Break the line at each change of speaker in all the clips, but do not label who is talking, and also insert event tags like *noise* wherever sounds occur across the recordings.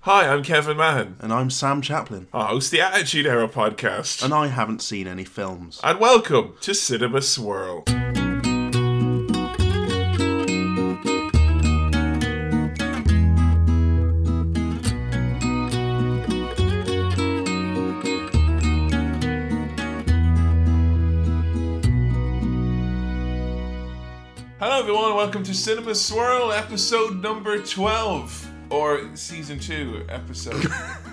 Hi, I'm Kevin Mahan.
And I'm Sam Chaplin.
I host the Attitude Era podcast.
And I haven't seen any films.
And welcome to Cinema Swirl. Hello, everyone. Welcome to Cinema Swirl, episode number 12, or season 2, episode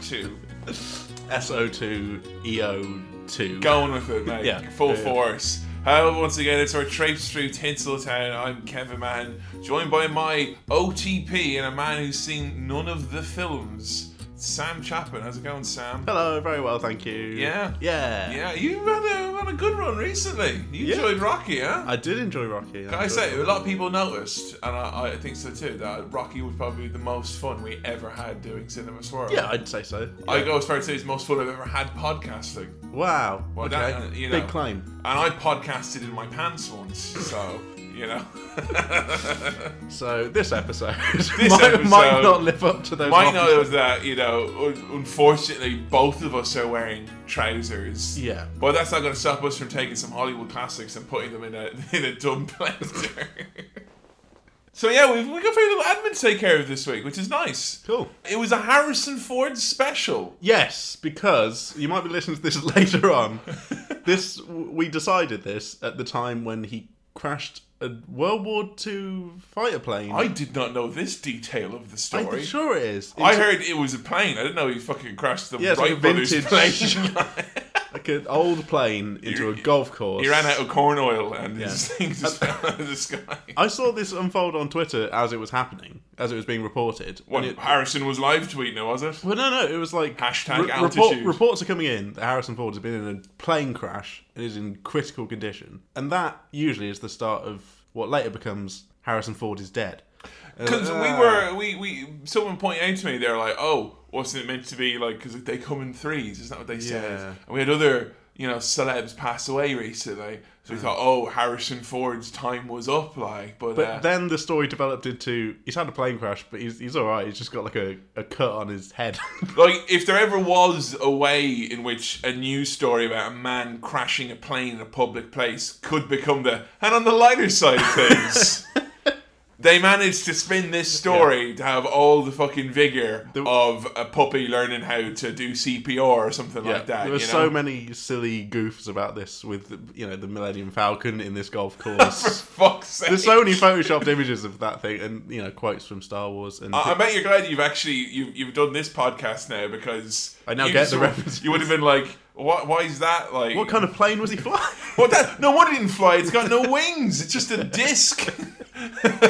2.
SO2, EO2.
Going with it, mate.
Yeah.
Full
Yeah, yeah.
force. Hello, once again, it's our Traipse Through Tinseltown. I'm Kevin Mann, joined by my OTP and a man who's seen none of the films, Sam Chapman. How's it going, Sam?
Hello, very well, thank you.
Yeah.
Yeah.
Yeah, you've had a, had a good run recently. You
Yeah.
enjoyed Rocky, huh?
I did enjoy Rocky.
Can I say, a lot of people noticed, and I, I think so too, that Rocky was probably the most fun we ever had doing Cinema Swirl.
Yeah, I'd say so.
I go as far as to say it's the most fun I've ever had podcasting.
Wow.
Well,
okay.
that, uh, you know.
Big claim.
And I podcasted in my pants once, so, you
*laughs*
know.
So, this episode, *laughs*
This
might,
episode-
might not live up to those.
My know
offers.
is that, you know, un- unfortunately, both of us are wearing trousers.
Yeah.
But that's not going to stop us from taking some Hollywood classics and putting them in a, *laughs* in a dumb blender. *laughs* so, yeah, we've, we've got very little admin to take care of this week, which is nice.
Cool.
It was a Harrison Ford special.
Yes, because you might be listening to this *laughs*
*laughs*
later on. this we decided this at the time when he crashed a World War II fighter plane.
I did not know this detail of the
I'm
story.
sure it is.
I
It's
heard it was a plane. I didn't know he fucking crashed the
Yeah, it's like
Wright
a
brothers
vintage- *laughs*
plane. *laughs*
like an old plane into a golf course.
he ran out of corn oil and his *laughs*
Yeah.
thing just fell out of the sky.
*laughs* I saw this unfold on Twitter as it was happening, as it was being reported.
What,
And it-
Harrison was live tweeting it, was it?
well, no, no, it was like
Hashtag
report-
altitude.
reports are coming in that Harrison Ford has been in a plane crash and is in critical condition, and that usually is the start of what later becomes Harrison Ford is dead.
Because we
Ah.
were, we, we, someone pointed out to me, they're like, oh, wasn't it meant to be like, because they come in threes, isn't that what they said?
Yeah.
And we had other, you know, celebs pass away recently. So
Uh-huh.
we thought, oh, Harrison Ford's time was up, like, but,
But
uh,
then the story developed into he's had a plane crash, but he's, he's all right. He's just got like a, a cut on his head. *laughs*
Like, if there ever was a way in which a news story about a man crashing a plane in a public place could become the and on the lighter side of
*laughs*
things, they managed to spin this story to have all the fucking vigor of a puppy learning how to do CPR or something like that.
there
you
were
know?
so many silly goofs about this with you know the Millennium Falcon in
*laughs*
this golf course.
*laughs* Fuck's sake.
There's so many photoshopped images of that thing, and you know quotes from Star Wars. And
I I bet you're glad you've actually you've, you've done this podcast now because
I now
you
get
just
the
w-
references.
You would have been like, "What? Why is that?" Like,
*laughs* what kind of plane was
*laughs*
he flying?
What that? No wonder it didn't fly. It's got no wings. It's just a disc. *laughs*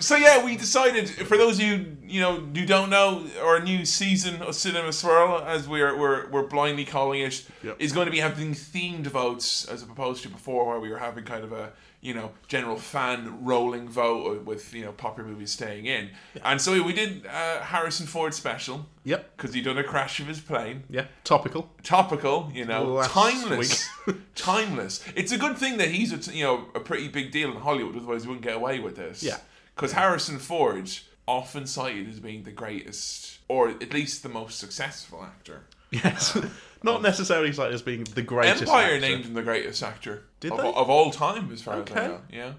so yeah, we decided for those of you you know who don't know our new season of Cinema Swirl, as we're we're, we're blindly calling it,
Yep.
is going to be having themed votes as opposed to before where we were having kind of a you know general fan rolling vote with you know popular movies staying in. And so we did uh, Harrison Ford special
yep.
because he done a crash of his plane
Yeah. Topical.
topical, you know,
Last
timeless,
*laughs*
timeless. It's a good thing that he's a t- you know a pretty big deal in Hollywood, otherwise he wouldn't get away with this.
Yeah.
because Harrison Ford often cited as being the greatest, or at least the most successful actor.
Yes. *laughs* Not necessarily cited as being the greatest.
Um, Empire
actor.
named him the greatest actor
Did
of,
they?
of all time, as far as I
Okay.
know. Yeah.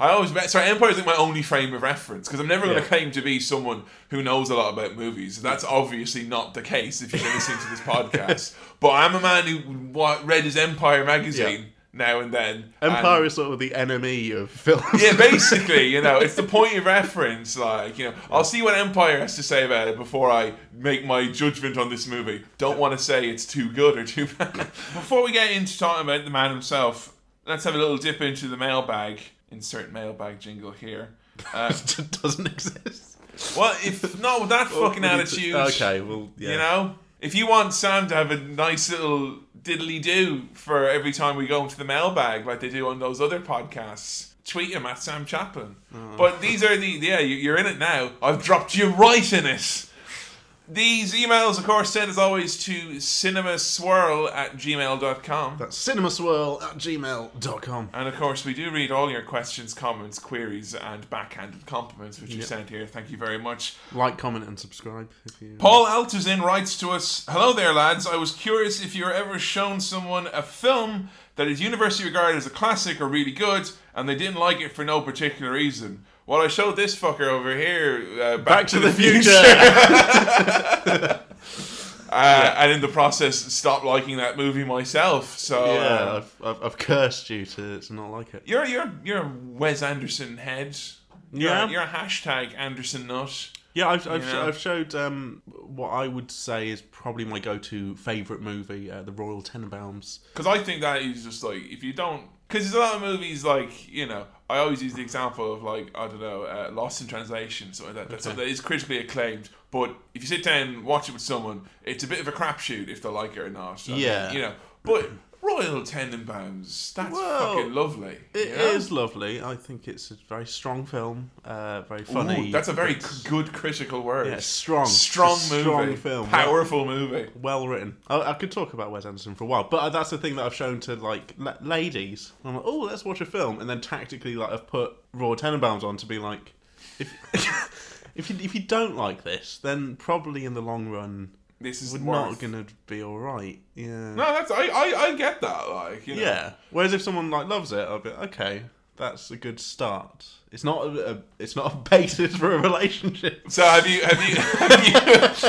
I always bet. Sorry, Empire's like my only frame of reference because I'm never going to
Yeah.
claim to be someone who knows a lot about movies. That's obviously not the case if you're listening to this podcast. *laughs* But I'm a man who wa- read his Empire magazine now and then. and-
Empire is sort of the enemy of films. *laughs*
yeah, basically, you know, it's the point of reference. Like, you know, I'll see what Empire has to say about it before I make my judgment on this movie. Don't want to say it's too good or too bad. Before we get into talking about the man himself, let's have a little dip into the mailbag. Insert mailbag jingle here. Uh,
doesn't exist.
well, if not with that fucking
We need to-
attitude,
okay. Well. Yeah.
you know, if you want Sam to have a nice little diddly do for every time we go into the mailbag, like they do on those other podcasts, tweet him at Sam Chaplin. But these are the yeah, you, you're in it now. I've dropped you right in it. These emails, of course, sent as always to cinemaswirl at gmail.com.
That's cinemaswirl at gmail.com.
And of course, we do read all your questions, comments, queries, and backhanded compliments, which you sent here. Thank you very much.
Like, comment, and subscribe if you.
Paul Altuzin writes to us Hello there, lads. I was curious if you were ever shown someone a film that is universally regarded as a classic or really good, and they didn't like it for no particular reason. Well, I showed this fucker over here uh, Back, to, the, Future. *laughs* Uh, and in the process, stopped liking that movie myself. So uh,
Oh, yeah, I've, I've, I've cursed you to, to not like it.
you're you're you're a Wes Anderson head. You're,
Yeah.
you're a hashtag Anderson nut.
Yeah, I've, I've,
Yeah.
I've showed um, what I would say is probably my go to favourite movie, uh, The Royal Tenenbaums.
Because I think that is just like if you don't, because there's a lot of movies like you know. I always use the example of like I don't know, uh, Lost in Translation, something like that. That's something that is critically acclaimed, but if you sit down and watch it with someone, it's a bit of a crapshoot if they like it or not. I mean,
Yeah.
you know. But Royal Tenenbaums, that's
Well,
fucking lovely.
It is
you know?
lovely. I think it's a very strong film, uh, very funny.
Ooh, that's a very
It's-
c- good critical word.
yeah, strong,
strong
It's a
movie,
strong film,
powerful movie.
well written. I, I could talk about Wes Anderson for a while, but that's the thing that I've shown to like la- ladies. I'm like, oh, let's watch a film, and then tactically, like, I've put Raw Tenenbaums on to be like, if *laughs* if you if you don't like this, then probably in the long run,
This is
we're
worth-
not gonna be all right. Yeah,
No, that's I, I I get that. Like you know,
yeah. Whereas if someone like loves it, I'll be okay. That's a good start. It's not a, a it's not a *laughs* basis for a relationship.
So have you have you? *laughs* Have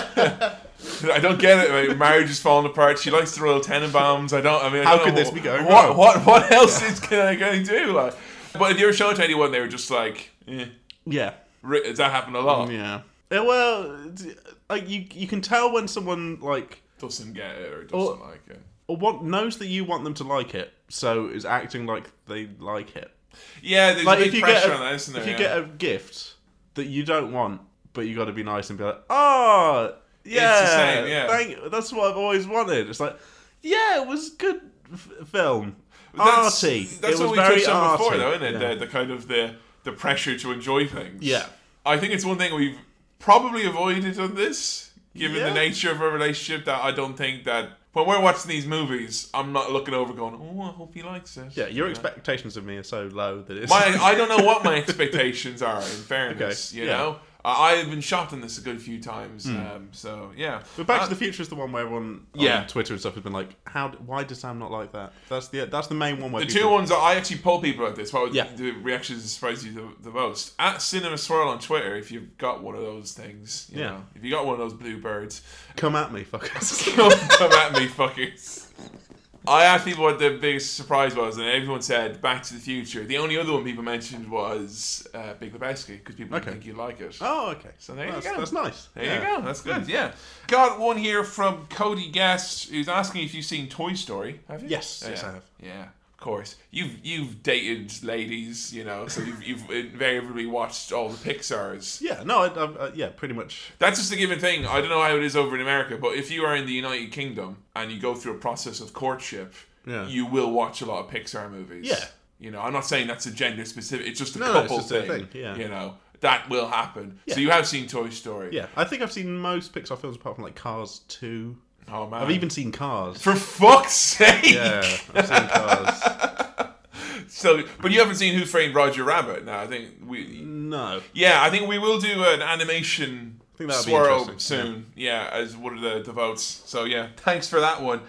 you *laughs* I don't get it. mate. marriage is falling apart. She likes the Royal Tenenbaums. I don't. I mean, I
How
don't
could
know
this
what-
be going
What
wrong?
what what else is can I going to do? Like, but if you were showing it to anyone, they were just like, eh.
Yeah.
Ri- does that happen a lot?
Mm, Yeah. Yeah, Well, d- like you, you can tell when someone like
Doesn't get it or doesn't
Well-
like it.
or what knows that you want them to like it, so is acting like they like it.
Yeah, there's
Like
a
if
big
you
pressure
get a,
on that, isn't there?
if you
yeah.
get a gift that you don't want, but you got to be nice and be like, oh, yeah,
same, yeah."
thank- that's what I've always wanted. It's like, yeah, it was good f- film.
That's-
arty.
That's
it
what we
was very
touched on before,
arty.
though, isn't it?
Yeah.
The, the kind of the the pressure to enjoy things.
Yeah.
I think it's one thing we've probably avoided on this, given the
Yeah.
nature of a relationship. That I don't think that when we're watching these movies, I'm not looking over going, "Oh, I hope he likes it."
Yeah, your expectations of me are so low that it's
My, I don't know what my expectations are. In fairness,
Okay,
you
yeah. Hmm.
know, I, I've been shot on this a good few times. Um, so yeah,
*laughs* But Back
Uh,
to the Future is the one where everyone
Yeah.
on Twitter and stuff has been like, "How? d- Why does Sam not like that?" That's the that's the main one where
The
people,
two ones that I actually poll people at this, what would
Yeah.
the reactions that surprise you the, the most? At Cinema Swirl on Twitter, if you've got one of those things, you
Yeah.
know, if you got one of those bluebirds, *laughs*
come at me, fuckers. *laughs*
come, come at me, fuckers. I asked people what their biggest surprise was, and everyone said Back to the Future. The only other one people mentioned was uh, Big Lebowski because people didn't
Okay.
think you'd like it.
oh, okay.
So there you
that's,
go.
That's nice.
There
Yeah.
you go. That's good. Yeah. Got one here from Cody Guest, who's asking if you've seen Toy Story. Have you?
Yes, yes,
Yeah.
I have.
Yeah. Of course. You've you've dated ladies, you know, so you've, you've invariably watched all the Pixar's.
Yeah. No. I, I, I, yeah. Pretty much.
That's just a given thing. I don't know how it is over in America, but if you are in the United Kingdom and you go through a process of courtship,
Yeah.
you will watch a lot of Pixar movies.
Yeah.
You know, I'm not saying that's a gender specific. It's just a
No, no, it's
couple
just a
thing.
thing, yeah.
You know, that will happen. So
Yeah.
you have seen Toy Story.
Yeah. I think I've seen most Pixar films apart from like Cars Two.
Oh man.
I've even seen Cars.
For fuck's sake!
yeah. I've
*laughs*
seen Cars.
So, but you haven't seen Who Framed Roger Rabbit? No, I think we.
No.
Yeah, I think we will do an animation
think that'd be
swirl
interesting,
soon. Yeah. as one of the, the votes. So yeah, thanks for that one.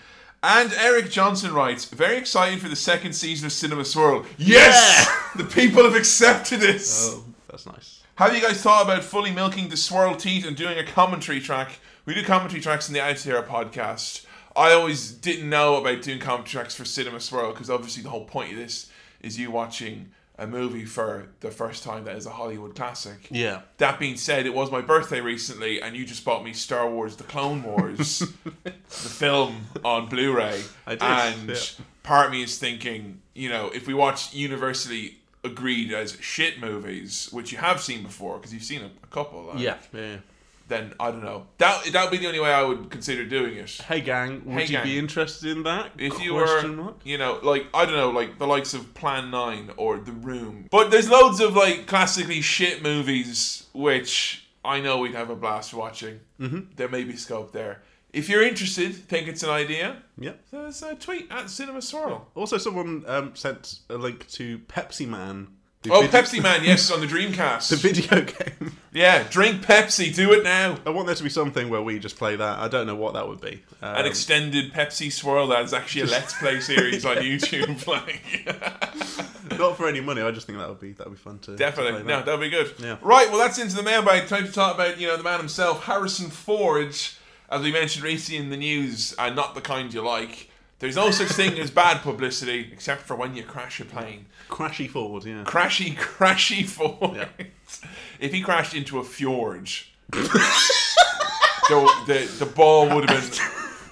And Eric Johnson writes, "Very excited for the second season of Cinema Swirl. Yes, *laughs* the people have accepted this.
Oh, that's nice.
Have you guys thought about fully milking the swirl teeth and doing a commentary track? We do commentary tracks in the Out Here podcast. I always didn't know about doing commentary tracks for Cinema Swirl because obviously the whole point of this is you watching a movie for the first time that is a Hollywood classic.
Yeah.
That being said, it was my birthday recently, and you just bought me Star Wars: The Clone Wars,
*laughs*
the film on Blu-ray.
I did,
And
yeah.
part of me is thinking, you know, if we watch universally agreed as shit movies, which you have seen before because you've seen a, a couple, like,
Yeah. Yeah.
Then I don't know. That that would be the only way I would consider doing it.
Hey gang, would
Hey,
you
gang.
be interested in that?
If you
Question
were,
mark?
you know, like I don't know, like the likes of Plan Nine or The Room, but there's loads of like classically shit movies which I know we'd have a blast watching. Mm-hmm. There may be scope there. If you're interested, think it's an idea,
Yep.
there's a tweet at Cinema Sorrel.
Also, someone um, sent a link to Pepsi Man. the
Oh,
video-
Pepsi Man, yes, on the
The
Dreamcast.
video *laughs* game.
Yeah, drink Pepsi, do it now.
I want there to be something where we just play that. I don't know what that would be. Um,
An extended Pepsi swirl that is actually a Let's Play series
*laughs*
on YouTube. Like, *laughs*
not for any money. I just think that would be that would be fun to to
definitely,
play
no,
that.
that'd be good.
Yeah.
Right, well, that's into the mailbag. Time to talk about you know the man himself, Harrison Ford. As we mentioned recently in the news, and not the kind you like. There's no such thing as bad publicity, except for when you crash a plane.
Crashy Ford. Yeah.
Crashy, *laughs* crashy Ford.
Yeah.
If he crashed into a fjord, *laughs* the, the the ball would have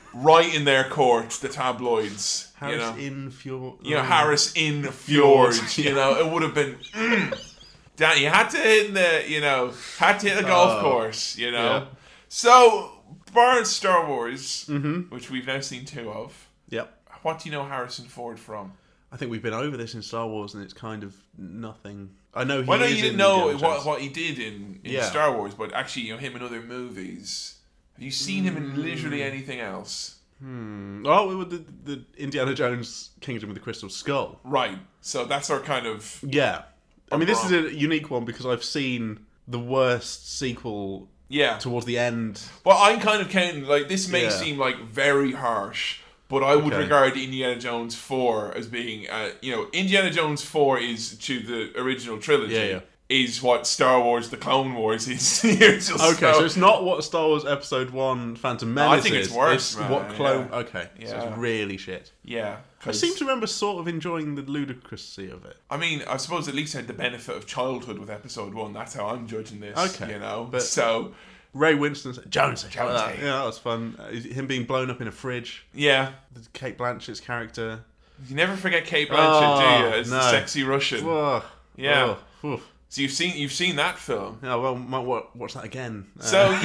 *laughs*
been right in their court. The tabloids, you
Harris
know.
in Fjord.
you know, Harris in Fjord.
Fjord,
You know, it would have been. Mm, Dan, you had to hit the, you know, had to hit the golf
Oh,
course. You know,
yeah.
so barring Star Wars,
Mm-hmm.
which we've now seen two of.
Yep.
What do you know Harrison Ford from?
I think we've been over this in Star Wars, and it's kind of nothing. I know. He
Well, I know
is
you didn't
in
know
Indiana
what,
Jones.
what he did in, in
Yeah.
Star Wars, but actually, you know, him in other movies. Have you seen him in literally
Mm.
anything else?
Oh, with the, the Indiana Jones Kingdom of the Crystal Skull.
Right. So that's our kind of.
Yeah. I mean, this
wrong.
is a unique one because I've seen the worst sequel
Yeah.
towards the end.
Well, I'm kind of counting, like, this may
Yeah.
seem, like, very harsh, but I would
Okay.
regard Indiana Jones 4 as being, uh, you know, Indiana Jones 4 is to the original trilogy.
Yeah, yeah.
Is what Star Wars: The Clone Wars is. *laughs* okay,
Okay, so it's not what Star Wars Episode One: Phantom Menace.
think it's
is.
worse,
It's
man,
what clone?
yeah.
Okay, so
Yeah.
it's really shit.
yeah.
I seem to remember sort of enjoying the ludicrousy of it.
I mean, I suppose at least I had the benefit of childhood with episode one. That's how I'm judging this.
Okay,
You know?
but-
so,
Ray Winston, Jones, Jones.
Jonesy.
Yeah, that was fun. Uh, him being blown up in a fridge.
yeah.
The Kate
*clears throat*
Blanchett's character.
You never forget Kate Blanchett,
Oh,
do you? As the
no.
sexy Russian.
Ugh.
Yeah.
Ugh. Oof.
so you've seen you've seen that film.
Yeah, well, might wa- watch that again. Uh,
So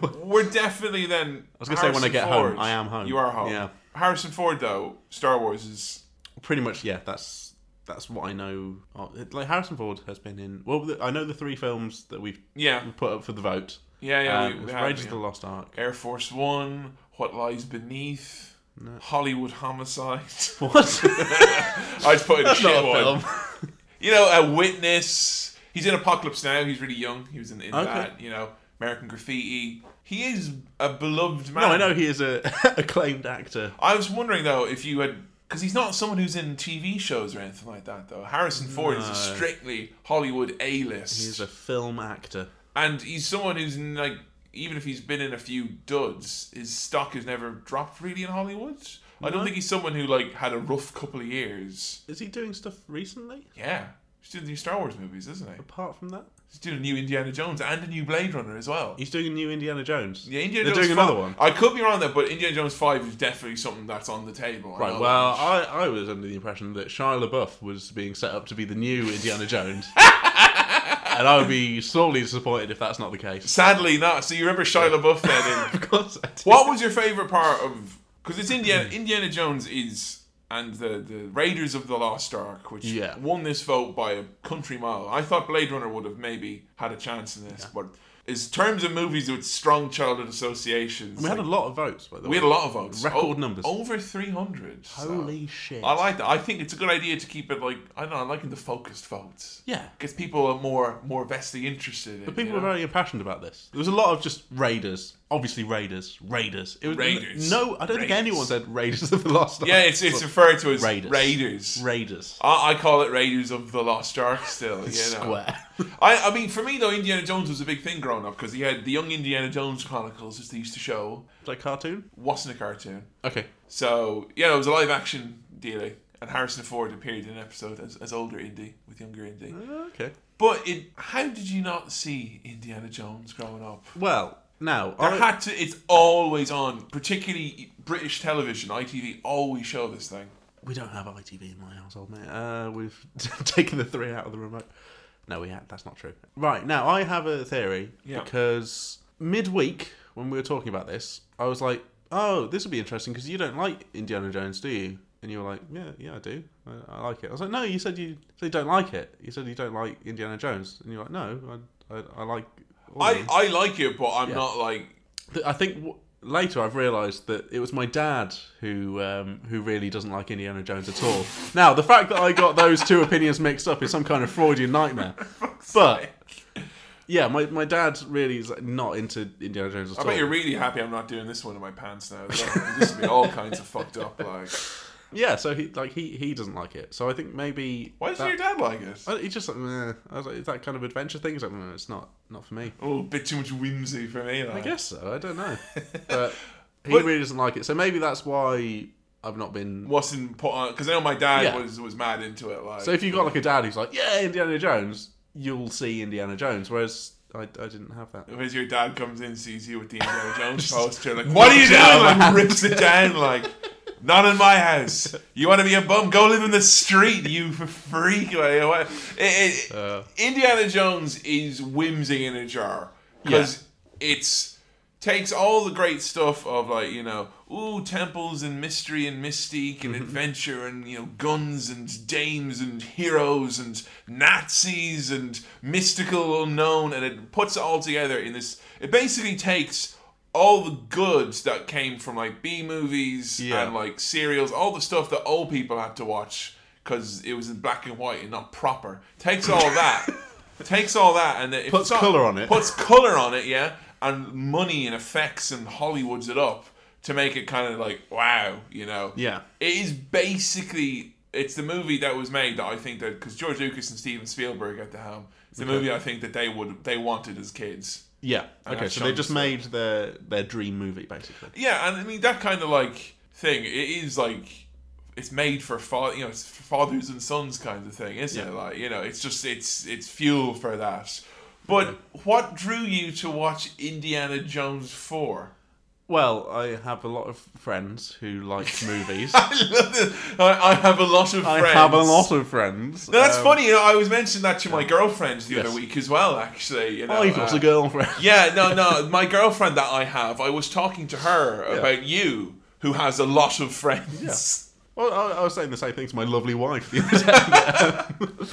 you, we're definitely then. I
was gonna say when I get home, I am home.
You are home.
Yeah.
Harrison Ford though, Star Wars is
*laughs* pretty much, yeah. That's that's what I know. of- it- Like Harrison Ford has been in. Well, the- I know the three films that we've
yeah,
put up for the vote.
yeah, yeah.
Um,
we-
it
we
was
have,
Raiders
yeah.
of the Lost
*laughs*
Ark.
Air Force One, What Lies Beneath, Hollywood
*laughs*
Homicide. *laughs*
What?
I'd put in a
that's
shit
not
one.
a film.
You know, a witness. He's in Apocalypse Now. He's really young. He was in, in
Okay.
that. You know, American Graffiti. He is a beloved man.
*laughs* no, I know he is a *laughs* acclaimed actor.
I was wondering though if you had, because he's not someone who's in TV shows or anything like that though. Harrison Ford is a
No.
strictly Hollywood A
He is
list,
a film actor.
and he's someone who's in, like, even if he's been in a few duds, his stock has never dropped really in Hollywood. I don't think he's someone who like had a rough couple of years.
Is he doing stuff recently
Yeah. He's doing new Star Wars movies, isn't he?
apart from that?
He's doing a new Indiana Jones and a new Blade Runner as well.
He's doing a new Indiana Jones.
Yeah, Indiana
They're
Jones
doing another
5
one.
I could be wrong there, but Indiana Jones Five is definitely something that's on the table. I
Right.
know
Well,
that.
I, I was under the impression that Shia LaBeouf was being set up to be the new Indiana Jones,
*laughs*
and I would be sorely disappointed if that's not
*laughs*
the case.
sadly not. So you remember Shia LaBeouf
*laughs*
then? In,
of course. I did.
what was your favorite part of? Because it's
Mm.
Indiana. Indiana Jones is and the the Raiders of the Lost Ark, which
Yeah.
won this vote by a country mile. I thought Blade Runner would have maybe had a chance in this, but in terms of movies with strong childhood associations,
We had a lot of votes, by the
we
way.
had a lot of votes, Oh,
Record numbers.
over three hundred.
Holy shit!
I like that. I think it's a good idea to keep it like I don't know. I like the focused votes.
yeah.
Because people are more more vastly interested. In,
But people
you know?
were very impassioned about this. There was a lot of just raiders, obviously raiders, raiders. It was
Raiders.
No, I don't think
Raiders.
anyone said raiders of the lost. Ark.
yeah, it's it's referred to as raiders.
Raiders.
Raiders.
raiders.
I, I call it Raiders of the Lost Ark. Still, you know.
Square.
I I mean, for me though, Indiana Jones was a big thing growing up because he had the Young Indiana Jones Chronicles, as they used to show,
like cartoon.
wasn't a cartoon.
Okay.
So yeah, it was a live action dealing, and Harrison Ford appeared in an episode as, as older Indy with younger Indy.
Okay.
But it, how did you not see Indiana Jones growing up?
Well, now
There
I-
had to. It's always on, particularly British television. ITV always show this thing.
we don't have ITV in my household, mate. Uh, we've *laughs* taken the three out of the remote. No, we ha- that's not true. Right now, I have a theory
Yeah.
because midweek when we were talking about this, I was like, "Oh, this will be interesting because you don't like Indiana Jones, do you?" And you were like, "Yeah, yeah, I do. I, I like it." I was like, "No, you said you, said you don't like it. You said you don't like Indiana Jones." And you're like, "No, I, I, I like
I, I like it, but I'm
Mm-hmm. Yeah.
not like
Th- I think w- later I've realised that it was my dad who um, who really doesn't like Indiana Jones at all. Now the fact that I got those two opinions mixed up is some kind of
*laughs*
Freudian nightmare. But yeah, my, my dad really is like, not into Indiana Jones at
I
all.
bet you're really happy I'm not doing this one in my pants now. This would be
*laughs*
all kinds of fucked up. Like,
yeah, so he like he, he doesn't like it. So I think maybe
why does
that-
your dad like it?
I- He just like, meh. I was like, is that kind of adventure thing? He's like, "Mm, it's not not for me.
Oh, a bit too much whimsy for me. Like.
I guess so. I don't know,
*laughs*
but he
But-
really doesn't like it. So maybe that's why I've not been
wasn't put on because uh, I know my dad
Yeah.
was was mad into it. Like,
So if you got like a dad who's like, yeah, Indiana Jones, you'll see Indiana Jones. Whereas I, I didn't have that.
Whereas your dad comes in, sees you with the Indiana
*laughs*
Jones poster, like, what are you
knocks it
doing?
out of my
Like,
hand.
rips it down, like, not in my
*laughs*
house. You want to be a bum? Go live in the street, you f- freak. Like, what- it- it-
Uh.
Indiana Jones is whimsy in a jar because it's takes all the great stuff of like you know, ooh, temples and mystery and mystique
Mm-hmm.
and adventure and you know, guns and dames and heroes and Nazis and mystical unknown, and it puts it all together in this. It basically takes all the goods that came from like B movies
Yeah.
and like serials, all the stuff that old people had to watch because it was in black and white and not proper. Takes all
*laughs*
that, takes all that, and if
Puts
it's not-
colour on it.
Puts color on it, yeah, and money and effects and Hollywoods it up to make it kind of like wow, you know.
Yeah.
it is basically it's the movie that was made that I think that because George Lucas and Steven Spielberg at the helm, it's the movie I think that they would they wanted as kids.
Yeah.
And
Okay.
I've
So they
shown
just
this.
made their their dream movie basically.
Yeah, and I mean that kind of like thing. It is like it's made for father, you know, it's for fathers and sons kind of thing, isn't
Yeah.
it? Like you know, it's just it's it's fuel for that. But what drew you to watch Indiana Jones four?
Well, I have a lot of friends who like movies.
*laughs* I love this. I, I have a lot of
*laughs* I
friends.
have a lot of friends.
No, that's
Um,
funny. You know, I was mentioning that to my girlfriend the other
Yes.
week as well. Actually, you know,
Oh, you've got
uh,
a girlfriend.
Yeah, no, no. My girlfriend that I have, I was talking to
*laughs*
her about you, who has a lot of friends.
Well, I, I was saying the same thing to my lovely wife the other day.
*laughs*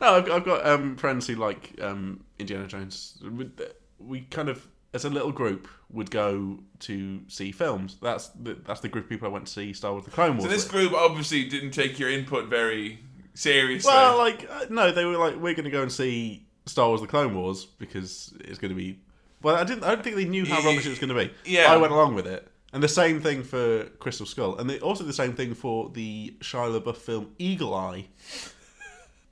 no, I've, I've got um, friends who like um, Indiana Jones. We, we kind of, as a little group, would go to see films. That's the, that's the group of people I went to see Star Wars: The Clone Wars.
So *laughs* this
with.
group obviously didn't take your input very seriously.
well, like uh, no, they were like, we're going to go and see Star Wars: The Clone Wars because it's going to be. Well, I didn't. I don't think they knew how
Y-
rubbish it was going to be.
yeah.
I went along with it. And the same thing for Crystal Skull, and the, also the same thing for the Shia LaBeouf film Eagle Eye, *laughs*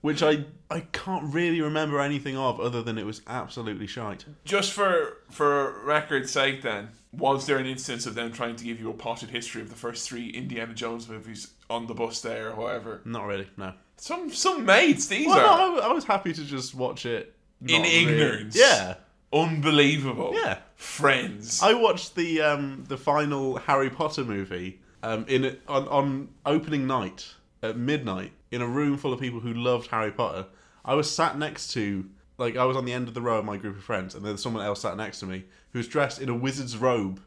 which I I can't really remember anything of other than it was absolutely shite.
just for for record's sake, then was there an instance of them trying to give you a potted history of the first three Indiana Jones movies on the bus there or whatever?
Not really, no.
Some some mates these
Well,
are
no, I, I was happy to just watch it not
In
really-
ignorance.
Yeah,
unbelievable.
yeah.
friends.
I watched the um, the final Harry Potter movie um, in on, on opening night at midnight in a room full of people who loved Harry Potter. I was sat next to like I was on the end of the row of my group of friends, and then someone else sat next to me who was dressed in a wizard's robe,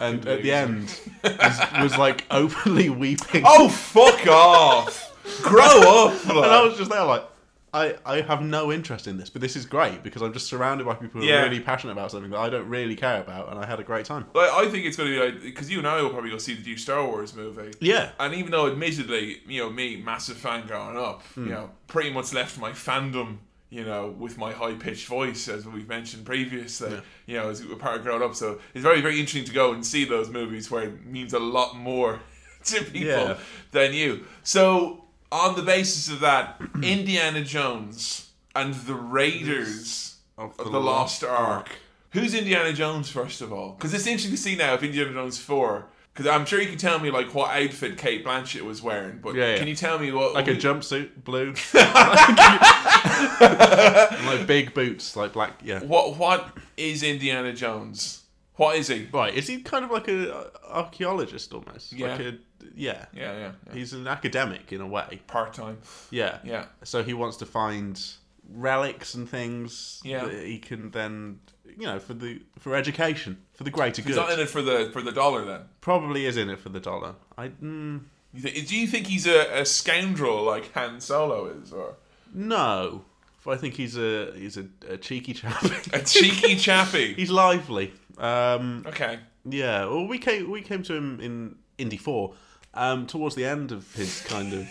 and at the end was, was
*laughs*
like openly weeping.
oh fuck *laughs* off! Grow up! Like.
*laughs* and I was just there like. I, I have no interest in this, but this is great because I'm just surrounded by people who
Yeah.
are really passionate about something that I don't really care about, and I had a great time.
Like, I think it's going to be like because you and I will probably go see the new Star Wars movie.
Yeah,
And even though, admittedly, you know, me, massive fan growing up, you
Hmm.
know, pretty much left my fandom, you know, with my high pitched voice, as we've mentioned previously, you know, as a part of growing up. So it's very, very interesting to go and see those movies where it means a lot more *laughs* to people
Yeah.
than you. So, on the basis of that, *clears throat* Indiana Jones and the Raiders
Of
of
Oh, the
the Lost Ark. Who's Indiana Jones, first of all? Because it's interesting to see now if Indiana Jones 4. Because I'm sure you can tell me like what outfit Kate Blanchett was wearing, but
Yeah, yeah.
can you tell me what?
like a jumpsuit, *laughs* blue, And, like big boots, like black. Yeah.
what what is Indiana Jones? What is he?
Right. Is he kind of like a uh, archaeologist almost?
Yeah.
Like a, yeah.
Yeah, yeah, yeah.
He's an academic in a way.
part time.
Yeah.
Yeah,
So he wants to find relics and things
Yeah.
that he can then, you know, for the for education, for the greater
he's
good.
not in it for the for the dollar. Then
Probably is in it for the dollar. I mm,
you thi- do you think he's a, a scoundrel like Han Solo is, or
no. But I think he's a he's a, a cheeky chap. *laughs*
A cheeky chappy.
he's lively. Um,
Okay.
yeah. Well, we came we came to him in Indy Four um, towards the end of his
*laughs*
kind of.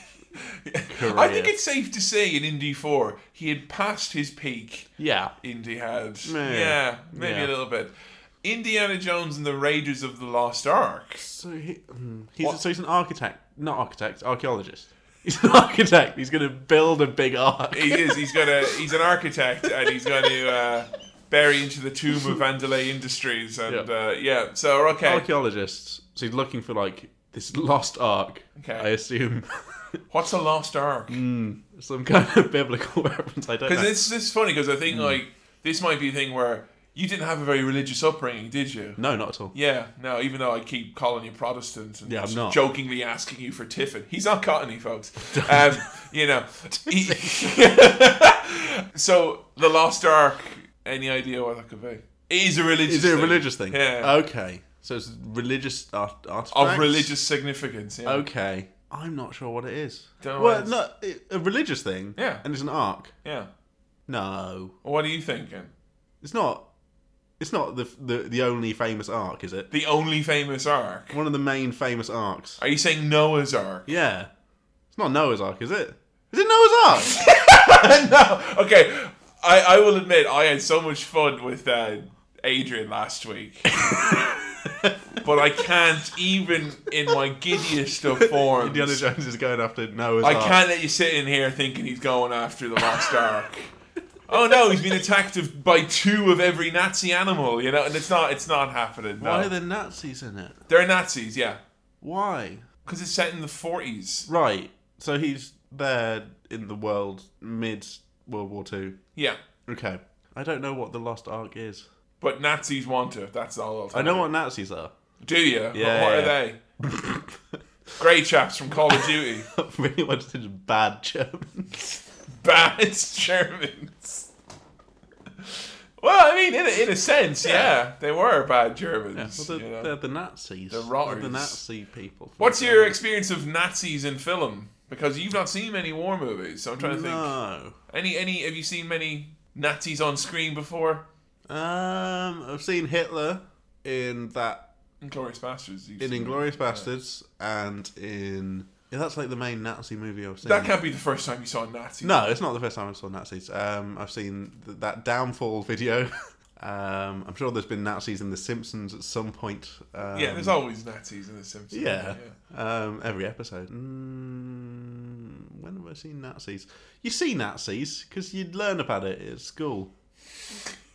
I
Career.
think it's safe to say in Indy 4, he had passed his peak.
Yeah.
Indy had.
Yeah.
Yeah, maybe a
Yeah.
little bit. Indiana Jones and the Raiders of the Lost Ark.
So he, hmm, he's
What-
so he's an architect, not architect, archaeologist. *laughs* He's an architect. He's going to build a big ark. *laughs*
He is. He's got a. He's an architect, and he's going to uh, bury into the tomb of Vandalay Industries. And
Yeah.
yeah, uh, yeah. so okay.
Archaeologists. So he's looking for like this lost ark.
Okay.
I assume *laughs*
What's a lost ark?
Mm. some kind of biblical *laughs* reference. I don't know.
Because this this is funny because I think
Mm.
like this might be a thing where you didn't have a very religious upbringing, did you?
no, not at all.
Yeah, no. Even though I keep calling you Protestant and
Yeah, I'm not.
jokingly asking you for Tiffin, he's not Cockney,
*laughs*
folks. Um, you know. he- *laughs* so the Lost Ark. Any idea what that could be? It is a religious.
Is it a
thing.
religious thing? Oh,
Yeah.
Okay. So it's religious art-
Of
artifacts?
religious significance. Yeah.
Okay. I'm not sure what it is.
Don't know
well,
what it is.
no, it, a religious thing.
Yeah.
And it's an ark.
Yeah.
No,
What are you thinking?
it's not. It's not the the, the only famous ark, is it?
The only famous ark.
One of the main famous arcs.
Are you saying Noah's Ark?
Yeah. It's not Noah's Ark, is it? Is it Noah's
*laughs*
Ark? *laughs*
no. Okay. I, I will admit I had so much fun with uh, Adrian last
*laughs*
week. but I can't even in my giddiest
*laughs*
of forms.
Indiana Jones is going after Noah's
I
Ark.
can't let you sit in here thinking he's going after the lost ark. Oh no, he's been attacked of, by two of every Nazi animal, you know, and it's not it's not happening. No.
Why are there Nazis in it?
They're Nazis, yeah.
Why?
Because it's set in the 40s.
Right. So he's there in the world mid World War Two.
Yeah.
Okay. I don't know what the Lost Ark is.
But Nazis want it. That's all. I'll
I
tell
know
you.
what
*laughs*
Nazis are. *laughs*
Do you? What-
Yeah,
what
yeah.
are they? Grey chaps from Call of Duty.
*laughs* really wanted to do
*laughs*
bad Germans.
Bad Germans. Well, I mean, in a, in a sense, yeah, they were bad Germans.
Well, they're,
you know.
they're the Nazis.
They're
They're
rotters.
the Nazi people.
What's your experience of Nazis in film? Because you've not seen many war movies, so I'm trying to think.
No.
Any any have you seen many Nazis on screen before?
Um, I've seen Hitler in that
Inglorious Bastards.
in Inglorious Bastards and in yeah, that's like the main Nazi movie I've seen.
That can't be the first time you saw Nazis.
no, it's not the first time I saw Nazis. Um, I've seen th- that downfall video. *laughs* um, I'm sure there's been Nazis in The Simpsons at some point. Um,
Yeah, there's always Nazis in The Simpsons.
yeah, Um, every episode. Mm, when have I seen Nazis? You see Nazis because you'd learn about it at school.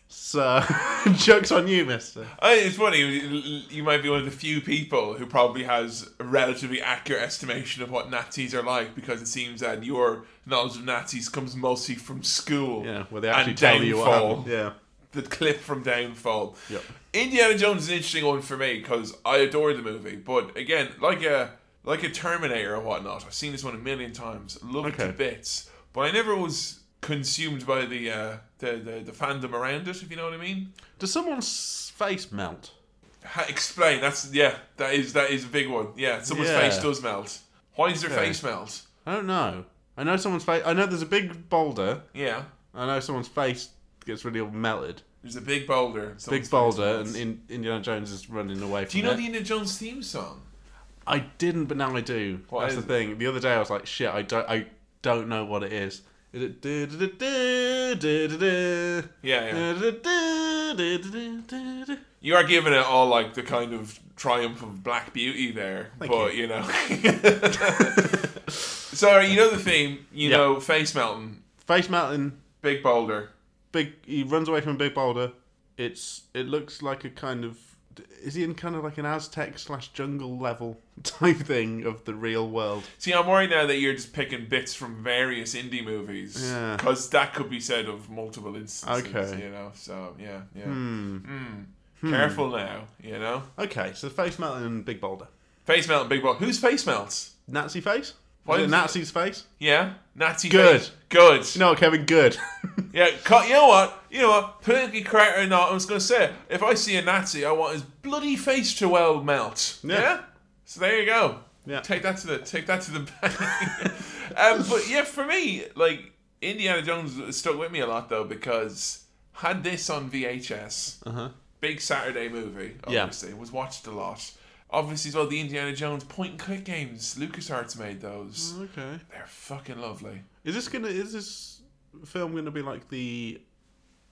So, *laughs* jokes on you, Mister.
I, it's funny. you- You might be one of the few people who probably has a relatively accurate estimation of what Nazis are like, because it seems that your knowledge of Nazis comes mostly from school.
Yeah, where they actually
and
tell you what
Downfall.
happened. Yeah.
The clip from Downfall.
Yep.
Indiana Jones is an interesting one for me because I adore the movie, but again, like a like a Terminator or whatnot, I've seen this one a million times, loved
Okay.
it to bits, but I never was consumed by the, uh, the the the fandom around it. If you know what I mean.
Does someone's face melt?
Ha- explain. That's yeah. That is that is a big one. Yeah, someone's
Yeah.
face does melt. Why does their
Okay.
face melt?
I don't know. I know someone's face. I know there's a big boulder.
Yeah,
I know someone's face gets really melted.
there's a big boulder. and someone's
Big
face
boulder,
melts.
and in, Indiana Jones is running away from
do you know
it.
the Indiana Jones theme song?
I didn't, but now I do.
What
That's
is
the
it?
thing. The other day I was like, shit, I don't, I don't know what it is. Is it? do, do, do, do, do, do,
Yeah, yeah.
do, do, do, do, do, do, do.
You are giving it all like the kind of triumph of Black Beauty there, but you, know. *laughs* Sorry, you know the theme. You
Yeah.
know, face melting,
Face mountain.
big boulder.
Big. He runs away from a big boulder. It's. It looks like a kind of. Is he in kind of like an Aztec slash jungle level *laughs* type thing of the real world?
See, I'm worried now that you're just picking bits from various indie movies
Yeah.
because that could be said of multiple instances.
Okay. Hmm.
you know. So yeah, yeah. Mm. Careful now, you know.
Okay, so face mountain and big boulder.
Face melt, and big boy. Whose face melts?
Nazi face.
Why
Was it
is it-
Nazi's face?
Yeah, Nazi.
Good.
face. good.
No, Kevin. Good. *laughs*
Yeah, co- you know what? You know what? Politically correct or not, I'm just gonna say it. If I see a Nazi, I want his bloody face to well melt.
Yeah.
Yeah. So there you go. *laughs*
Yeah.
Take that to the take that to the bank. um, but yeah, for me, like Indiana Jones stuck with me a lot though because had this on VHS,
Uh-huh.
big Saturday movie.
Yeah.
Obviously, was watched a lot. Obviously, as well, the Indiana Jones point and click games. LucasArts made those.
Okay.
They're fucking lovely.
Is this gonna? Is this film gonna be like the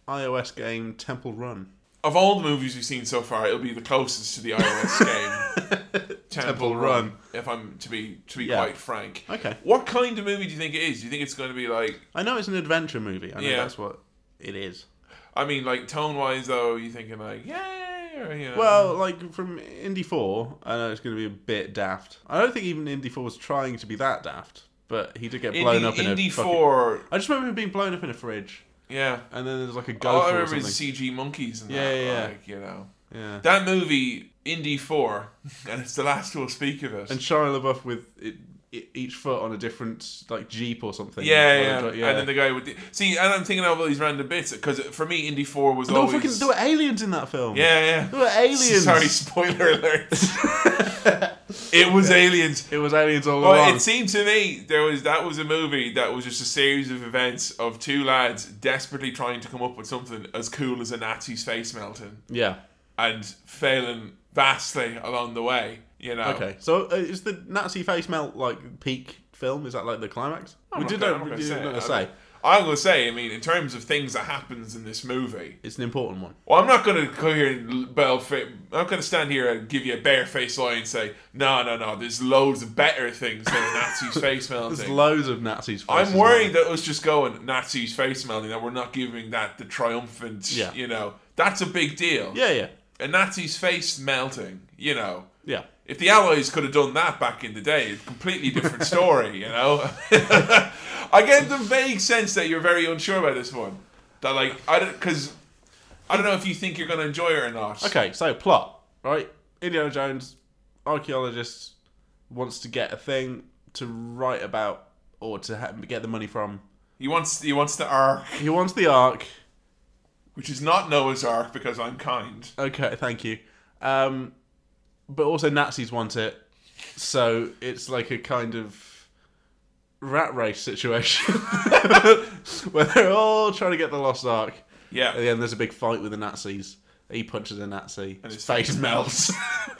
iOS game Temple Run?
Of all the movies we've seen so far, it'll be the closest to the iOS
*laughs*
game Temple Run, If I'm to be to be
Yeah.
quite frank,
Okay.
what kind of movie do you think it is? Do you think it's going to be like?
I know it's an adventure movie. I know
Yeah.
that's what it is.
I mean, like tone wise though, you thinking like, yay, or you know,
Well, like from Indy 4, I know it's going to be a bit daft. I don't think even Indy 4 was trying to be that daft, but he did get blown
Indy,
up in
Indy
a fucking-
Four.
I just remember him being blown up in a fridge,
Yeah.
and then there's like a
All
gopher
I
or
remember
something.
is CG monkeys and
Yeah,
that.
yeah, yeah.
Like, you know.
Yeah.
That movie, Indy 4, *laughs* and it's the last we'll speak of it.
And Shia LaBeouf with it, it, each foot on a different like jeep or something.
yeah,
Or,
yeah.
like,
And then the guy would. See, and I'm thinking of all these random bits, because for me, Indy 4 was
there, were
always.
fucking, there were aliens in that film.
yeah,
There
yeah.
were aliens.
Sorry, spoiler
*laughs*
alert. *laughs* it was aliens.
it was aliens all
But
along.
it seemed to me there was that was a movie that was just a series of events of two lads desperately trying to come up with something as cool as a Nazi's face melting.
Yeah.
and failing vastly along the way. You know.
Okay. So uh, is the Nazi face melt like peak film? Is that like the climax? we
not
did
gonna-
not
I'm not
we
gonna
did not
say.
say.
I'm gonna say, I mean, in terms of things that happens in this movie,
It's an important one.
well, I'm not gonna go here and bell. Fa- I'm gonna stand here and give you a barefaced lie and say, no, no, no. There's loads of better things than a
*laughs*
Nazi's face
There's
melting.
loads of Nazis. faces
I'm
on
worried
it.
that us just going Nazi's face melting that we're not giving that the triumphant.
Yeah.
You know, that's a big deal.
Yeah, yeah,
A Nazi's face melting. You know.
yeah.
If the Allies could have done that back in the day, it's a completely
*laughs*
different story, you know? *laughs* I get the vague sense that you're very unsure about this one. That, like, I don't, because I don't know if you think you're going to enjoy it or not.
Okay, so plot right. Indiana Jones, archaeologist, wants to get a thing to write about or to ha- get the money from.
He wants, he wants the Ark,
He wants the Ark.
which is not Noah's Ark because I'm kind.
Okay, thank you. Um, but also Nazis want it, so it's like a kind of rat race situation *laughs* where they're all trying to get the lost ark. At
Yeah.
the end, there's a big fight with the Nazis. He punches a Nazi, and his
his
face
face
melts. *laughs*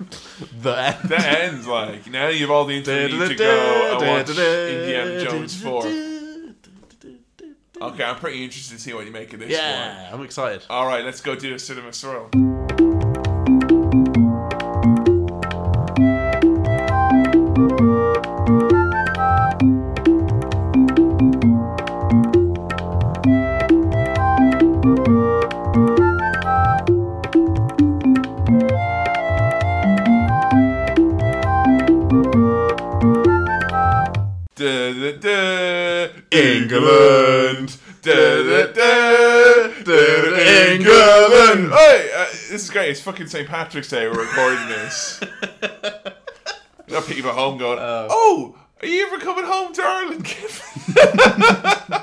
the end.
That ends, like, now you've all the internet to go and watch Indiana Jones
*laughs*
4. Okay, I'm pretty interested to see what you make of this one.
Yeah, I'm excited.
All right, let's go do a cinema swirl. Da, da, da,
England.
Da, da, da, da, da,
England.
Hey, uh, this is great. It's fucking St. Patrick's Day. We're recording this. Now people at home going,
Oh.
"Oh, are you ever coming home to Ireland, Kevin?"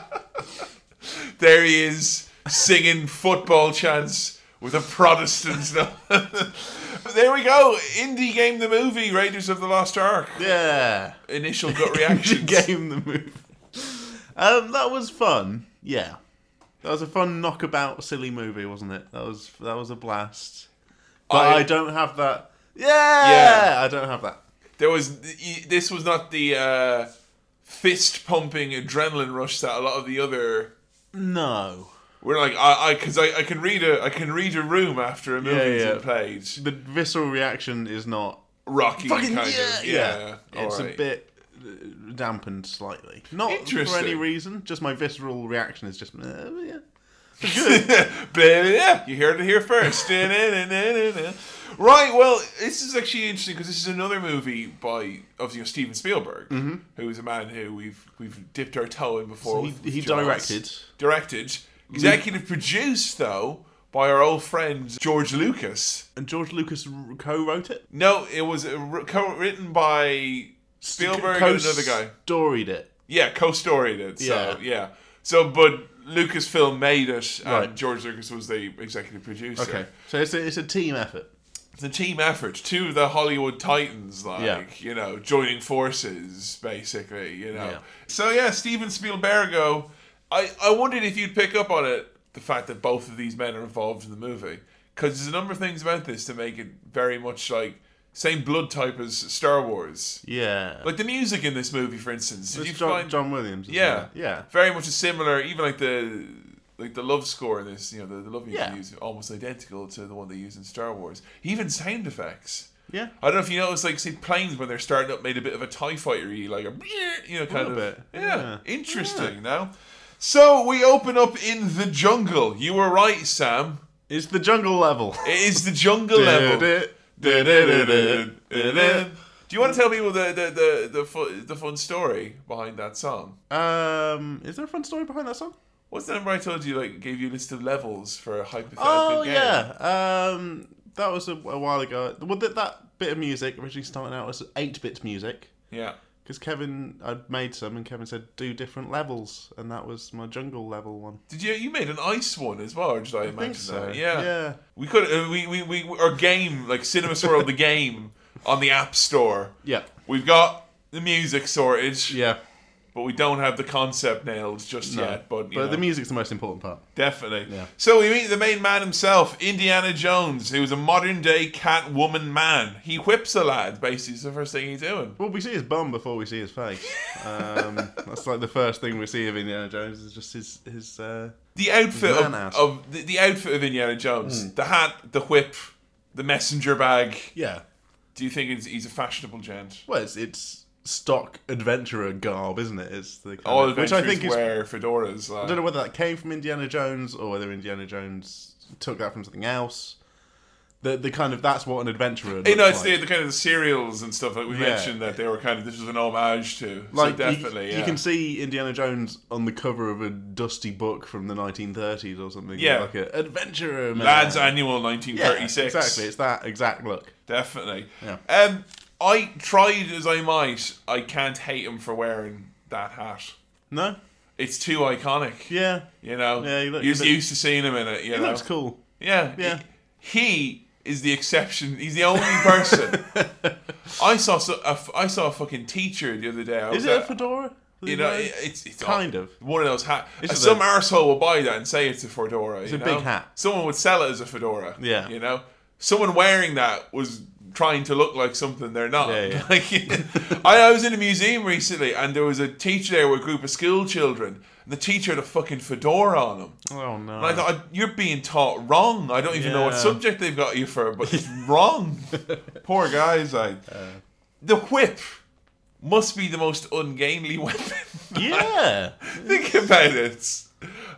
*laughs* there he is singing football chants with a Protestant. *laughs* there we go. Indie game, the movie Raiders of the Lost Ark.
Yeah.
Initial gut
Action
reaction.
game, the movie. Um, that was fun. Yeah, that was a fun knockabout, silly movie, wasn't it? That was that was a blast. But I,
I-
don't have that. Yeah, I don't have that.
There was this was not the uh, fist pumping adrenaline rush that a lot of the other
No.
we're like I I because I, I can read a I can read a room after a movie's
yeah.
been played.
The visceral reaction is not
Rocky
fucking
kind
yeah,
of
yeah.
yeah.
It's
alright. *laughs*
a bit uh, dampened slightly. Not for any
Interesting.
reason. Just my visceral reaction is just uh, yeah.
But yeah, you heard it here first. *laughs* Da-na-na-na-na-na. right. Well, this is actually interesting because this is another movie by of you know, Steven Spielberg, who is a man who we've we've dipped our toe in before.
Mm-hmm. He,
with
he
Jaws.
directed.
directed, executive produced though by our old friend George Lucas.
And George Lucas r- co-wrote it.
No, it was uh, wr- co-written by Spielberg and another guy.
Storied it.
Yeah, co-storied it. So
Yeah.
yeah, so but Lucasfilm made it, and
Right.
George Lucas was the executive producer.
Okay, so it's a, it's a team effort.
it's a team effort. Two of the Hollywood titans, like
Yeah.
you know, joining forces basically. You know,
Yeah.
so yeah, Steven Spielbergo I, I wondered if you'd pick up on it the fact that both of these men are involved in the movie because there's a number of things about this to make it very much like same blood type as Star Wars.
Yeah.
Like the music in this movie, for instance, did
It's
you
John,
find
John Williams. isn't
Yeah.
it? Yeah.
very much a similar, even like the like the love score in this, you know, the, the love music
Yeah.
used almost identical to the one they use in Star Wars. Even sound effects.
Yeah.
I don't know if you noticed, like, see, planes when they're starting up made a bit of a tie fighter-y, like a, *laughs* you know, kind
little
of,
bit,
Yeah,
yeah.
interesting. Now, so we open up in the jungle. You were right, Sam.
It's the jungle level.
It is the jungle level. Do you want to tell people the the the the fun, the fun story behind that song?
um, is there a fun story behind that song?
What's the number I told you? Like, gave you a list of levels for a hypothetical
Oh
game.
yeah, um, that was a, a while ago. Well, that, that bit of music originally started out as eight-bit music
yeah.
because Kevin, I made some, and Kevin said do different levels, and that was my jungle level one.
Did you you made an ice one as well? Or did I,
I
imagine
think so.
that? Yeah.
yeah.
We could uh, we, we we our game like Cinema Swirl the game on the App Store.
Yeah.
We've got the music sorted,
Yeah.
but we don't have the concept nailed just yet. But, you
but
know,
the music's the most important part.
definitely.
Yeah.
So we meet the main man himself, Indiana Jones, who is a modern day cat woman man. He whips a lad. Basically, is the first thing he's doing.
Well, we see his bum before we see his face.
*laughs*
Um, that's like the first thing we see of Indiana Jones is just his his. Uh,
The outfit of,
Man out.
of the, the outfit of Indiana Jones,
Hmm.
the hat, the whip, the messenger bag.
yeah.
Do you think he's, he's a fashionable gent?
Well, it's, it's stock adventurer garb, isn't it? It's the kind
All
of, Uh, which I think is
wear fedoras. Like.
I don't know whether that came from Indiana Jones or whether Indiana Jones took that from something else. The the kind of that's what an adventurer.
You know,
looks
it's
like.
the, the kind of the serials and stuff like we
Yeah.
mentioned that they were kind of this was an homage to. so
like
definitely,
you,
yeah.
you can see Indiana Jones on the cover of a dusty book from the 1930s or something.
Yeah.
like a adventurer. Man.
Lads Annual 1936.
36. Exactly, it's that exact look.
Definitely.
Yeah.
Um, I tried as I might. I can't hate him for wearing that hat.
No,
It's too iconic.
yeah,
You know.
Yeah, he look-
You're
he look-
used to seeing him in it. You
it
know.
looks cool.
Yeah.
Yeah.
He, he is the exception. He's the only
*laughs*
person. I saw so, a, f- I saw a fucking teacher the other day. I
Is
was
it a
at-
fedora?
you know, it- it's, it's
Kind
all-
of.
one of those hats.
It's just
Some
a-
arsehole will buy that and say it's a fedora. It's
a big hat.
Someone would sell it as a fedora.
Yeah.
you know, someone wearing that was trying to look like something they're not.
Yeah, yeah.
*laughs* Like, I, I was in a museum recently, and there was a teacher there with a group of school children, and the teacher had a fucking fedora on him.
oh no.
And I thought, you're being taught wrong. I don't even know what
Yeah.
subject they've got you for, but
*laughs*
it's wrong. Poor guys. I. The whip must be the most ungainly *laughs* weapon. *laughs*
yeah.
Think about it.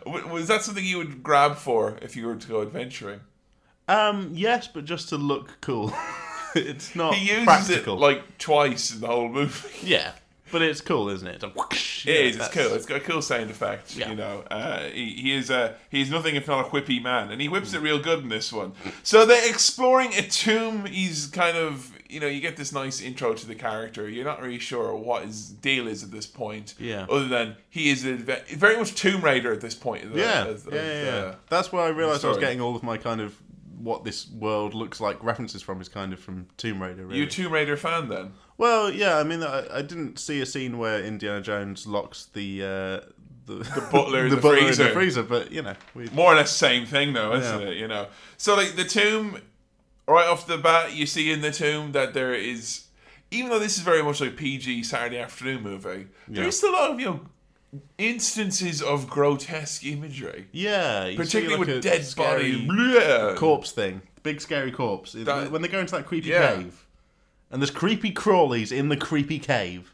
W- Was that something you would grab for if you were to go adventuring?
um. Yes, but just to look cool. *laughs* it's not
He uses
practical.
it like twice in the whole movie.
yeah, but it's cool, isn't it? It's a whoosh.
It
Yeah,
is. It's
that's-
cool. It's got a cool sound effect.
Yeah.
You know, uh, he, he is a he's nothing if not a whippy man, and he
Hmm.
whips it real good in this one. So they're exploring a tomb. He's kind of you know you get this nice intro to the character. You're not really sure what his deal is at this point.
Yeah.
Other than he is a, ve- very much Tomb Raider at this point. of the-
Yeah,
of- of
yeah, yeah,
the-
yeah. That's where I realised I was
story.
getting all of my kind of what this world looks like references from is kind of from Tomb Raider. Really.
You a Tomb Raider fan then?
Well, yeah, I mean, I, I didn't see a scene where Indiana Jones locks the uh, the, the *laughs*
butler in the freezer.
in the freezer, but you know, we,
more or less same thing though, isn't
Yeah.
it? You know. So like the tomb, right off the bat, you see in the tomb that there is, even though this is very much like PG Saturday afternoon movie, there
Yeah.
is still a lot of you know instances of grotesque imagery,
yeah, you see,
particularly
like, a
with dead
scary
body, Yeah.
corpse thing, big scary corpse. It-
That-
when they go into that creepy
Yeah.
cave, and there's creepy crawlies in the creepy cave.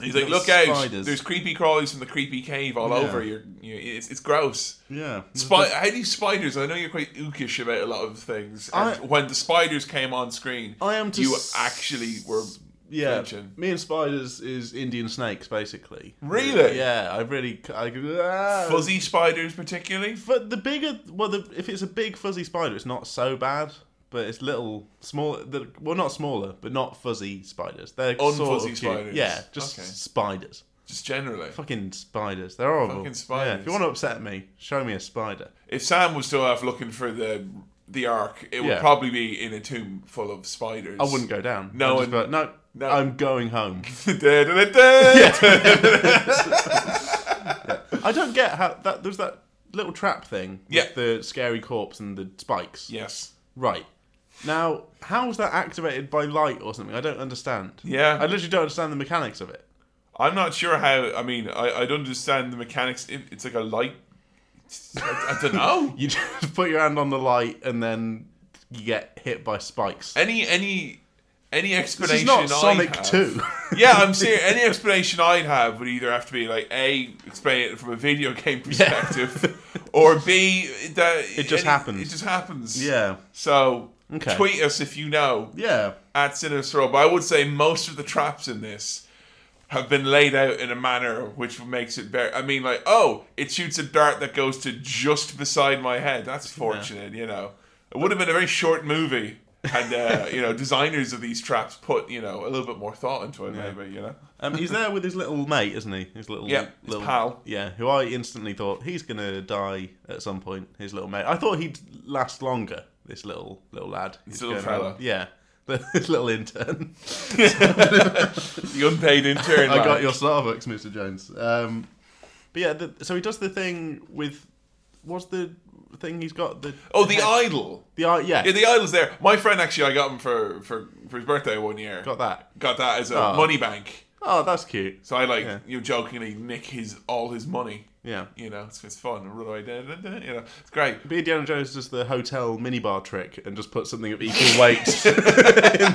He's like,
Little
look out!
spiders."
There's creepy crawlies from the creepy cave all over. You're, you it's, it's gross.
Yeah,
Spy- how do you spiders? I know you're quite ookish about a lot of things.
I-
And when the spiders came on screen,
I am to
you
s-
actually were
yeah,
flinching.
me and spiders is Indian snakes basically.
Really?
Yeah, I really, I, ah.
fuzzy spiders particularly.
But the bigger, well, the, if it's a big fuzzy spider, it's not so bad. But it's little, small. The, well, not smaller, but not fuzzy spiders. They're sort of
Unfuzzy
cute.
spiders.
Yeah, just
Okay.
spiders.
Just generally.
Fucking spiders. They're horrible.
Fucking spiders.
Yeah, if you want to upset me, show me a spider.
If Sam was still off looking for the the ark, it would
Yeah.
probably be in a tomb full of spiders. *laughs*
I wouldn't go down.
No,
I'd just be like, no,
no. *laughs*
*laughs* I'm going home.
Da-da-da-da.
I don't get how that there's that little trap thing with
Yeah.
the scary corpse and the spikes.
Yes.
Right. Now, how is that activated by light or something? I don't understand.
Yeah.
I literally don't understand the mechanics of it.
I'm not sure how. I mean, I, I don't understand the mechanics. It, it's like a light. I,
*laughs*
I don't know.
You just put your hand on the light and then you get hit by spikes.
Any any any explanation?
This is not
I'd
Sonic
have-
2.
*laughs* Yeah, I'm serious. Any explanation I'd have would either have to be like a explain it from a video game perspective, or b that
It just happens.
It just happens.
*laughs* yeah.
So
Okay.
tweet us if you know
Yeah.
at Sinister. But I would say most of the traps in this have been laid out in a manner which makes it very. I mean, like, oh, it shoots a dart that goes to just beside my head. That's fortunate, you know. It would have been a very short movie. had
*laughs*
uh, you know, designers of these traps put you know a little bit more thought into it, maybe you know.
Um, he's there with his little mate, isn't he? His little
Yeah, his
little
pal.
Yeah, who I instantly thought he's gonna die at some point. His little mate. I thought he'd last longer. This little little lad. He's
little
going
fella.
around- Yeah, *laughs* this little
*laughs*
intern.
The unpaid intern.
*laughs* I got
lad.
your Starbucks, Mister Jones. Um, but yeah, the, so he does the thing with what's the thing he's got the
Oh, the idol.
the eye yeah,
Yeah, the idol's there. My friend actually, I got him for for, for his birthday one year.
got that.
Got that as a
Oh.
money bank.
Oh, that's cute.
So I like
Yeah.
you know, jokingly nick his all his money.
Yeah.
You know, it's, it's fun. Run away, da, da, da, you know, it's great.
But Indiana Jones does the hotel minibar trick and just puts something of equal weight *laughs* in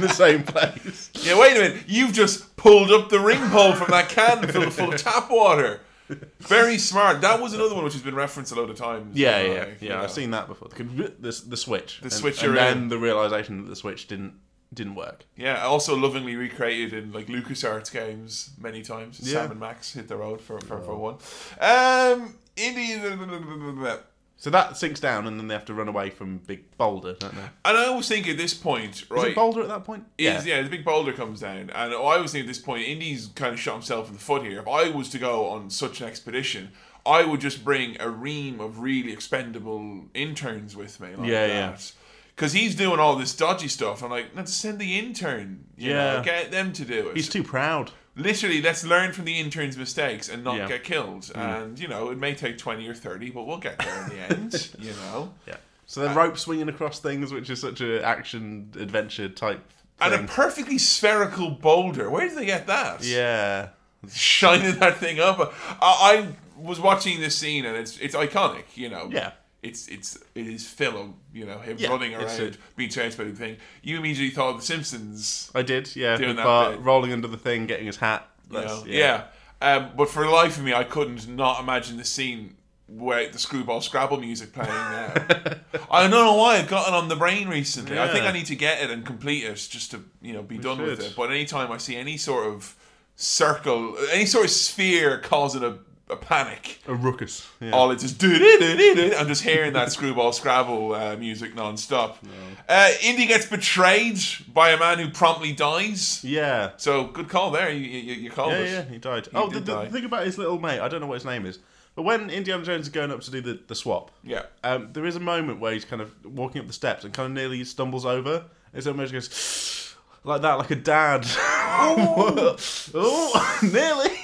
the same place.
Yeah, wait a minute. You've just pulled up the ring pole from that can filled full of tap water. Very smart. That was another one which has been referenced a lot of times.
Yeah,
like,
yeah, yeah.
you know.
I've seen that before. The, the, the switch, the
switch
and,
you're
then
in.
the realization that the switch didn't didn't work.
Yeah, also lovingly recreated in like LucasArts games many times. Sam and Max hit the road for for,
Oh.
for one. Um, Indian.
So that sinks down, and then they have to run away from Big Boulder, don't they?
And I always think at this point,
Is
right?
it Boulder at that point?
yeah. yeah, the big boulder comes down, and I always think at this point, Indy's kind of shot himself in the foot here. If I was to go on such an expedition, I would just bring a ream of really expendable interns with me. Like
Yeah,
that.
yeah.
Because he's doing all this dodgy stuff. I'm like, let's send the intern. You
Yeah.
know, get them to do it.
He's too proud.
Literally, let's learn from the intern's mistakes and not
Yeah. Mm.
get killed. And you know, it may take twenty or thirty, but we'll get there in the
*laughs*
end. you know.
Yeah. So
Uh,
then rope swinging across things, which is such an action adventure type.
And a
thing.
perfectly spherical boulder. Where did they get that?
yeah.
*laughs* shining that thing up. I, I was watching this scene and it's it's iconic, you know.
Yeah.
It's it's it is film, you know, him
Yeah,
running
it's
around, being chased by the thing. You immediately thought of The Simpsons,
I did, yeah.
Doing
With
that
Bart
bit.
rolling under the thing, getting his hat.
you
That's-
know. Yeah. Um, but for the life of me, I couldn't not imagine the scene where the Screwball Scrabble music playing now.
*laughs*
I don't know why I've gotten on the brain recently. I think
Yeah.
I need to get it and complete it just to you know be done with
should.
it. But anytime I see any sort of circle, any sort of sphere causing a, a panic,
A ruckus. Yeah.
all it's just do do do do do. I'm just hearing that screwball scrabble uh, music non-stop. Uh, Indy gets betrayed by a man who promptly dies.
yeah.
So good call there. You you, you called
Yeah,
it.
yeah, he died. oh, the,
did
the
die.
thing about his little mate, I don't know what his name is, but when Indiana Jones is going up to do the, the swap,
Yeah.
um, there is a moment where he's kind of walking up the steps and kind of nearly stumbles over. And so much goes *sighs* like that, like a dad. *laughs* Oh, nearly.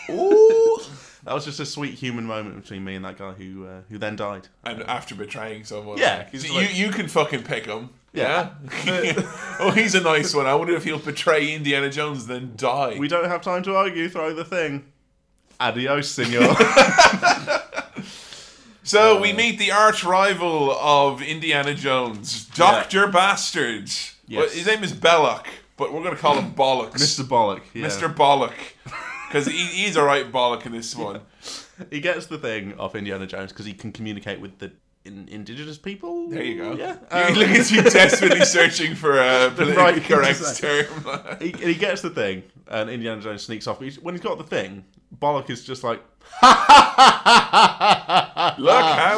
That was just a sweet human moment between me and that guy who uh, who then died.
And after betraying someone,
Yeah,
So
he's
you
like-
you can fucking pick
*laughs*
him.
Yeah.
Yeah. *laughs* oh, he's a nice one. I wonder if he'll betray Indiana Jones then die.
We don't have time to argue. Throw the thing. Adios,
*laughs*
senor.
so
Uh,
we meet the arch rival of Indiana Jones, Doctor Bastard. Well, his name is Belloc, but we're gonna call
*clears throat*
him Bollocks.
Mr. Bollock. Yeah.
Mr. Bollock. Because he, he's a right bollock in this one.
He gets the thing off Indiana Jones because he can communicate with the in, indigenous people.
There you go.
Yeah.
You-
Um,
look at
*laughs*
you desperately searching for a politically
right thing to
correct
say.
term.
he, he gets the thing, and Indiana Jones sneaks off. But he's, when he's got the thing, Bollock is just like,
Look how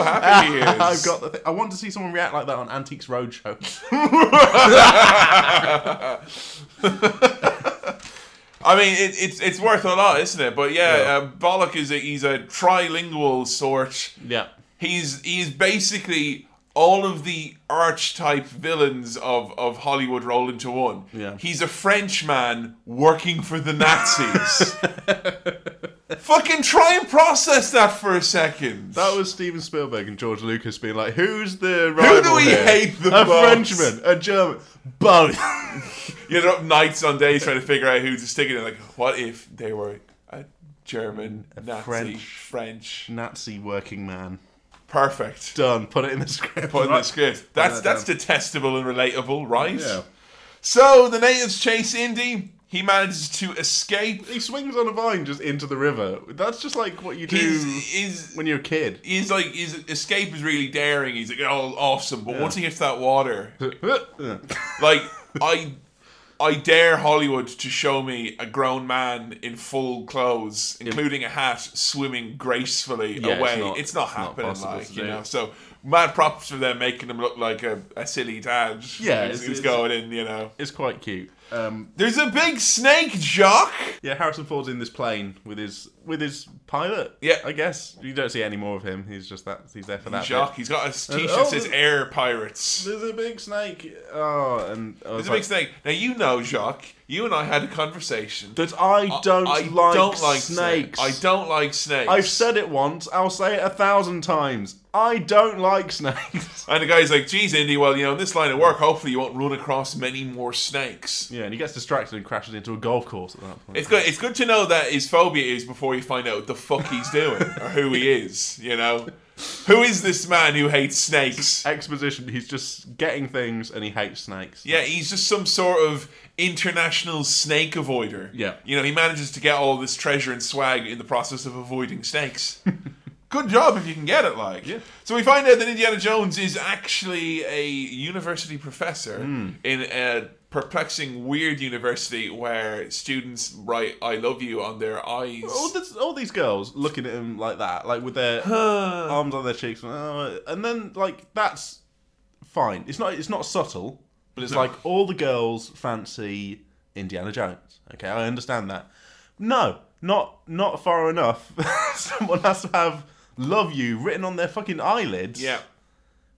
happy he is.
Ah. *laughs* "I've got the thing." I want to see someone react like that on Antiques Roadshow.
*laughs* I mean, it, it's it's worth a lot, isn't it? But yeah,
Yeah.
Uh, Bollock is a, he's a trilingual sort.
yeah.
He's he's basically all of the archetype villains of, of Hollywood rolled into one.
Yeah. *laughs*
He's a Frenchman working for the Nazis. Fucking try and process that for a second.
That was Steven Spielberg and George Lucas being like, "Who's the
Who
rival
do we
here?
hate the
A
most?
Frenchman, a German, both."
You end up nights on days trying to figure out who's sticking it. Like, what if they were a German, Nazi,
French.
French.
*laughs* Nazi working man.
Perfect.
Done. Put it in the script.
Put in the
Right.
script. That's
that down.
that's detestable and relatable, right?
Yeah.
So the natives chase Indy. He manages to escape.
He swings on a vine just into the river. That's just like what you do
He's, he's
when you're a kid. *laughs*
he's like his escape is really daring. He's like, oh, awesome. But once he hits that water, like
*laughs*
I, I dare Hollywood to show me a grown man in full clothes, including a hat, swimming gracefully
Yeah, it's
away. It's
not-
not,
it's not
happening,
possible
like
to
you
do.
know. So mad props for them making him look like a, a silly dad.
Yeah,
who's,
it's-
who's
it's-
going in, you know.
it's quite cute. Um,
There's a big snake, Jock.
yeah, Harrison Ford's in this plane with his with his pilot.
Yeah.
I guess you don't see any more of him. He's just that he's there for that.
Jock. He's got a t-shirt
oh,
that says
the-
"Air Pirates."
bit. There's a big snake. Oh, and I
There's
was
a big snake. Now you know, Jacques. You and I had a conversation.
That I don't,
I
like, snakes.
I don't like snakes.
I've said it once. I'll say it a thousand times. I don't like *laughs* snakes.
And the guy's like, geez, Indy, well, you know, in this line of work, hopefully you won't run across many more snakes.
yeah, and he gets distracted and crashes into a golf course at that point.
It's good, it's good to know that his phobia is before you find out what the fuck he's doing or who he is, you know? Who is this man who hates snakes?
Exposition. He's just getting things, and he hates snakes.
Yeah, he's just some sort of international snake avoider.
Yeah.
You know, he manages to get all this treasure and swag in the process of avoiding snakes.
*laughs*
Good job if you can get it, like.
Yeah.
So we find out that Indiana Jones is actually a university professor
Hmm.
in a perplexing, weird university where students write I love you on their eyes.
All, this, all these girls looking at him like that, like with their arms on their cheeks, "Oh," and then like that's fine. It's not it's not subtle, but it's like all the girls fancy Indiana Jones. Okay, I understand that. No, not not far enough. *laughs* Someone has to have "love you" written on their fucking eyelids
yeah.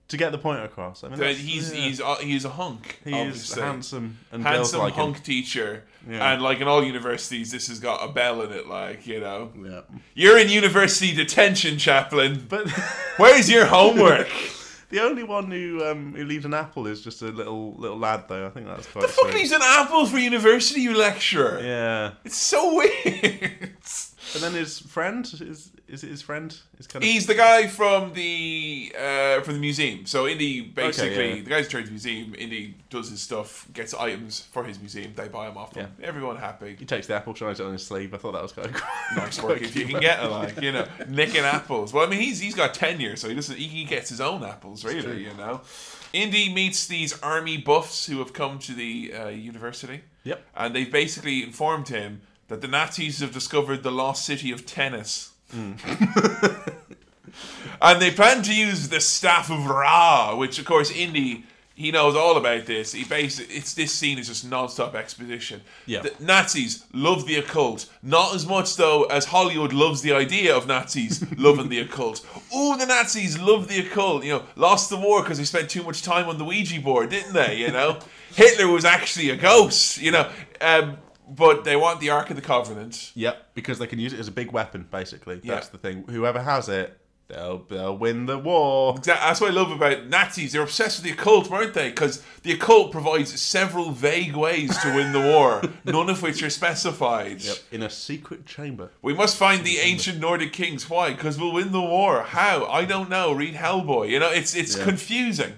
to get the point across. I mean,
But
that's-
he's,
yeah.
he's, uh, he's a hunk.
he is
obviously.
handsome and
handsome
girls like
hunk
him.
teacher,
Yeah.
and like in all universities, this has got a bell in it. Like you know,
Yeah.
you're in university detention, chaplain. *laughs*
But *laughs*
Where's your homework?
the only one who um, who leaves an apple is just a little little lad, though. I think that's quite.
the fuck
sweet.
leaves an apple for university, you lecturer?
Yeah.
It's so *laughs* weird.
And then his friend is is it his friend? Is kind of
He's the guy from the uh, from the museum. So Indy basically,
yeah.
the guy's turned to museum. Indy does his stuff, gets items for his museum. They buy them off him. Everyone happy.
he takes the apple, shines it on his sleeve. I thought that was kind of
*laughs* nice work if you can get it, like you
*laughs*
know, nicking apples. Well, I mean, he's he's got tenure, so he doesn't. He, he gets his own apples,
true.
really. You know, Indy meets these army buffs who have come to the uh, university,
Yep.
and they've basically informed him that the Nazis have discovered the lost city of Tennis. and they plan to use the staff of Ra, which of course Indy he knows all about this. He basically it's this scene is just non-stop exposition.
Yeah.
The Nazis love the occult, not as much though as Hollywood loves the idea of Nazis loving the occult. Ooh, the Nazis love the occult. You know, lost the war because they spent too much time on the Ouija board, didn't they? You know, Hitler was actually a ghost. You know, um, but they want the Ark of the Covenant.
*laughs* Yep, because they can use it as a big weapon. Basically,
Yeah.
that's the thing. Whoever has it, they'll they'll win the war.
That- That's what I love about Nazis. They're obsessed with the occult, weren't they? Because the occult provides several vague ways to win the
*laughs*
war, none of which are specified.
Yep. In a secret chamber.
We must find the ancient Nordic kings. Why? Because we'll win the war. How? I don't know. Read Hellboy. You know, it's it's confusing.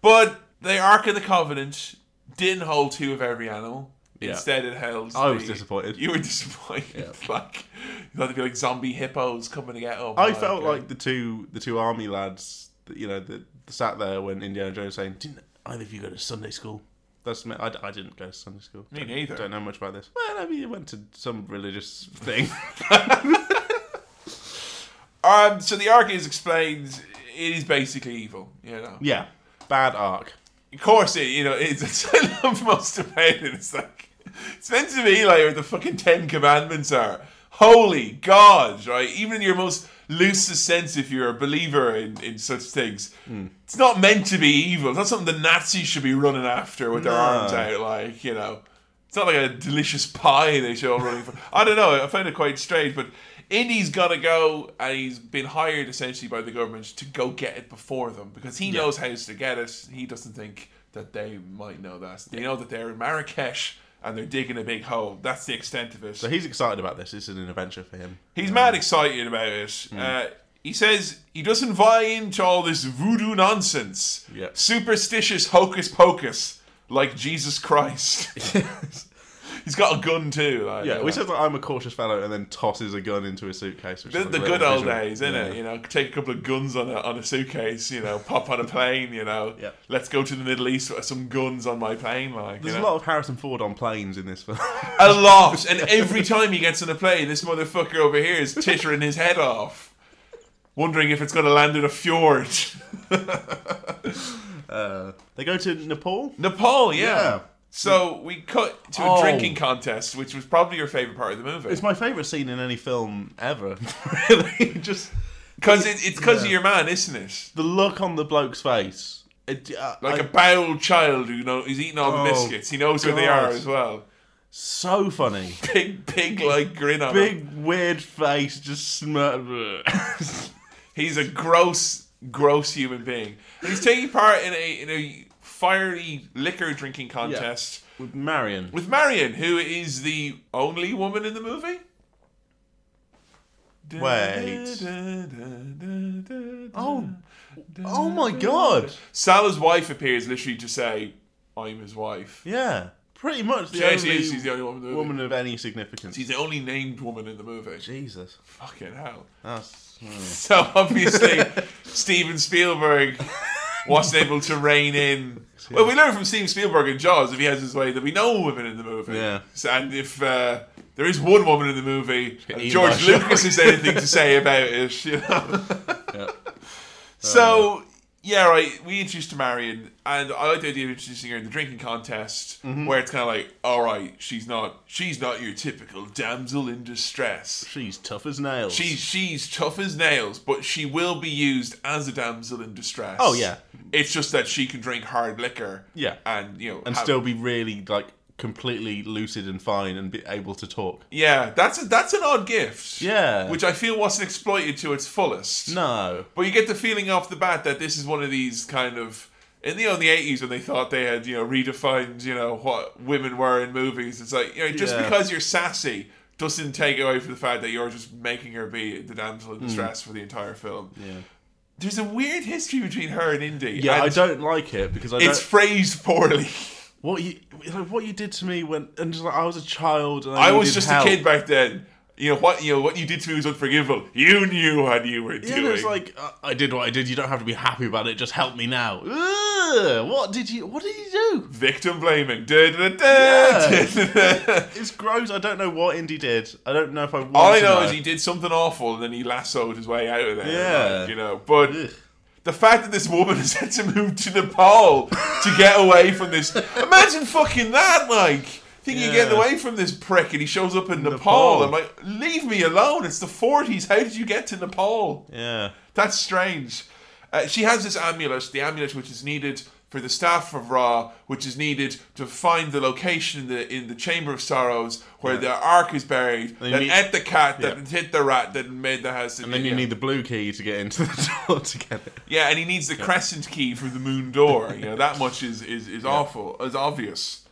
But the Ark of the Covenant didn't hold two of every animal.
Yeah.
Instead, it held.
I was
the-
disappointed.
You were disappointed. *laughs* like you thought there'd be like zombie hippos coming to get up.
I felt
uh,
like the two the two army lads. that, You know, that sat there when Indiana Jones saying, "Didn't either of you go to Sunday school?" That's me. I, I didn't go to Sunday school.
Me
Don't-
neither.
Don't know much about this. Well, I mean, you went to some religious thing. *laughs*
Um, so the Ark is explained. It is basically evil, you know.
yeah, bad arc.
Of course, it you know it's. *laughs* it's I love most about it. It's like it's meant to be like where the fucking Ten Commandments are. Holy God, right? Even in your most loosest sense, if you're a believer in, in such things,
Hmm.
it's not meant to be evil. It's not something the Nazis should be running after with their
No.
arms out, like you know. It's not like a delicious pie they show all running for. I don't know. I found it quite strange, but Indy's got to go, and he's been hired essentially by the government to go get it before them because he knows how to get it. He doesn't think that they might know that. They know that they're in Marrakesh and they're digging a big hole. That's the extent of it.
So he's excited about this. This is an adventure for him.
He's mad excited about it.
Hmm.
Uh, he says he doesn't buy into all this voodoo nonsense,
Yeah.
superstitious hocus pocus like Jesus
*laughs*
Christ. He's got a gun too. Like,
yeah,
you
we
know.
said that I'm a cautious fellow, and then tosses a gun into a suitcase. Which
the,
is a
the
real
good old
visual.
days, innit?
Yeah.
You know, take a couple of guns on a on a suitcase. You know, pop on a plane. You know,
Yeah.
let's go to the Middle East with some guns on my plane. Like,
There's
you
a
know?
lot of Harrison Ford on planes in this film. *laughs*
a lot. And every time he gets on a plane, this motherfucker over here is tittering his head off, wondering if it's going to land in a fjord. *laughs*
Uh, they go to Nepal.
Nepal, yeah.
Yeah.
So we cut to a
Oh.
drinking contest, which was probably your favorite part of the movie,
It's my favorite scene in any film ever. *laughs* really, just
because it, it's because
Yeah.
of your man, isn't it?
the look on the bloke's face. It, uh,
Like a
I-
bowed child who know who's eating all the
Oh,
biscuits. He knows where they are
God.
as well.
so funny,
Big, big, like grin on him.
big weird face, just smirk. *laughs*
He's a gross, gross human being. And he's taking part in a in a fiery liquor drinking contest
with Marion.
with Marion, who is the only woman in the movie. Wait.
Oh, oh my god!
Salah's wife appears literally to say, "I'm his wife."
Yeah, pretty much the
Yeah,
only
she is. She's the only woman. In the movie.
woman of any significance.
She's the only named woman in the movie.
Jesus,
Fucking hell.
that's
*laughs* So obviously, Steven Spielberg wasn't able to rein in. Well, we learn from Steven Spielberg and Jaws, if he has his way, there'll be no women in the movie.
Yeah.
So, and if uh, there is one woman in the movie, and
Eaten by
George
a
Lucas has anything to say about it, *laughs* you know.
yeah. Uh,
So yeah, right. We introduced to Marion, and I like the idea of introducing her in the drinking contest,
Mm-hmm.
where it's kind of like, all right, she's not, she's not your typical damsel in distress.
She's tough as nails.
She's she's tough as nails, but she will be used as a damsel in distress.
Oh, yeah.
it's just that she can drink hard liquor.
Yeah.
and you know,
and
have-
still be really like completely lucid and fine and be able to talk.
yeah, that's a, that's an odd gift.
Yeah.
which I feel wasn't exploited to its fullest.
No.
But you get the feeling off the bat that this is one of these kind of in the in the eighties when they thought they had you know redefined you know what women were in movies. It's like you know just
Yeah.
because you're sassy doesn't take away from the fact that you're just making her be the damsel in distress for the entire film.
Hmm. Yeah.
There's a weird history between her and Indy.
Yeah,
and
I don't like it because I
It's
don't
phrased poorly.
what you like, what you did to me when and just like I was a child and I,
I was
needed
just
help.
a kid back then. You know what? You know what you did to me was unforgivable. You knew what you were
Yeah,
doing.
and it's like uh, I did what I did. You don't have to be happy about it. Just help me now. Ugh, what did you? What did you do?
Victim blaming. Da, da, da, da.
It's gross. I don't know what Indy did. I don't know if I. Want
All I
to
know is he did something awful and then he lassoed his way out of there.
Yeah.
like, you know, but
Ugh.
the fact that this woman *laughs* has had to move to Nepal to get away from this. Imagine fucking that, like. Think you're getting
Yeah.
away from this prick and he shows up in Nepal.
Nepal.
I'm like, leave me alone. It's the 40s. How did you get to Nepal?
Yeah.
That's strange. Uh, she has this amulet, the amulet which is needed for the staff of Ra, which is needed to find the location in the in the Chamber of Sorrows where the Ark is buried.
They
that
need-
ate the cat, that
Yeah.
hit the rat, that made the house.
And then you need the blue key to get into the *laughs* door to get it.
yeah, and he needs the crescent key for the moon door. You know that much is is, is awful, is obvious.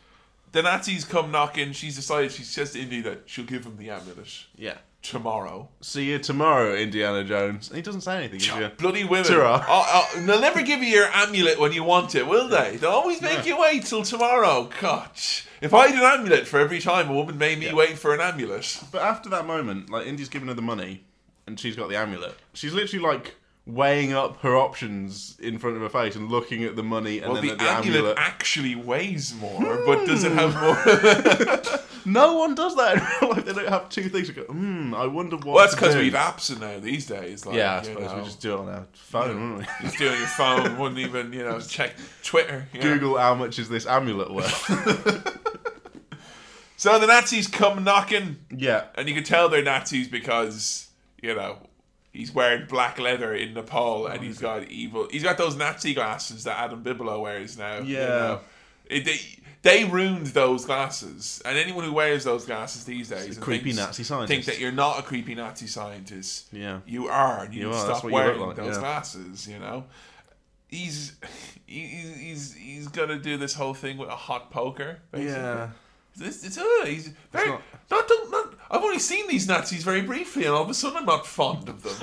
The Nazis come knocking. She's decided. She says to Indy that she'll give him the amulet
Yeah.
tomorrow.
See you tomorrow, Indiana Jones. And he doesn't say anything. does he?
Bloody women.
Sure.
Oh, oh, they'll never give you your amulet when you want it, will they? They'll always make you wait till tomorrow. God. If I had an amulet for every time a woman made me wait for an amulet.
But after that moment, like Indy's given her the money, and she's got the amulet. She's literally like weighing up her options in front of her face and looking at the money and
Well,
then
the,
at the
amulet,
amulet. Hmm.
actually weighs more, but does it have more? *laughs*
No one does that in *laughs* real life. They don't have two things. to go, hmm, I wonder what.
well, that's
to
because
do."
we've apps in now these days. Like,
Yeah, I
you
suppose we
know,
just do it on our phone, wouldn't we? *laughs*
just doing your phone, wouldn't even, you know, check Twitter. you know.
Google how much is this amulet worth? *laughs*
So the Nazis come knocking.
yeah.
And you can tell they're Nazis because, you know, he's wearing black leather in Nepal and he's got evil. He's got those Nazi glasses that Adam Bigelow wears now. you
Yeah.
know. It- they, They ruined those glasses, and anyone who wears those glasses these days and
creepy
thinks-
Nazi scientist.
think that you're not a creepy Nazi scientist.
Yeah.
You are. And you,
You
need
are,
to
that's
stop
what you look
wearing
like,
those
yeah.
glasses. You know, he's *laughs* he, he's- he's he's gonna do this whole thing with a hot poker. Basically.
Yeah. *laughs*
It's, it's, uh, he's very
not-
not, don't, not. I've only seen these Nazis very briefly, and all of a sudden I'm not fond
*laughs*
of them.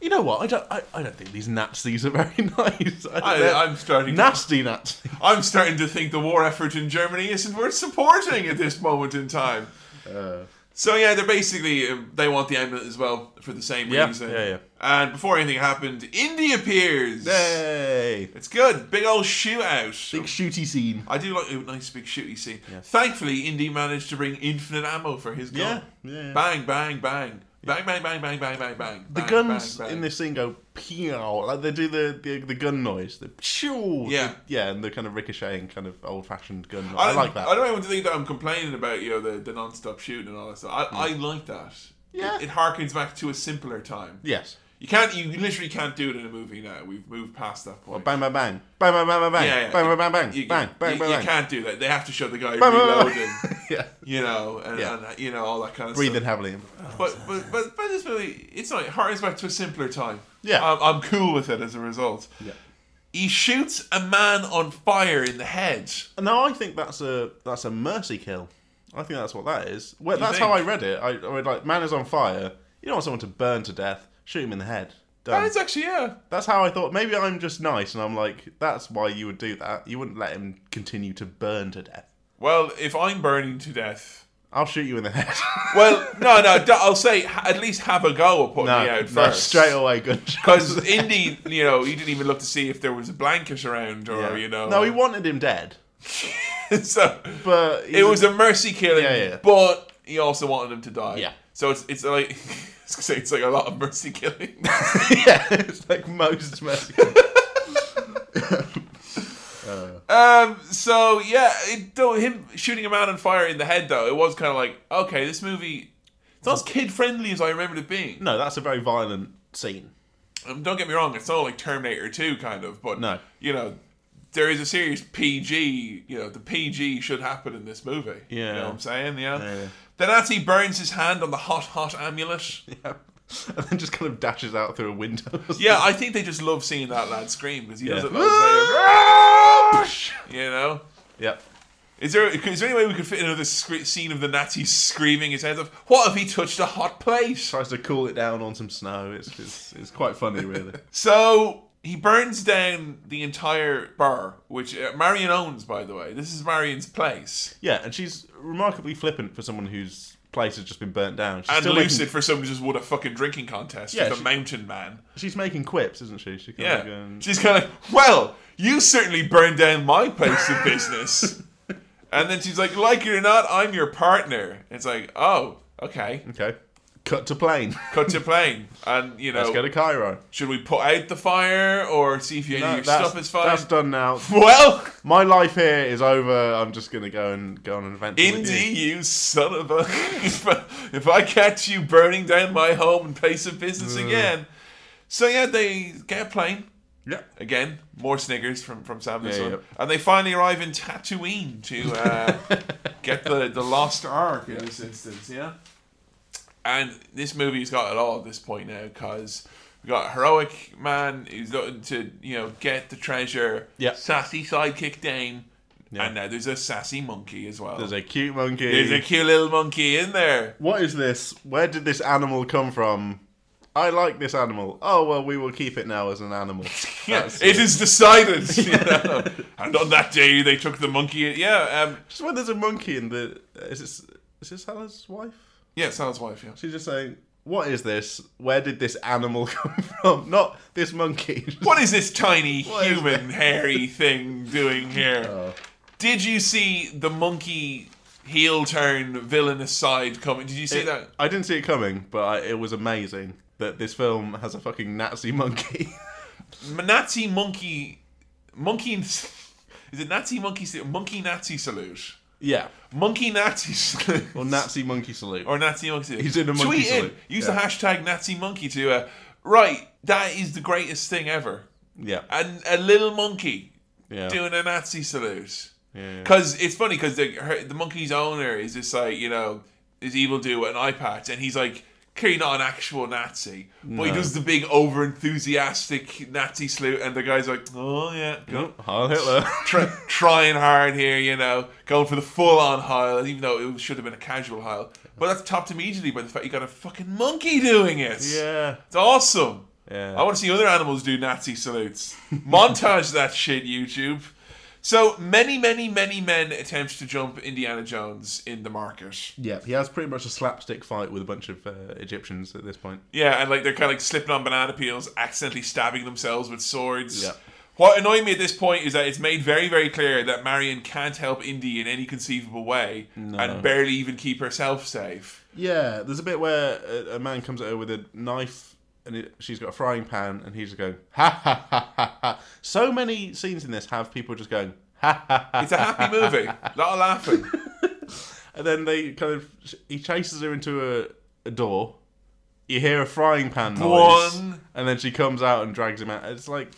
You know what? I don't. I, I don't think these Nazis are very *laughs* nice. I,
I,
they're
I'm starting. To,
nasty Nazis.
I'm starting to think the war effort in Germany isn't worth supporting at this moment in time.
Uh.
So yeah, they're basically um, they want the amulet as well for the same
Yeah,
reason.
yeah, yeah.
And before anything happened, Indy appears.
Yay!
It's good. Big old shootout.
Big shooty scene.
I do like a nice big shooty scene. Thankfully, Indy managed to bring infinite ammo for his gun.
Yeah, yeah, yeah.
Bang, bang, bang. Bang, bang, bang, bang, bang, bang, bang.
The
bang,
guns
bang, bang.
in this scene go pew, like they do the the, the gun noise. The pew.
Yeah.
the- yeah, and the kind of ricocheting, kind of old fashioned gun. Noise.
I,
I, like that.
I don't even think that I'm complaining about you know the, the non-stop shooting and all that stuff. I, I like that.
Yeah.
It, it harkens back to a simpler time.
yes.
You can't. You literally can't do it in a movie now. We've moved past that point.
Bang bang bang. Bang bang bang bang bang.
Yeah, yeah.
Bang bang bang bang.
you,
bang bang
you,
bang
you
bang.
can't do that. They have to show the guy
Bang, bang, bang,
reloading.
*laughs* yeah.
You know, and,
*laughs* Yeah.
and you know all that kind of
Breathing
stuff.
heavily.
But but but but this movie, it's not. It harkens back to a simpler time.
Yeah.
I'm, I'm cool with it as a result.
Yeah.
He shoots a man on fire in the head.
No, I think that's a that's a mercy kill. I think that's what that is. Well, that's
think?
how I read it. I, I read like man is on fire. You don't want someone to burn to death. Shoot him in the head. Done.
That is actually yeah.
That's how I thought. Maybe I'm just nice, and I'm like, that's why you would do that. You wouldn't let him continue to burn to death.
Well, if I'm burning to death,
I'll shoot you in
*laughs*
the head. *laughs*
Well, no, no. *laughs* d- I'll say ha- at least have a go at putting
no,
me out
no,
first.
straight
*laughs*
away, good. *laughs*
Because Indy, you know, he didn't even look to see if there was a blanket around or, you know. uh,
No, he wanted him dead,
*laughs* so
but
it
*laughs*
was a mercy killing,
Yeah, yeah.
but he also wanted him to die.
Yeah.
So it's, it's like, *laughs* I was gonna say, it's like a lot of mercy
*laughs*
killing.
yeah. It's like most mercy.
*laughs* um, so, yeah, it, though, him shooting a man on fire in the head, though, it was kind of like, okay, this movie. It's not as kid friendly as I remembered it being.
no, that's a very violent scene.
Um, don't get me wrong, it's not like Terminator 2 kind of, but
No.
you know, there is a serious PG, you know, the PG should happen in this movie. You
Yeah.
know what I'm saying? Yeah.
Yeah.
The Nazi burns his hand on the hot, hot
*laughs*
amulet.
Yeah. And then just kind of dashes out through a window. *laughs*
yeah, I think they just love seeing that lad scream because he does
Yeah.
it loads
*laughs* yep.
later. You know? Is there, is there any way we could fit another sc- scene of the Nazis screaming his head off? What if he touched a hot plate?
Tries to cool it down on some snow. It's it's, it's quite funny, really.
*laughs* So he burns down the entire bar, which uh, Marion owns, by the way. This is Marion's place.
yeah, and she's remarkably flippant for someone whose place has just been burnt down. She's
and
still
lucid
Making,
for someone who just won a fucking drinking contest
Yeah,
with a
she- Oh
mountain man.
she's making quips, isn't she? She kind
Yeah,
of going,
she's kind of like, well, you certainly burned down my place of
*laughs*
business. and then she's like, like it or not, I'm your partner. It's like, oh, okay,
okay. Cut
*laughs*
to plane.
cut to plane, and you know,
Let's go to Cairo.
should we put out the fire or see if you,
No,
your
that's-
stuff is fine?
That's done now.
*laughs* Well,
My life here is over. I'm just gonna go and go on an adventure. with
Indy, you son of a! *laughs* if, I, if I catch you burning down my home and place of business again, so yeah, they get a plane.
you. Yeah.
Again, more Snickers from from Sam this
Yeah,
one.
yeah.
and they finally arrive in Tatooine to
*laughs*
uh, get the the lost Ark in this instance. Yeah, and this movie's got it all at this point now because we got a heroic man who's looking to you know get the treasure.
Yeah.
sassy sidekick Dane,
Yeah.
and now there's a sassy monkey as well.
There's a Ah, cute monkey.
There's a cute little monkey in there.
what is this? Where did this animal come from? I like this animal. Oh well, we will keep it now as
*laughs*
an animal. That's
it is decided.
*laughs*
you know. and on that day, they took the monkey. Yeah, um,
Just when there's a monkey in the is this is this Hannah's wife?
yeah, Sal's wife. Yeah.
She's just saying, "What is this? Where did this animal *laughs* come from? Not this monkey." *laughs*
What is this tiny
is Oh.
human hairy thing doing here? Did you see the monkey heel turn villainous side coming? Did you see that?
I didn't see it coming, but I, it was amazing that this film has a fucking Nazi monkey. *laughs*
Nazi monkey, monkey. Is it Nazi monkey? sal- Monkey Nazi salute.
yeah,
Monkey Nazi *laughs* salute.
or Nazi monkey salute.
or Nazi monkey. salute.
He's in a monkey
Tweet in.
salute.
Use the
Yeah.
hashtag Nazi monkey to uh, right. That is the greatest thing ever.
yeah,
And a little monkey
yeah.
doing a Nazi salute.
Yeah.
Because it's funny because the her, the monkey's owner is just like you know is evil do an eye patch, and he's like clearly not an actual Nazi, but he
No.
does the big over enthusiastic Nazi salute, and the guy's like, oh yeah, go.
Nope, Heil *laughs* Hitler.
Try, *laughs* trying hard here, you know, going for the full on Heil, even though it should have been a casual Heil. But that's topped immediately by the fact you got a fucking monkey doing it.
yeah.
It's awesome.
Yeah.
I want to see other animals do Nazi salutes. *laughs* Montage that shit, YouTube. So many, many, many men attempt to jump Indiana Jones in the market.
yeah, he has pretty much a slapstick fight with a bunch of uh, Egyptians at this point.
Yeah, and like they're kind of like slipping on banana peels, accidentally stabbing themselves with swords.
Yeah.
What annoyed me at this point is that it's made very, very clear that Marion can't help Indy in any conceivable way and barely even keep herself safe.
Yeah, there's a bit where a, a man comes at her with a knife, and it, she's got a frying pan, and he's just going ha ha ha ha ha. So many scenes in this have people just going ha ha ha,
It's a happy
*laughs*
movie. A lot of laughing.
and then they kind of he chases her into a, a door. You hear a frying pan noise,
One.
and then she comes out and drags him out. It's like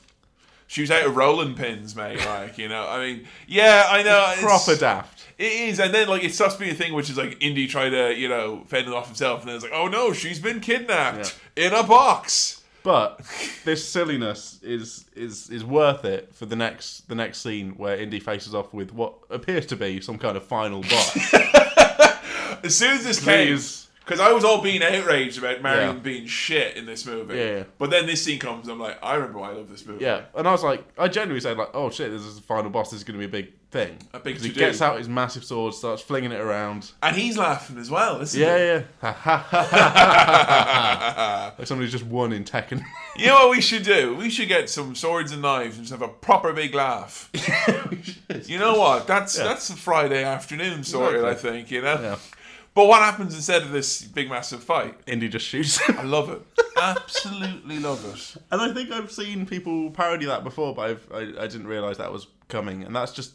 She was out of rolling pins, mate. Like, you know, I mean, yeah, I know. it's-
*laughs* proper daft.
It is, and then like it starts being a thing which is like Indy trying to you know fend it off himself, and then it's like, oh no, she's been kidnapped in a box. *laughs*
But this silliness is is is worth it for the next the next scene where Indy faces off with what appears to be some kind of final
*laughs*
boss.
As soon as this
Please.
came, because I was all being outraged about Marion
Yeah.
being shit in this movie.
Yeah.
But then this scene comes, and I'm like, I remember why I love this movie.
yeah, and I was like, I genuinely said like, oh shit, this is the final boss. This is going to be a big thing.
A big
'Cause he
to-do.
gets out his massive sword, starts flinging it around.
And he's laughing as well, isn't
Yeah,
he?
yeah. Ha, ha, ha, ha, ha. like somebody's just won in Tekken.
You know what we should do? We should get some swords and knives and just have a proper big
*laughs*
laugh. You know what? That's that's a Friday afternoon sorted,
Exactly.
I think. You know.
Yeah.
But what happens instead of this big massive fight?
*laughs* Indy just shoots.
I
him.
love it. Absolutely love it.
*laughs* and I think I've seen people parody that before, but I've, I I didn't realize that was coming, and that's just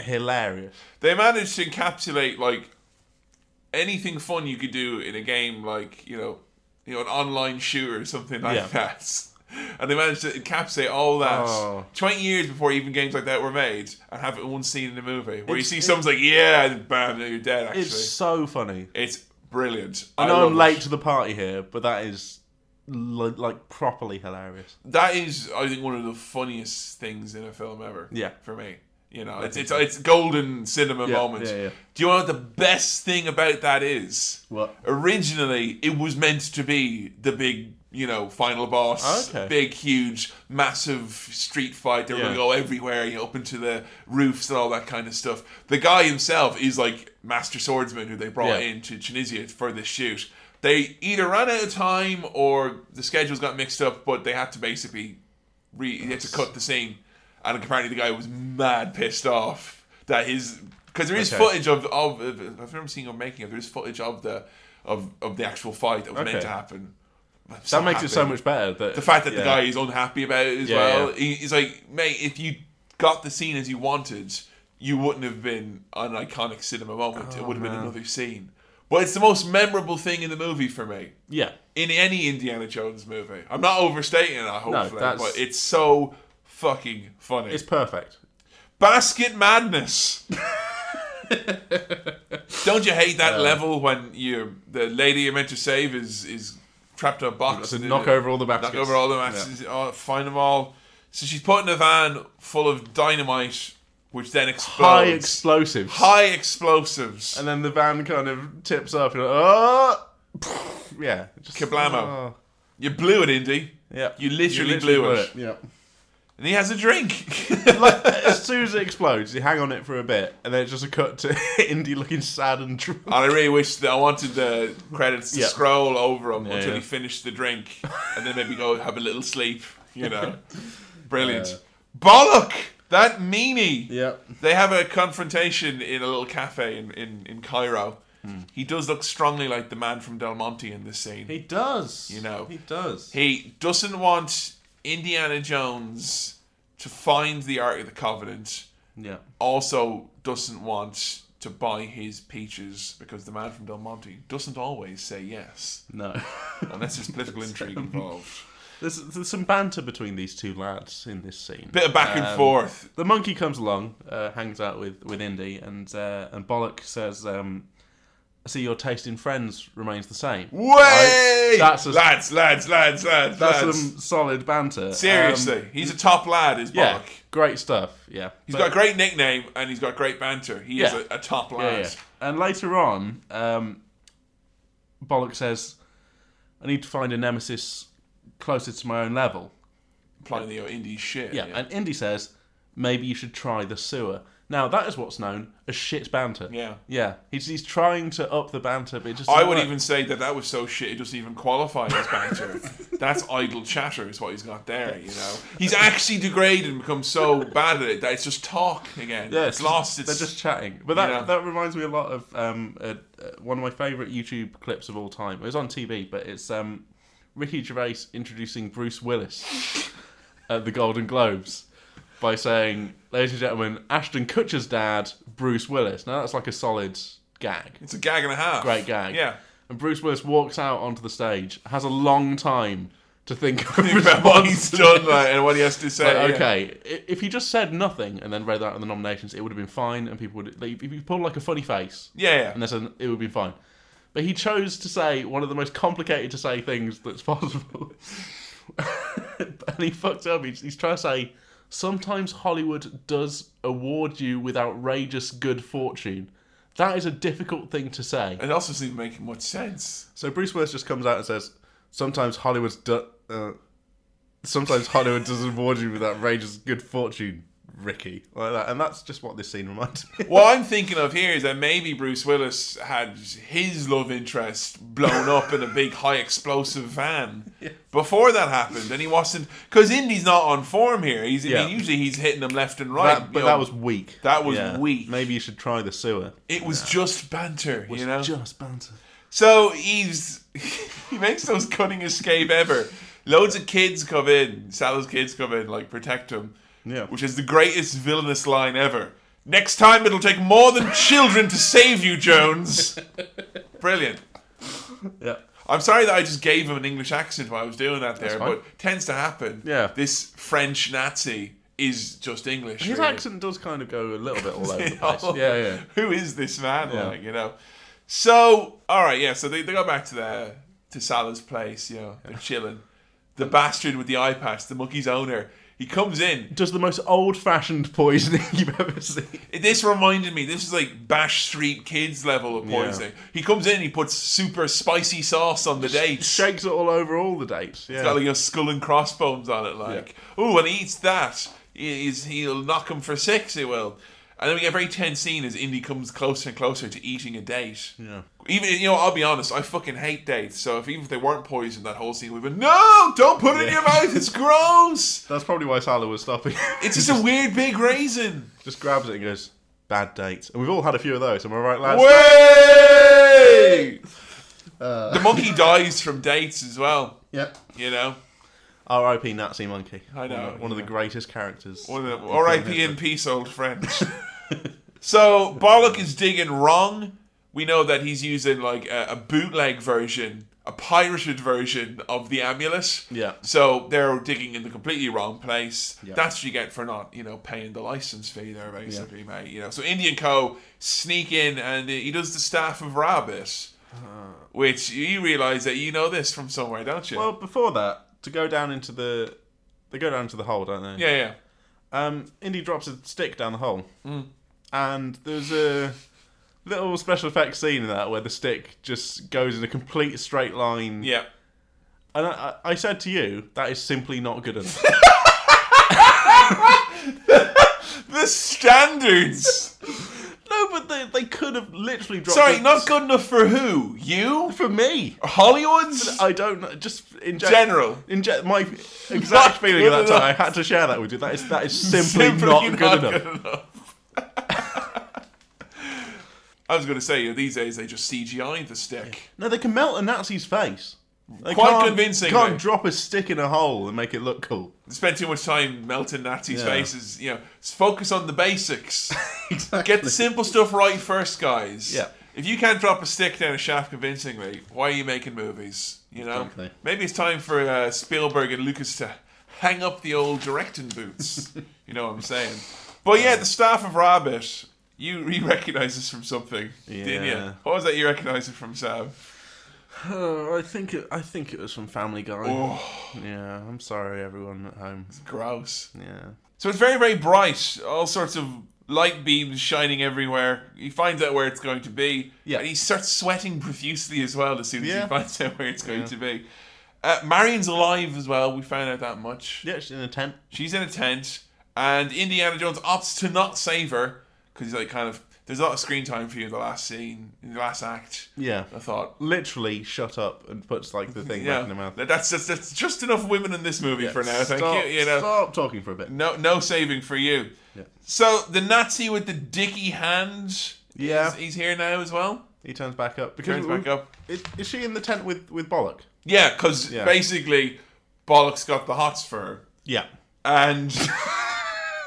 hilarious.
They managed to encapsulate like anything fun you could do in a game, like you know, you know, an online shooter or something like
Yeah.
that. And they managed to encapsulate all that
Oh.
twenty years before even games like that were made, and have it in one scene in a movie where you
It's-
see
it-
someone's like, "Yeah," and bam, you're dead. Actually,
It's
it's,
so funny.
brilliant.
I know
love
I'm
it.
late to the party here, but that is li- like properly hilarious.
That is, I think, one of the funniest things in a film ever.
Yeah.
for me, you know, it's it's, it's golden cinema
Yeah,
moments.
yeah, yeah.
Do you know what the best thing about that is?
What?
Originally, it was meant to be the big, you know, final boss,
Oh, Okay.
big, huge, massive street fight. They're
Yeah.
gonna go everywhere, you know, up into the roofs and all that kind of stuff. The guy himself is like master swordsman who they brought
Yeah.
in to Tunisia for this shoot. They either ran out of time or the schedules got mixed up, but they had to basically re- he had to cut the scene, and apparently the guy was mad pissed off that his because there is
Okay.
footage of, of of I've never seen him making it. There is footage of the of of the actual fight that was meant
Okay.
to happen. I'm so
That makes it so
happy.
much better. That
The fact that the
yeah.
guy is unhappy about it as
Yeah,
well.
yeah.
He, he's like, mate, if you got the scene as you wanted, you wouldn't have been an iconic cinema moment. it would have been
Oh, man.
another scene. But it's the most memorable thing in the movie for me
yeah,
in any Indiana Jones movie. I'm not overstating it, hopefully,
that's-
but it's so fucking funny.
it's perfect.
basket
*laughs*
madness. Don't you hate that level when you the lady you're meant to save is is trapped in a box?
So
and
knock
then-
over all the
knock
baskets.
over all the masses, oh, find them all. So she's put in a van full of dynamite, which then
Yeah. High
explodes.
explosives.
High explosives.
and then the van kind of tips up. And oh, *laughs* yeah, just
Kablamo.
oh.
you blew it, Indy.
Yeah,
You literally, blew, it. And he has a drink. *laughs*
Yeah. like, as soon as it explodes, you hang on it for a bit, and then it's just a cut to *laughs* Indy looking sad and drunk.
And I really wish that I wanted the credits to
Yeah.
scroll over him until
yeah.
he finished the drink and then maybe go have a little sleep, you
*laughs*
know. Brilliant. Bollock! That meanie!
Yep.
They have a confrontation in a little cafe in, in, in Cairo. He does look strongly like the man from Del Monte in this scene.
Hmm. He does. You
know.
He does.
He doesn't want Indiana Jones to find the Ark of the Covenant
yeah.
also doesn't want to buy his peaches because the man from Del Monte doesn't always say yes
No. Um,
unless there's political intrigue involved.
*laughs* There's, there's some banter between these two lads in this scene.
Bit of back and
Um,
forth.
The monkey comes along, uh, hangs out with, with Indy, and uh, and Bollock says, um, "I see your taste in friends remains the same."
Way!
Right? That's a,
lads, lads, lads, lads,
that's
lads.
some solid banter. Um,
Seriously, he's a top lad, is
yeah,
Bullock.
great stuff. Yeah,
He's
But-
got a great nickname and he's got great banter. He is
Yeah.
a, a top
yeah,
lad.
yeah. And later on, um, Bollock says, "I need to find a nemesis closer to my own level."
Implying that you're indie shit.
Yeah, and Indy says, maybe you should try the sewer. Now that is what's known as shit banter.
Yeah.
yeah. He's he's trying to up the banter, but it just
I
doesn't
would
work.
even say that that was so shit it doesn't even qualify as banter. That's idle chatter, is what he's got there. You know, he's actually degraded and become so bad at it that it's just talk again.
Yeah,
it's lost.
just-
It's
They're just chatting. But that
Yeah.
that reminds me a lot of um, uh, uh, one of my favourite YouTube clips of all time. It was on TV, but it's um, Ricky Gervais introducing Bruce Willis
*laughs*
at the Golden Globes by saying, "Ladies and gentlemen, Ashton Kutcher's dad, Bruce Willis." Now that's like a solid gag.
it's a gag and a half.
Great gag.
Yeah.
And Bruce Willis walks out onto the stage, has a long time to think
*laughs*
of
Think about what he's
*laughs* response.
done like, and what he has to say.
Like,
yeah.
okay, i if he just said nothing and then read out in the nominations, it would have been fine, and people would. Like, if he pulled like a funny face
Yeah, yeah.
and then it would have been fine. But he chose to say one of the most complicated to say things that's *laughs* possible, and he fucked up. He's, he's trying to say sometimes Hollywood does award you with outrageous good fortune. That is a difficult thing to say.
It also doesn't even make much sense.
So Bruce Willis just comes out and says, "Sometimes Hollywood's do- uh, sometimes Hollywood does reward you with outrageous good fortune, Ricky." Like that, and that's just what this scene reminds me. of.
What I'm thinking of here is that maybe Bruce Willis had his love interest blown up in a big high explosive
*laughs*
van before that happened, and he wasn't because Indy's not on form here. He's I
Yeah.
mean, usually he's hitting them left and right.
That,
you
but
know.
that was weak.
that was weak.
Maybe you should try the sewer.
it was just banter, you know.
just banter.
so he's *laughs* he makes those cunning escape ever. Loads of kids come in, Sal's kids come in, like protect him.
Yeah.
which is the greatest villainous line ever. Next time it'll take more than children to save you,
*laughs*
Jones. Brilliant.
Yeah.
I'm sorry that I just gave him an English accent while I was doing that there,
fine.
but tends to happen.
Yeah.
This French Nazi is just English.
His
really.
accent does kind of go a little bit
*laughs*
all over *laughs* the
Yeah.
place. yeah, yeah.
Who is this man?
Yeah.
Like, you know. So, all right, yeah. So they, they go back to their to Salah's place. You know, they're chilling. The bastard with the eye patch, the monkey's owner, he comes in.
Does the most old-fashioned poisoning *laughs* you've ever seen.
This reminded me. This is like Bash Street Kids level of poisoning. He comes in, and he puts super spicy sauce on the dates.
Shakes it all over all the dates. Yeah.
It's got like a skull and crossbones on it. Like, ooh, when he eats that, he- he's, he'll knock him for six. He will. And then we get a very tense scene as Indy comes closer and closer to eating a date.
Yeah.
Even you know, I'll be honest, I fucking hate dates. So if even if they weren't poisoned, that whole scene would have been no, don't put it in your mouth. It's gross.
That's probably why Salah was stopping.
It's
*laughs*
just a weird big raisin.
just grabs it and goes, bad dates. And we've all had a few of those, am I right, lads?
Way. the monkey dies from dates as well.
Yep.
You know,
R.I.P. Nazi Monkey.
I know,
One of, one of the
yeah.
greatest characters.
One of the-
in film
R.I.P.
history.
in peace, old friend.
*laughs*
so Bollock is digging wrong. We know that he's using like a, a bootleg version, a pirated version of the amulet.
Yeah.
So they're digging in the completely wrong place.
Yeah.
That's what you get for not, you know, paying the license fee there, basically, mate. You know, so Indian Co. sneak in and he does the staff of rabbit, which you realise that you know this from somewhere, don't you?
Uh. Well, before that, to go down into the. They go down into the hole, don't they?
yeah, yeah.
Um, Indy drops a stick down the hole.
Mm.
And there's a little special effects scene in that where the stick just goes in a complete straight line.
Yeah.
And I, I I said to you, that is simply not
*laughs*
good enough.
The
*laughs*
standards.
no, but they, they could have literally dropped
Sorry,
it
not good enough for who? You?
for me. *laughs*
Hollywood's?
I don't know. Just in gen-
General.
In gen- my exact
Not
feeling
good
at that
enough.
time, I had to share that with you. That is that
*laughs*
is simply, not, good enough.
enough. *laughs* I was going to say, you know, these days they just CGI the stick.
No, they can melt a Nazi's face. They
Quite
can't-
convincingly.
Can't drop a stick in a hole and make it
*laughs*
look cool.
Spend too much time melting Nazis'
Yeah.
faces. You know, s- focus on the basics.
*laughs* Exactly.
Get the simple stuff right first, guys.
Yeah.
If you can't drop a stick down a shaft convincingly, why are you making movies? You know,
Exactly.
maybe it's time for uh, Spielberg and Lucas to hang up the old directing boots. *laughs* you know what I'm saying? But yeah, the staff of Rabbit, you *laughs* you recognise this from something, didn't
Yeah.
you? What was that you recognised it from, Sam?
Oh, I think it, I think it was from Family Guy.
Oh,
Yeah, I'm sorry, everyone at home.
gross.
Yeah,
So it's very, very bright. All sorts of light beams shining everywhere. He finds out where it's going to be.
Yeah.
And he starts sweating profusely as well as soon as
Yeah.
he finds out where it's going
Yeah.
to be. Uh, Marion's alive as well. We found out that much.
yeah, she's in a tent.
She's in a tent, and Indiana Jones opts to not save her because he's like, kind of, there's a lot of screen time for you in the last scene, in the last act.
Yeah,
I thought.
literally shut up and puts like the thing back in
Uh.
her
Yeah,
mouth.
that's just, that's just enough women in this movie for now. Thank
stop,
you. You know,
stop talking for a bit.
No, no saving for you.
Yeah.
So the Nazi with the dicky hand.
Yeah.
is- he's here now as well.
He turns back up because
Turns back up.
Is, is she in the tent with with Bollock?
Yeah, because
Yeah.
basically, Bollock's got the hots for her,
Yeah,
and *laughs*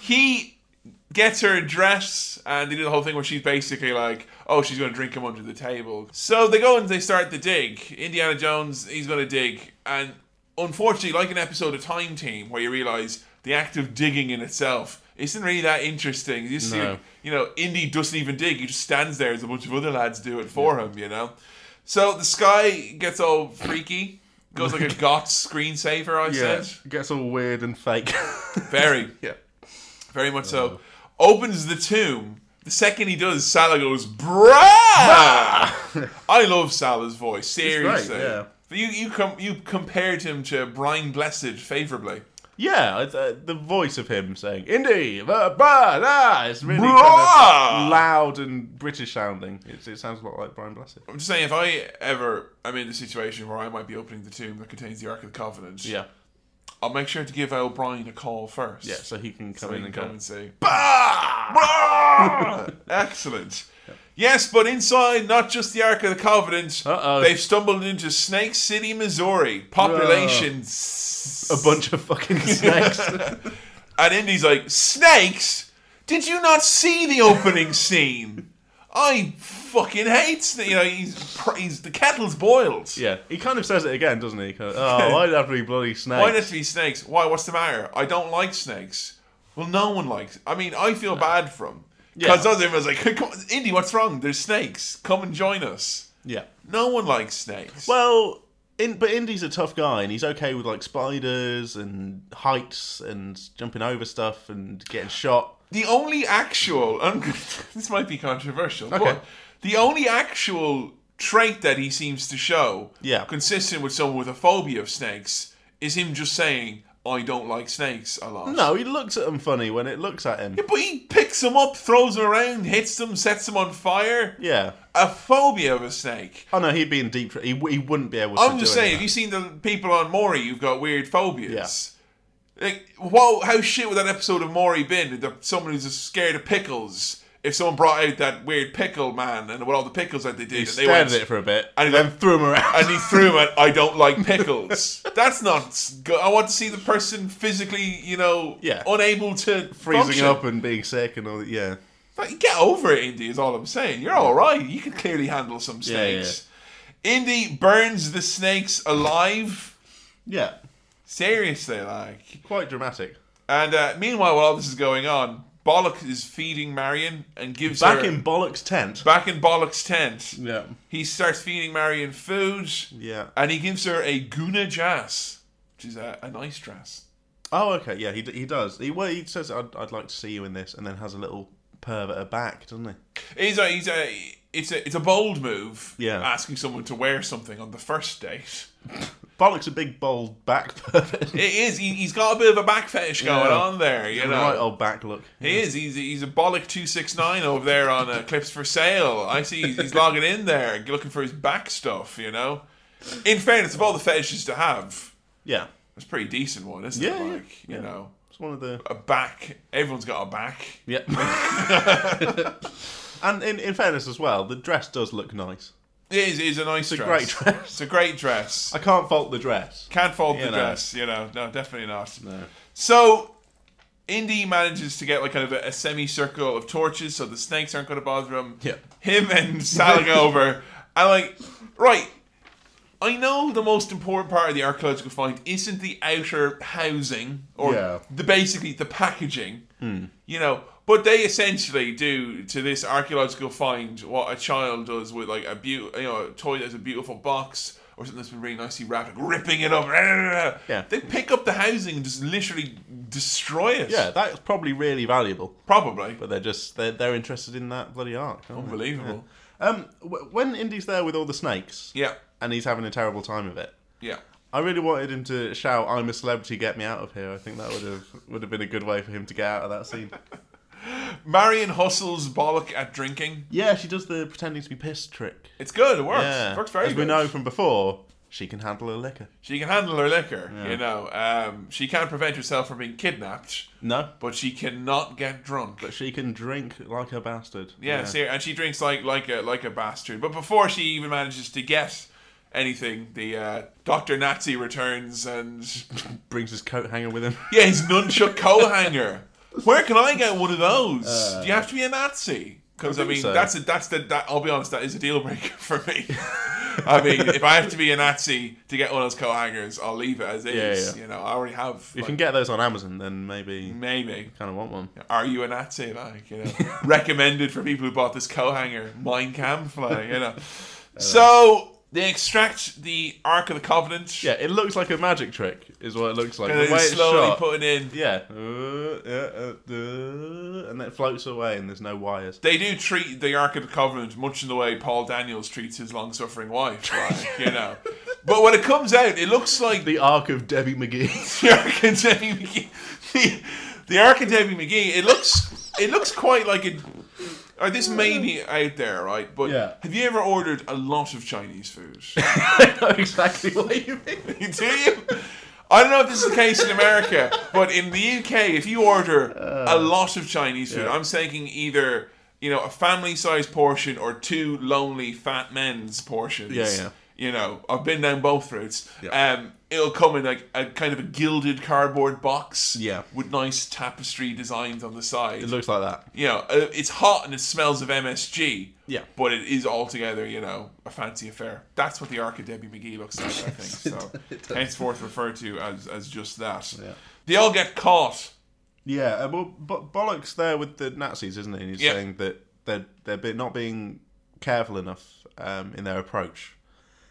he gets her a dress, and they do the whole thing where she's basically like, "Oh, she's going to drink him under the table." So they go and they start the dig. Indiana Jones, he's going to dig, and unfortunately, like an episode of Time Team, where you realize the act of digging in itself isn't really that interesting. You just see,
No.
you know, Indy doesn't even dig; he just stands there as a bunch of other lads do it for him. You know, so the sky gets all freaky. Goes like a got screensaver, I said.
Gets all weird and fake. *laughs*
Very.
yeah.
Very much so. Opens the tomb. The second he does, Salah goes,
*laughs*
"Bruh." I love Salah's voice. Seriously.
yeah.
But you you com- you compared him to Brian Blessed favorably.
Yeah, it's, uh, the voice of him saying "Indy, blah, blah, blah," it's really kind
Bruh.
of loud and British sounding. It's, it sounds a lot like Brian Blessed.
I'm just saying, if I ever am in a situation where I might be opening the tomb that contains the Ark of the Covenant,
Yeah,
I'll make sure to give O'Brien a call first.
yeah. So he can
So
come in
you
and
can
go.
come and say, "Bah! Bah!" Excellent. Yes, but inside, not just the Ark of the Covenant,
Uh-oh.
they've stumbled into Snake City, Missouri. Population s-
A bunch of *laughs* fucking snakes.
And Indy's like, Snakes? Did you not see the opening scene? I fucking hate snakes. You know, he's, pr- he's the kettle's boiled.
yeah, he kind of says it again, doesn't he? Kind of, *laughs* oh, why'd it have to be bloody snakes?
Why does it be snakes? Why? What's the matter? I don't like snakes. Well, no one likes. I mean, I feel bad for him because
Yeah.
other everyone's like, *laughs* Come, on, "Indy, what's wrong? There's snakes. Come and join us."
yeah.
No one likes snakes.
Well, in, but Indy's a tough guy, and he's okay with like spiders and heights and jumping over stuff and getting shot.
the only actual, *laughs* I'm, gonna- this might be controversial,
Okay.
but the only actual trait that he seems to show,
Yeah.
consistent with someone with a phobia of snakes, is him just saying, "I don't like snakes" a lot.
No, he looks at them funny when it looks at him.
But he picks them up, throws them around, hits them, sets them on fire.
Yeah.
a phobia of a snake.
Oh no, he'd be in deep. tr- He, he wouldn't be able. to
I'm
do
just
any
saying,
of
have you seen the people on Maury who've got weird phobias? Like, whoa, how shit would that episode of Maury been? The, someone who's just scared of pickles. If someone brought out that weird pickle man and with all the pickles that they did,
that.
and
He
they
stared
went,
at it for a bit
and
and
he
then threw him around.
and he threw him at, I don't like pickles. That's not. s- go- I want to see the person physically, you know,
Yeah.
unable to
*laughs* freezing
function.
up and being sick and all that. Yeah.
Like, get over it, Indy, is all I'm saying. You're all right. You can clearly handle some
yeah,
snakes. Indy burns the snakes alive.
Yeah.
Seriously, like.
Quite dramatic.
And uh, meanwhile, while all this is going on, Bollock is feeding Marion and gives
Back
her
in Bollock's tent.
back in Bollock's tent.
Yeah.
He starts feeding Marion food,
Yeah.
and he gives her a guna jas, which is a, a nice dress.
Oh, okay. Yeah, he, d- he does. He well, he says, "I'd I'd like to see you in this," and then has a little perv at her back, doesn't he?
He's a, he's a, it's a, it's a bold move.
Yeah.
asking someone to wear something on the first date.
Bollock's a big, bold back *laughs* pervert.
It is. He, he's got a bit of a back fetish going
Yeah.
on there. You know,
Right old back look.
he is. He's he's a bollock two six nine over there on uh, clips for sale. I see he's, he's logging in there, looking for his back stuff. You know, in fairness, of all the fetishes to have,
Yeah.
it's a pretty decent one, isn't
Yeah,
it?
yeah,
Like you know,
It's one of the.
a back. Everyone's got a back. *laughs*
Yeah. *laughs* and in, in fairness as well, the dress does look nice.
It is. It is a nice
It's a
dress.
great *laughs* dress.
It's a great dress.
I can't fault the dress.
Can't fault
You
the
know.
dress. You know, no, definitely not.
No.
So Indy manages to get like kind of a, a semicircle of torches, so the snakes aren't going to bother him.
Yeah.
Him and Sal go
*laughs*
over. and like, right. I know the most important part of the archaeological find isn't the outer housing or
Yeah.
the basically the packaging. You know, but they essentially do to this archaeological find what a child does with like a beau you know, a toy that's a beautiful box or something that's been really nicely wrapped, like ripping it up. *laughs*
Yeah.
They pick up the housing and just literally destroy it.
Yeah, that's probably really valuable,
Probably.
but they're just they're, they're interested in that bloody arc. aren't they?
*laughs* Unbelievable.
Um, w- when Indy's there with all the snakes,
Yeah.
and he's having a terrible time of it.
Yeah.
I really wanted him to shout, "I'm a celebrity, get me out of here." I think that would have would have been a good way for him to get out of that
*laughs*
scene.
Marion hustles Bollock at drinking.
Yeah, she does the pretending to be pissed trick.
It's good, it works.
Yeah,
Works very
as
good.
we know from before, she can handle a liquor.
She can handle her liquor, you know. Um, she can't prevent herself from being kidnapped,
No,
but she cannot get drunk.
but she can drink like a bastard.
Yeah, ser- and she drinks like like a like a bastard. But before she even manages to get anything, the uh, Doctor Nazi returns and *laughs*
*laughs* brings his coat hanger with him.
yeah, his nunchuck coat hanger. Where can I get one of those? Do you have to be a Nazi? Because I,
Uh, I think
mean,
so.
that's a, that's the that I'll be honest, that is a deal breaker *laughs* for me. I mean, if I have to be a Nazi to get one of those coat hangers, I'll leave it as is.
Yeah, yeah.
You know, I already have.
You
like,
can get those on Amazon, then maybe
maybe.
kind of want one.
Are you a Nazi? Like, you know, recommended for people who bought this coat hanger, Mein Kampf, like,
*laughs*
you know. So they extract the Ark of the Covenant.
Yeah, it looks like a magic trick, is what it looks like.
And
the
then
way it's
slowly
shot,
putting in.
yeah, uh, yeah, uh, uh, and it floats away, and there's no wires.
They do treat the Ark of the Covenant much in the way Paul Daniels treats his long suffering wife, like, you
*laughs*
know. But when it comes out, it looks like *laughs* the
The arc of Debbie McGee. *laughs*
Ark and Debbie McGee. The, the Ark and Debbie McGee, it looks it looks quite like a or this may be out there, right? But
Yeah.
have you ever ordered a lot of Chinese food?
I know exactly what you
*laughs*
mean.
Do you? I don't know if this is the case in America, but in the UK, if you order a lot of Chinese food,
Uh, yeah.
I'm thinking either you know a family-sized portion or two lonely fat men's portions.
Yeah, yeah.
You know, I've been down both routes.
Yeah.
Um, it'll come in like a kind of a gilded cardboard box.
Yeah.
With nice tapestry designs on the side.
It looks like that.
you know, uh, it's hot and it smells of MSG.
Yeah.
But it is altogether, you know, a fancy affair. That's what the Ark of Debbie McGee looks like, I think.
*laughs*
So *laughs* henceforth referred to as, as just that.
Yeah.
They all get caught.
Yeah, uh, well, Bo- Bollock's there with the Nazis, isn't he? And he's
Yeah.
saying that they're they're be- not being careful enough um, in their approach.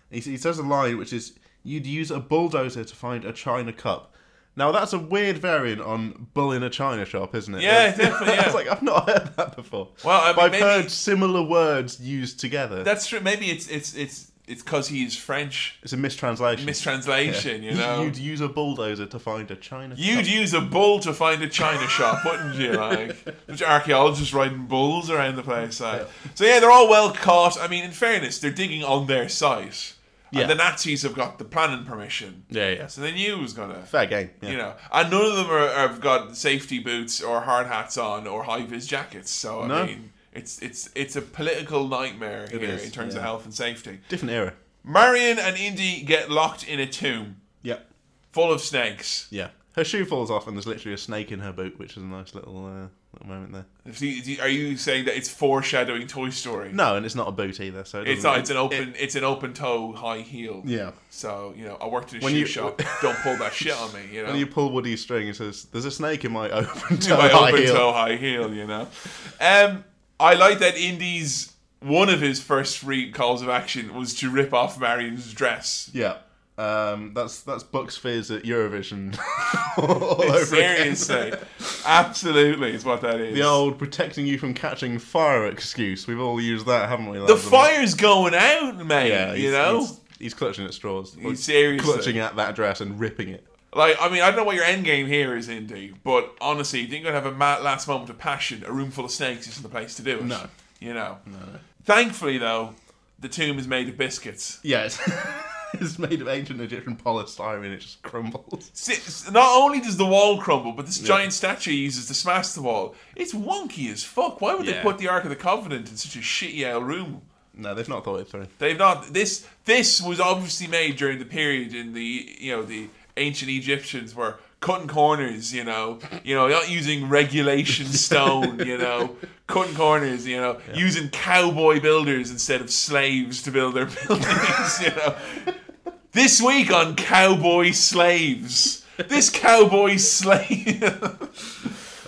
He, s- he says a line which is, "You'd use a bulldozer to find a china cup." Now that's a weird variant on "bull in a china shop," isn't it?
Yeah,
*laughs*
definitely,
I
yeah.
was like, I've not heard that before.
Well, I mean,
But I've
maybe-
heard similar words used together.
That's true. Maybe it's it's it's it's because he's French.
it's a mistranslation.
Mistranslation, you know.
You'd use a bulldozer to find a china. cup.
You'd use a bull to find a china shop, wouldn't
*laughs*
you? Like, which archaeologists riding bulls around the place. Like. So yeah, they're all well caught. I mean, in fairness, they're digging on their site.
Yeah.
And the Nazis have got the planning permission.
Yeah, yeah.
So they knew it was gonna.
Fair game. Yeah.
You know, and none of them are, have got safety boots or hard hats on or high vis jackets. So I
No.
mean, it's it's it's a political nightmare here
is,
in terms of
yeah.
health and safety.
Different era.
Marion and Indy get locked in a tomb
Yep.
full of snakes.
Yeah. Her shoe falls off and there's literally a snake in her boot, which is a nice little uh, little moment there.
If you- do you- Are you saying that it's foreshadowing Toy Story?
No, and it's not a boot either, so it
It's
doesn't-
not. It's an
it-
open. it's an open toe high heel.
Yeah.
So you know, I worked in a
When
shoe
you-
shop. Don't pull that shit on me. You know.
*laughs* When you pull Woody's string, it says, "There's a snake in my *laughs* open toe."
to *laughs* my
high
open
heel."
toe high heel, you know. Um, I like that Indy's one of his first three calls of action was to rip off Marion's dress.
Yeah. Um, that's that's Buck's fears at Eurovision. *laughs* all over again.
Seriously,
*laughs*
absolutely is what that is.
The old protecting you from catching fire excuse. We've all used that, haven't we?
The fire's going out, mate. you know.
he's, he's clutching at straws.
He's seriously.
clutching at that dress and ripping it.
Like, I mean, I don't know what your end game here is, Indy, but honestly, if you're going to have a ma- last moment of passion, a room full of snakes isn't the place to do it.
No.
You know? No. Thankfully, though, the tomb is made of biscuits.
Yeah, it's, *laughs* it's made of ancient Egyptian polystyrene. It just crumbles.
See, s- Not only does the wall crumble, but this giant statue he uses to smash the wall. It's wonky as fuck. Why would they
Yeah.
put the Ark of the Covenant in such a shitty old room?
No, they've not thought it through.
They've not. This this was obviously made during the period in the you know the ancient Egyptians where cutting corners, you know, you know, not using
*laughs*
regulation stone, you know, cutting corners, you know, using cowboy builders instead of slaves to build their *laughs* buildings, you know. This week on Cowboy Slaves, this cowboy
*laughs*
slave.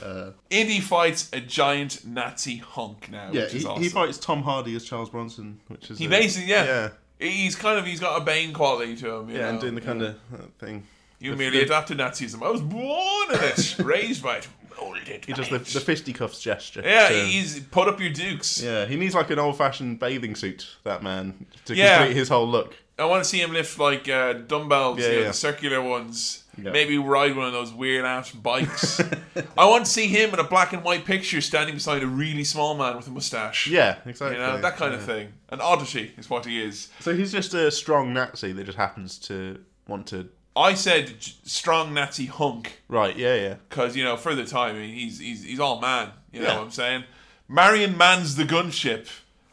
Uh,
Indy fights a giant Nazi hunk now,
Yeah,
which is
he,
awesome.
he fights Tom Hardy as Charles Bronson, which is
He
uh,
basically, yeah.
yeah,
He's kind of he's got a Bane quality to him. You
yeah,
know?
and doing the kind of uh, thing.
you
the-
merely
the-
adapted Nazism. I was born in
*laughs*
it, raised by it, molded.
He
by
does the,
it.
the fisticuffs gesture.
yeah,
to-
he's put up your dukes.
yeah. He needs like an old-fashioned bathing suit. That man to
Yeah.
complete his whole look.
I want to see him lift like uh, dumbbells,
Yeah,
you know,
yeah.
the circular ones.
Yeah.
Maybe ride one of those weird ass
*laughs*
bikes. I want to see him in a black and white picture standing beside a really small man with a mustache.
Yeah, exactly.
you know that kind of
Yeah.
thing. An oddity is what he is.
So he's just a strong Nazi that just happens to want to.
I said j- strong Nazi hunk.
Right. Yeah. Yeah.
because you know for the time I mean, he's he's he's all man. You know
Yeah.
what I'm saying? Marion mans the gunship,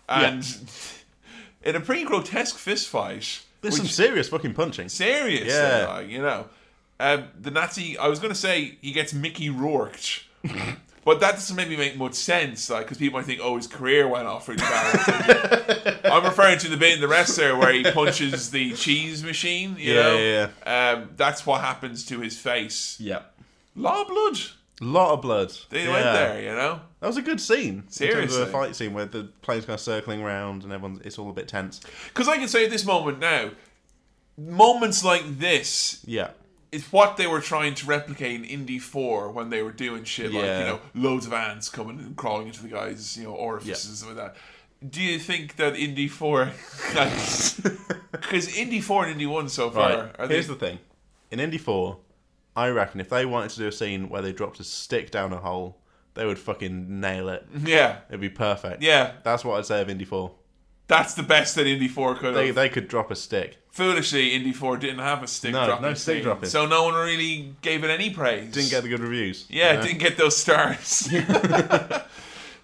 and *laughs* in a pretty grotesque fist fight.
There's
which-
some serious fucking punching.
serious,
Yeah.
uh, you know. Um, the Nazi, I was going to say he gets Mickey Rourked,
*laughs*
but that doesn't maybe make much sense, like because people might think, oh, his career went off really bad.
*laughs*
I'm referring to the bit in the rest there where he punches the cheese machine. You
Yeah,
know,
yeah,
Um, that's what happens to his face.
Yeah.
Law of blood.
Lot of blood.
They
yeah.
went there, you know.
That was a good scene. In terms
Seriously.
of a fight scene where the plane's kind of circling around and everyone's it's all a bit tense.
Because I can say at this moment now, moments like this
Yeah.
is what they were trying to replicate in Indy 4 when they were doing shit like,
Yeah.
you know, loads of ants coming and crawling into the guys' you know, orifices and stuff like that. Do you think that Indy *laughs* 4... Because Indy 4 and Indy 1 so far...
Right.
Are they,
Here's the thing. In Indy 4, I reckon if they wanted to do a scene where they dropped a stick down a hole, they would fucking
*laughs*
nail it.
*laughs* yeah,
It'd be perfect.
yeah.
That's what I'd say of Indy 4.
That's the best that Indy 4 could
They,
have.
they could drop a stick.
Foolishly, Indy 4 didn't have a stick
No,
dropping
no stick
scene,
dropping.
So no one really gave it any praise.
Didn't get the good reviews.
Yeah,
you know?
didn't get those
*laughs*
stars. *laughs*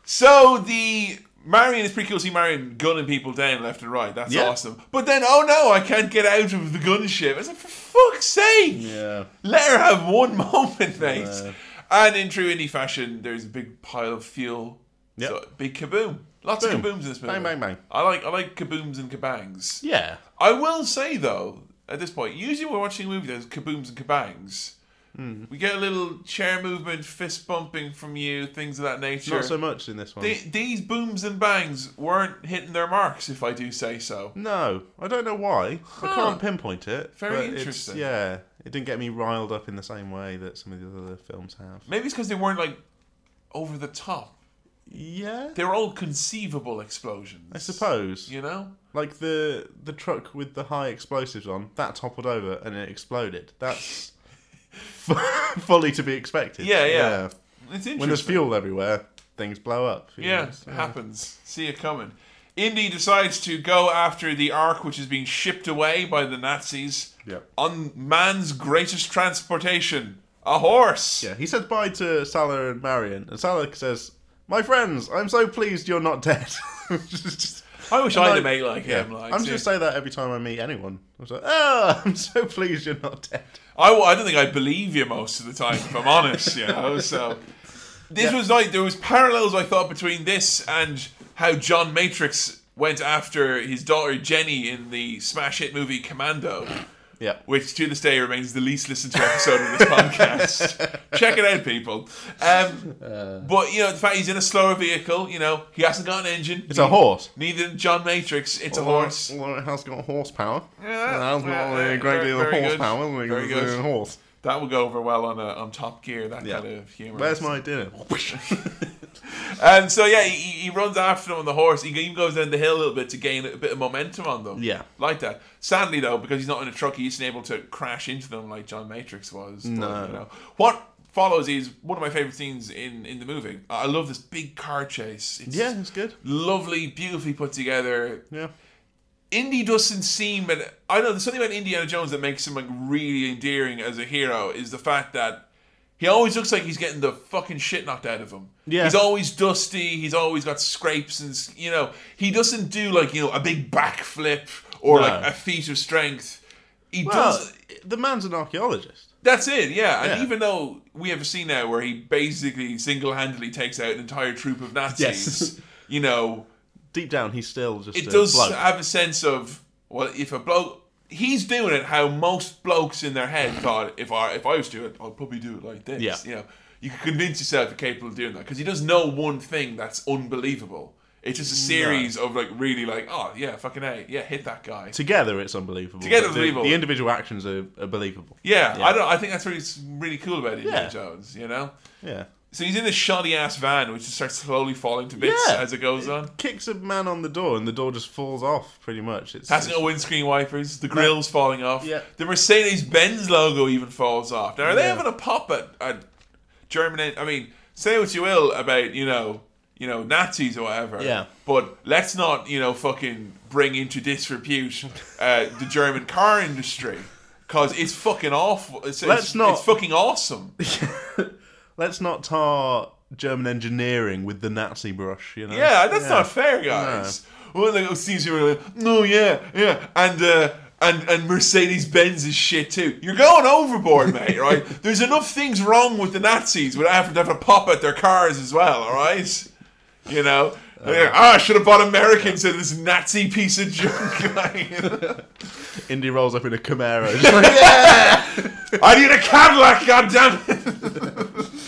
so the Marion is pretty cool. See Marion gunning people down left and right. That's
Yeah.
awesome. But then, oh no, I can't get out of the gunship. It's like, for fuck's sake,
Yeah.
let her have one moment, mate.
Yeah.
and in true indie fashion, there's a big pile of fuel.
Yep.
So, big kaboom. Lots
Boom.
of kabooms in this movie.
Bang, bang, bang.
I like I like kabooms and kabangs.
Yeah.
I will say though, at this point, usually when we're watching a movie, there's kabooms and kabangs.
Hmm.
We get a little chair movement, fist bumping from you, things of that nature.
Not so much in this one.
The- these booms and bangs weren't hitting their marks, if I do say so.
No, I don't know why. I
Huh.
can't pinpoint it.
Very
but it's-
interesting.
yeah, it didn't get me riled up in the same way that some of the other films have.
Maybe it's because they weren't like over the top.
Yeah,
They're all conceivable explosions.
I suppose.
You know?
Like the the truck with the high explosives on that toppled over and it exploded.
*laughs*
That's *laughs* fu- fully to be expected.
Yeah, yeah. It's interesting.
When there's fuel everywhere, things blow up. you
Yeah,
know, Uh,
it
so-
happens. See it coming. Indy decides to go after the Ark, which is being shipped away by the Nazis
Yep.
on man's greatest transportation, a horse.
Yeah, he says bye to Salah and Marion, and Salah says, "My friends, I'm so pleased you're not dead." *laughs* Just-
I wish
And
I'd
like-
make like
Yeah.
him. Like,
I'm
see.
just say that every time I meet anyone. I'm like, oh, *laughs* I'm so pleased you're not dead.
I, w- I don't think I believe you most of the time, if I'm honest, you
*laughs*
know. So this was like there was parallels I thought between this and how John Matrix went after his daughter Jenny in the smash hit movie Commando.
Yeah.
which to this day remains the least listened to episode of this podcast. Check it out, people. Um, but you know, the fact he's in a slower vehicle, you know, he hasn't got an engine.
It's a Oh. horse.
Neither did John Matrix. It's a horse.
Well, it has got horsepower.
Yeah.
It has got
Yeah,
a great
very-
deal of
very good.
horsepower. isn't it?
Very
It's a
good.
horse.
That will go over well on a, on Top Gear. That
Yeah.
kind of humor.
Where's my dinner?
And so yeah, he, he runs after them on the horse. He even goes down the hill a little bit to gain a bit of momentum on them.
Yeah.
like that. Sadly though, because he's not in a truck, he isn't able to crash into them like John Matrix was. But,
No.
you know. What follows is one of my favorite scenes in in the movie. I love this big car chase. It's
yeah, it's good.
Lovely, beautifully put together.
Yeah.
Indy doesn't seem, and I know there's something about Indiana Jones that makes him like really endearing as a hero is the fact that he always looks like he's getting the fucking shit knocked out of him.
Yeah.
he's always dusty. He's always got scrapes, and s- you know he doesn't do like you know a big backflip or
No.
like a feat of strength. He
Well,
does.
the man's an archaeologist.
That's it, yeah. And
Yeah.
even though we have a scene now where he basically single handedly takes out an entire troop of Nazis,
Yes.
*laughs* you know,
Deep down, he's still just.
it
a
does
bloke.
have a sense of well, if a bloke he's doing it how most blokes in their head thought if I if I was doing it, I'd probably do it like this.
Yeah.
You know, you can convince yourself you're capable of doing that because he does know one thing that's unbelievable. It's just a series of like really like oh yeah fucking a yeah hit that guy.
Together, it's unbelievable.
Together,
but the,
believable.
The individual actions are, are believable.
Yeah,
Yeah.
I don't. I think that's really really cool about Indiana
Yeah.
Jones. You know.
Yeah.
So he's in this shoddy ass van, which just starts slowly falling to bits
Yeah.
as it goes on.
Kicks a man on the door, and the door just falls off. Pretty much. It's.
Has no windscreen wipers. The grill's falling off.
Yeah.
The Mercedes Benz logo even falls off. Now, are they
Yeah.
having a pop at, at German? I mean, say what you will about you know you know Nazis or whatever.
Yeah.
But let's not you know fucking bring into disrepute uh, the German car industry because it's fucking awful. It's,
Let's
it's,
not-
It's fucking awesome.
Let's not tar German engineering with the Nazi brush. You know.
Yeah, that's not fair, guys. Well, like, it seems you were like, no, yeah, yeah, and uh, and and Mercedes Benz is shit too. You're going *laughs* overboard, mate. Right? There's enough things wrong with the Nazis without having to have a pop at their cars as well. All right, you know. Yeah, ah, I should have bought Americans to this Nazi piece of junk. *laughs* Like,
Indy rolls up in a Camaro.
*laughs*
Just like, yeah.
I need a Cadillac, goddammit! *laughs*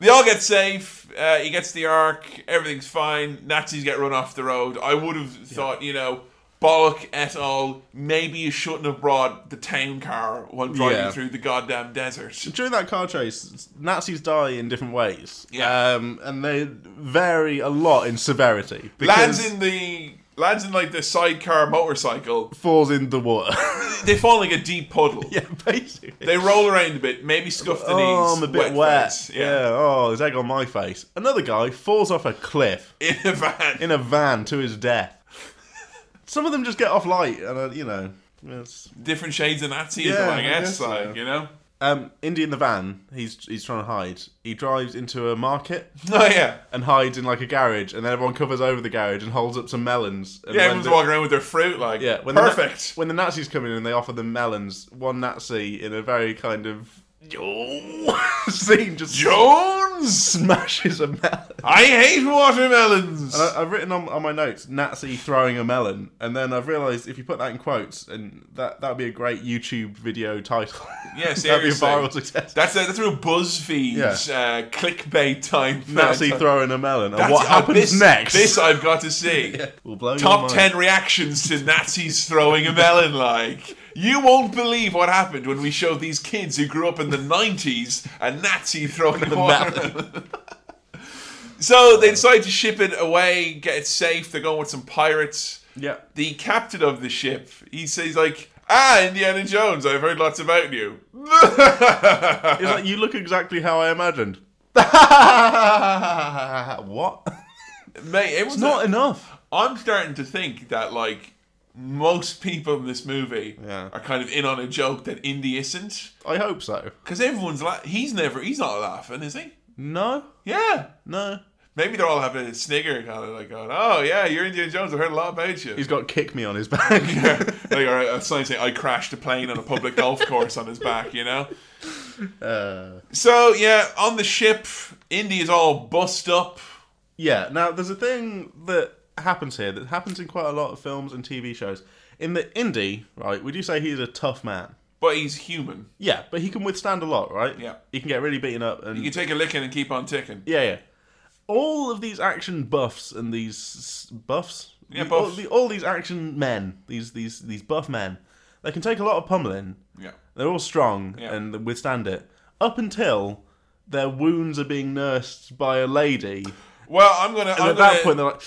They all get safe. Uh, he gets the arc. Everything's fine. Nazis get run off the road. I would have thought, you know, Bollock et al. Maybe you shouldn't have brought the town car while driving
Yeah.
through the goddamn desert.
During that car chase, Nazis die in different ways.
Yeah.
Um, and they vary a lot in severity. because
Lands in the lands in like the sidecar motorcycle.
falls in
*laughs*
the water. *laughs*
They fall in, like a deep puddle.
yeah, basically.
They roll around a bit. Maybe scuff the
oh,
knees.
I'm a bit wet.
face.
Yeah. Oh, there's egg on my face. Another guy falls off a cliff
yeah. *laughs* In a van.
in a van to his death. *laughs* Some of them just get off light, and uh, you know, it's-
Different shades of Nazis,
Yeah,
I
I
guess.
guess so.
Like, you know.
um, Indy in the van. He's he's trying to hide. He drives into a market
Oh yeah.
and hides in like a garage, and then everyone covers over the garage and holds up some melons. And
Yeah,
when
everyone's
the-
walking around with their fruit, like
Yeah, when the Na-
perfect.
when the Nazis come in and they offer them melons, one Nazi in a very kind of *laughs* scene just
Jones,
smashes a melon.
I hate watermelons.
And I, I've written on, on my notes Nazi throwing a melon, and then I've realised if you put that in quotes, and that that'd be a great YouTube video *laughs* title.
Yeah,
that'd be a
seriously.
viral success.
that's a, that's a real BuzzFeed uh, clickbait type.
Nazi
uh,
throwing a melon, and
that's-
what
uh,
happens
this-
next?
This I've got to
*laughs*
see.
will blow
Top
*laughs* your mind.
ten reactions to Nazis throwing a melon. Like you won't believe what happened when we showed these kids who grew up in the nineties a Nazi throwing a watermelon. so they decide to ship it away, get it safe. They're going with some pirates.
Yeah.
the captain of the ship, he says like, "Ah, Indiana Jones, I've heard lots about you."
It's like you look exactly how I *laughs* imagined. what?
Mate, it was
Not
not.
enough.
I'm starting to think that like most people in this movie
Yeah.
are kind of in on a joke that Indy isn't,
I hope so.
because everyone's like, he's never, he's not laughing, is he?
No,
Yeah.
no.
Maybe they're all having a snigger, kind of like going, "Oh yeah, you're Indiana Jones. I've heard a lot about you."
He's got kick me on his *laughs* back.
*laughs* like, or a sign saying, "I crashed a plane on a public golf course on his back," you know.
uh,
So yeah, on the ship, Indy is all bust up.
yeah. Now there's a thing that happens here that happens in quite a lot of films and TV shows. In the indie, right? Would you say he's a tough man?
But he's human.
Yeah, but he can withstand a lot, right?
Yeah.
He can get really beaten up and
You take a licking and keep on ticking.
yeah, yeah. All of these action buffs and these s- buffs,
Yeah,
The- all-
buffs.
the- all these action men, these these these buff men, they can take a lot of pummeling.
Yeah.
They're all strong
Yeah.
and withstand it up until their wounds are being nursed by a lady.
Well, I'm gonna
And
I'm
at that
gonna,
point, they're like,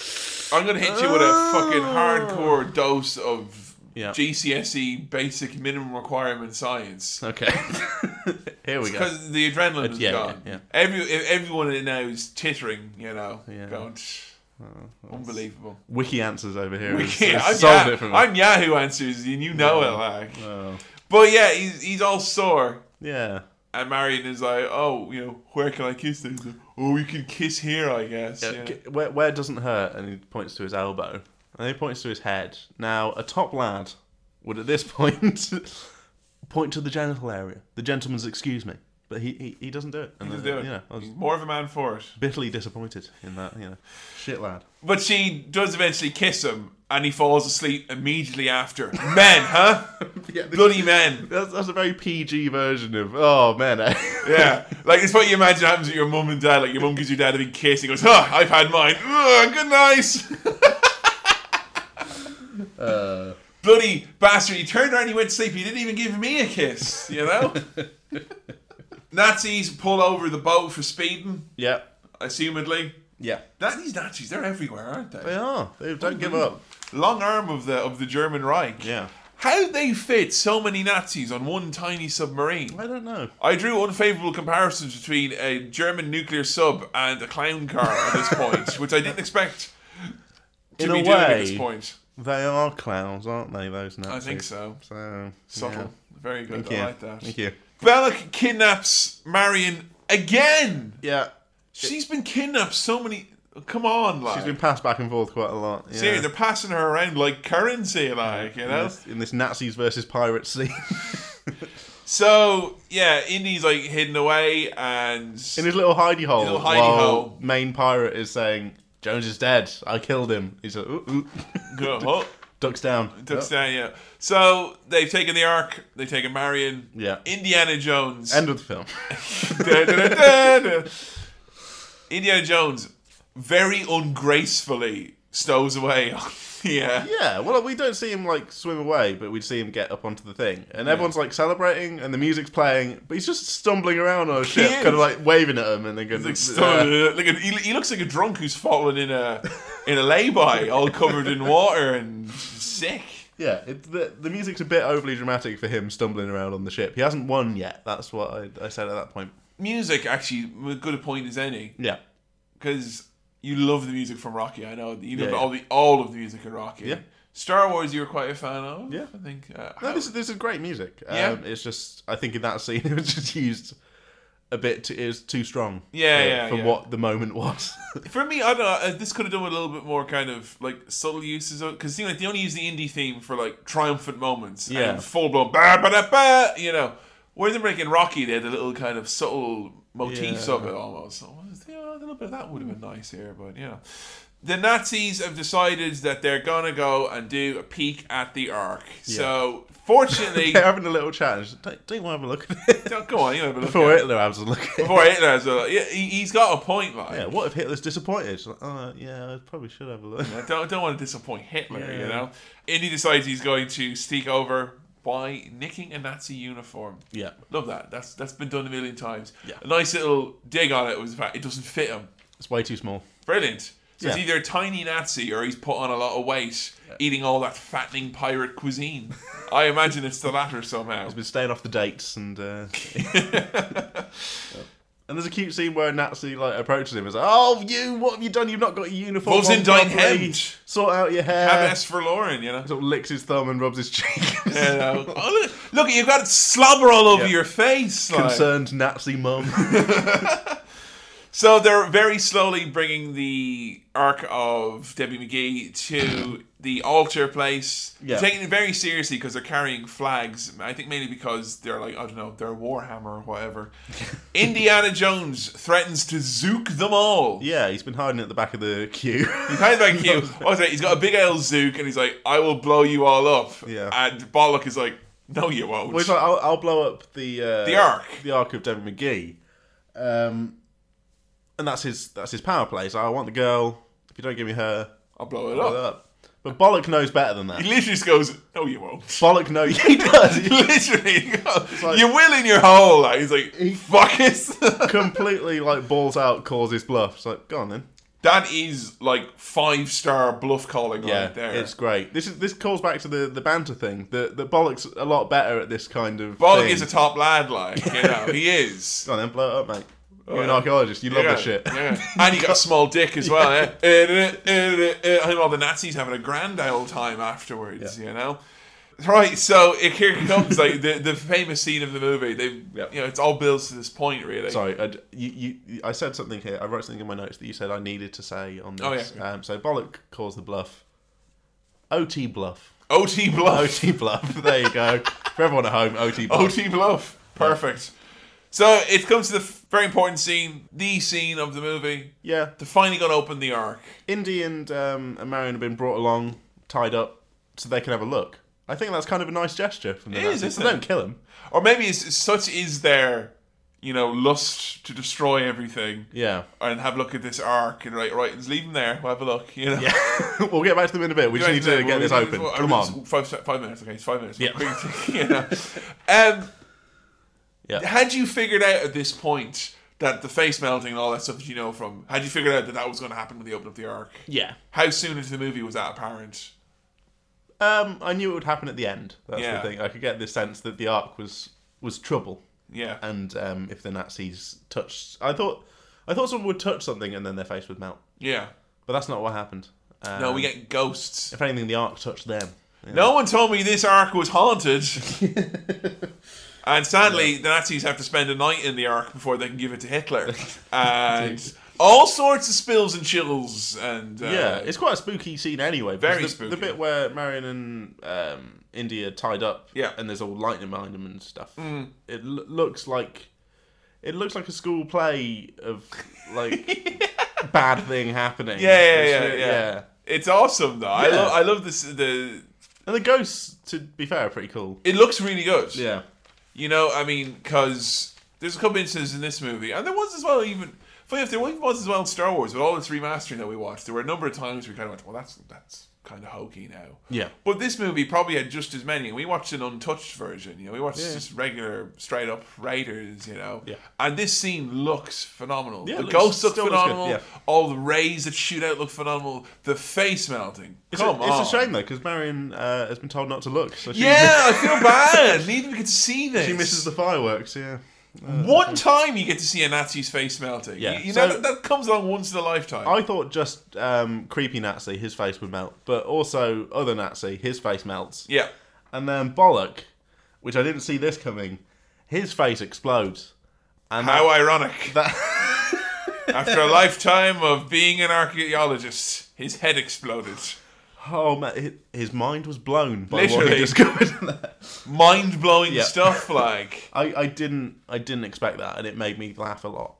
I'm gonna hit you with a fucking hardcore dose of
Yeah.
GCSE E basic minimum requirement science.
okay, *laughs* here we go.
Because the adrenaline is
yeah,
gone.
yeah, yeah.
Every e, everyone now is tittering, you know.
Yeah. Oh,
Going, "Tch, unbelievable.
Wiki answers over here.
We
has-
can't-
has
I'm,
solved
Ya-
it for me.
I'm Yahoo answers, and you know it, like.
Oh,
But yeah, he's he's all sore.
yeah,
And Marion is like, oh, you know, where can I kiss this? Oh, you can kiss here, I guess. Yeah.
K- Where, where doesn't hurt, and he points to his elbow, and he points to his head. Now, a top lad would at this *laughs* point point to the genital area. The gentleman's excuse me, but he he, he doesn't do it. And
He's
then,
doing
You know, I was
He's more of a man for it.
bitterly disappointed in that. You know, shit lad.
But she does eventually kiss him, and he falls asleep immediately after. Men, huh?
Yeah,
Bloody men.
That's, that's a very PG version of oh man. *laughs* eh?"
Yeah, like it's what you imagine happens at your mum and dad. Like your mum gives your dad a big kiss. He goes, "Huh, I've had mine. Ugh, good night."
Uh,
Bloody bastard! He turned around, he went to sleep. He didn't even give me a kiss. You
*laughs*
know. Nazis pull over the boat for speeding,
yeah,
assumedly.
yeah.
That these Nazis, they're everywhere, aren't they?
They are. They
Oh,
don't give up.
Long arm of the of the German Reich.
Yeah.
How they fit so many Nazis on one tiny submarine?
I don't know.
I drew unfavorable comparisons between a German nuclear sub and a clown car at this
*laughs*
point, which I didn't expect to
In
be
a
doing at this
way,
point.
They are clowns, aren't they? Those Nazis.
I think so.
So
Subtle.
yeah.
Very good.
Thank you.
I like that.
Thank you.
Belloc kidnaps Marion again.
Yeah.
She's been kidnapped so many. Come on, like.
She's been passed back and forth quite a lot. Yeah.
Seriously, they're passing her around like currency, like, you
in
know?
this, in this Nazis versus pirates scene. *laughs*
So, yeah, Indy's like hidden away and.
in his little hidey hole.
Little hidey
while
hole.
Main pirate is saying, Jones is dead. I killed him. He's like, ooh, ooh. *laughs*
Oh,
Ducks down.
ducks down, yeah. So, they've taken the Ark, they've taken Marion,
Yeah.
Indiana Jones. *laughs*
End of the film. *laughs*
Da, da, da, da, da. Indiana Jones very ungracefully stows away. *laughs* uh, yeah.
yeah, well, we don't see him, like, swim away, but we see him get up onto the thing. And everyone's, like, celebrating, and the music's playing, but he's just stumbling around on a ship,
is.
kind of, like, waving at him, and then going,
Like,
"Uh,
sto- like a, he, he looks like a drunk who's fallen in a in a lay-by, all covered in water and sick.
Yeah, it, the, the music's a bit overly dramatic for him stumbling around on the ship. He hasn't won yet. That's what I, I said at that point.
Music, actually, as good a point as any,
Yeah.
because you love the music from Rocky. I know you love
Yeah, yeah.
all the all of the music in Rocky.
Yeah.
Star Wars, you were quite a fan of.
Yeah.
I think. Uh,
No, this is this is great music. Um,
Yeah.
it's just I think in that scene *laughs* it was just used a bit. Too, it was too strong.
Yeah,
uh,
yeah,
for
yeah.
what the moment was. *laughs*
For me, I don't know. uh, This could have done with a little bit more kind of like subtle uses of because you know, like they only use the indie theme for like triumphant moments.
Yeah.
and full blown ba ba da ba. You know, where they're making Rocky, they had a little kind of subtle motifs
Yeah.
of it almost. So, you know, a little bit of that would have been nice here, but you know, the Nazis have decided that they're gonna go and do a peek at the Ark. So
*laughs*
fortunately,
They're having a little chat. and just, don't, don't you want to have a look
*laughs*
at it
don't go on. You know, but look
before
at it.
Hitler has a look at it?
before Hitler, as well. yeah, he, he's got a point. Like,
Yeah, what if Hitler's disappointed? It's like, oh, yeah, I probably should have a look.
I don't, don't want to disappoint Hitler, you
Yeah.
know. Indy decides he's going to sneak over by nicking a Nazi uniform.
Yeah,
Love that. That's that's been done a million times.
Yeah.
A nice little dig on it was the fact it doesn't fit him.
it's way too small.
Brilliant. So it's
Yeah.
either a tiny Nazi or he's put on a lot of weight, eating all that fattening pirate cuisine. I imagine it's the latter somehow.
He's been staying off the dates and. Uh, And there's a cute scene where a Nazi like approaches him and is like, "Oh, you! What have you done? You've not got your uniform.
Wolves in
on
dein
properly.
Hemd."
Sort out your hair."
*laughs* Have S for Lauren, you know. *laughs*
sort of licks his thumb and rubs his cheek.
You
*laughs*
know. Oh, look, look, you've got slobber all over
Yeah.
your face. like.
Concerned Nazi mum. *laughs*
So they're very slowly bringing the arc of Debbie McGee to the altar place.
Yeah.
They're taking it very seriously because they're carrying flags. I think mainly because they're like, I don't know, they're Warhammer or
*laughs*
whatever. Indiana Jones threatens to zook them all.
yeah, he's been hiding at the back of the queue. *laughs*
Kind of like you. I was like, he's got a big L zook and he's like, I will blow you all up.
Yeah.
And Bollock is like, No, you won't.
Well, he's like, I'll, I'll blow up the uh,
The Ark.
the arc of Devin McGee, um, and that's his that's his power play. So I want the girl. If you don't give me her,
I'll blow it
I'll blow
up.
it up. But Bollock knows better than that.
Oh. He literally just goes, No, you won't. *laughs*
Bollock knows *laughs* he does.
Literally,
like-
you're will in your hole. Like he's like,
He-
fuck it. *laughs*
Completely like balls out, calls his bluff. It's like, go on then.
that is like five star bluff calling right there.
it's great. This is this calls back to the, the banter thing. The the Bollock's a lot better at this kind of.
Bollock
thing.
is a top lad, like you know,
*laughs*
he is.
Go on then, blow it up, mate. You're an
yeah.
archaeologist. You love
yeah,
this shit.
yeah. and he got a small dick as well. Yeah. Eh, eh, eh, eh. I think all the Nazis having a grand old time afterwards. You know. Right, so it here comes like the the famous scene of the movie. They,
Yeah.
you know, it's all builds to this point, really.
Sorry, I, d- you, you, you- I said something here. I wrote something in my notes that you said I needed to say on
Oh,
this.
yeah.
um, so Bollock calls the bluff. OT bluff.
OT bluff. *laughs*
Oh, OT bluff. There you go. For everyone at home, OT. Bluff.
OT Bluff. Perfect. So it comes to the f- very important scene, the scene of the movie.
Yeah.
They're finally going to open the ark.
Indy and, um, and Marion have been brought along, tied up, so they can have a look. I think that's kind of a nice gesture from the
It is,
Nazis.
isn't
so
it?
don't kill him.
Or maybe it's, it's such is their, you know, lust to destroy everything
Yeah.
and have a look at this ark and right, right, just leave them there. We'll have a look, you know.
Yeah. *laughs* we'll get back to them in a bit. We just need to get this open. Come on.
Five, se- five minutes, okay, it's five minutes.
Yeah.
Quick, *laughs* you know. um,
Yeah.
Had you figured out at this point that the face melting and all that stuff that you know from, had you figured out that that was going to happen when they opened up the ark?
Yeah.
How soon into the movie was that apparent?
Um, I knew it would happen at the end. That's
Yeah.
the thing. I could get the sense that the arc was was trouble,
Yeah.
and um, if the Nazis touched, I thought, I thought someone would touch something and then their face would melt.
Yeah.
But that's not what happened. Um,
No, we get ghosts.
If anything, the arc touched them.
No one told me this ark was
*laughs*
haunted. and sadly, the Nazis have to spend a night in the ark before they can give it to Hitler.
*laughs*
And all sorts of spills and chills. And uh,
Yeah, it's quite a spooky scene anyway.
Very
because the,
spooky.
The bit where Marion and um, Indy are tied up,
Yeah. Mm.
and there's all lightning behind them and stuff. It l- looks like it looks like a school play of like
*laughs*
bad thing happening.
Yeah, yeah,
It's
yeah,
really-
yeah. it's awesome though. I
Yeah.
love. I love this. The
And the ghosts, to be fair, are pretty cool.
it looks really good.
Yeah,
You know, I mean, because there's a couple instances in this movie, and there was as well even. Funny if there was as well in Star Wars with all this remastering that we watched, there were a number of times we kind of went, "Well, that's that's kind of hokey now."
yeah,
But this movie probably had just as many. We watched an untouched version, you know. We watched
Yeah.
just regular, straight up Raiders, you know.
Yeah.
And this scene looks phenomenal.
Yeah,
the
it looks-
ghosts look
still looks good,
phenomenal.
yeah.
All the rays that shoot out look phenomenal. The face melting.
It's,
Come
a,
on.
it's a shame though because Marion uh, has been told not to look, so she,
Yeah,
*laughs*
I feel bad. Neither of you get to see this.
she misses the fireworks. Yeah,
One time you get to see a Nazi's face melting.
Yeah,
You, you
so-
know, that, that comes along once in a lifetime.
I thought just um, creepy Nazi, his face would melt, but also other Nazi, his face melts.
yeah.
And then Bollock, which I didn't see this coming, his face explodes. And
How ironic.
that,
*laughs*
*laughs*
After a lifetime of being an archaeologist, his head exploded.
oh man, hi- his mind was blown by what
Literally.
he discovered. in that.
Mind blowing
Yeah.
stuff, like.
I, I didn't I didn't expect that, and it made me laugh a lot,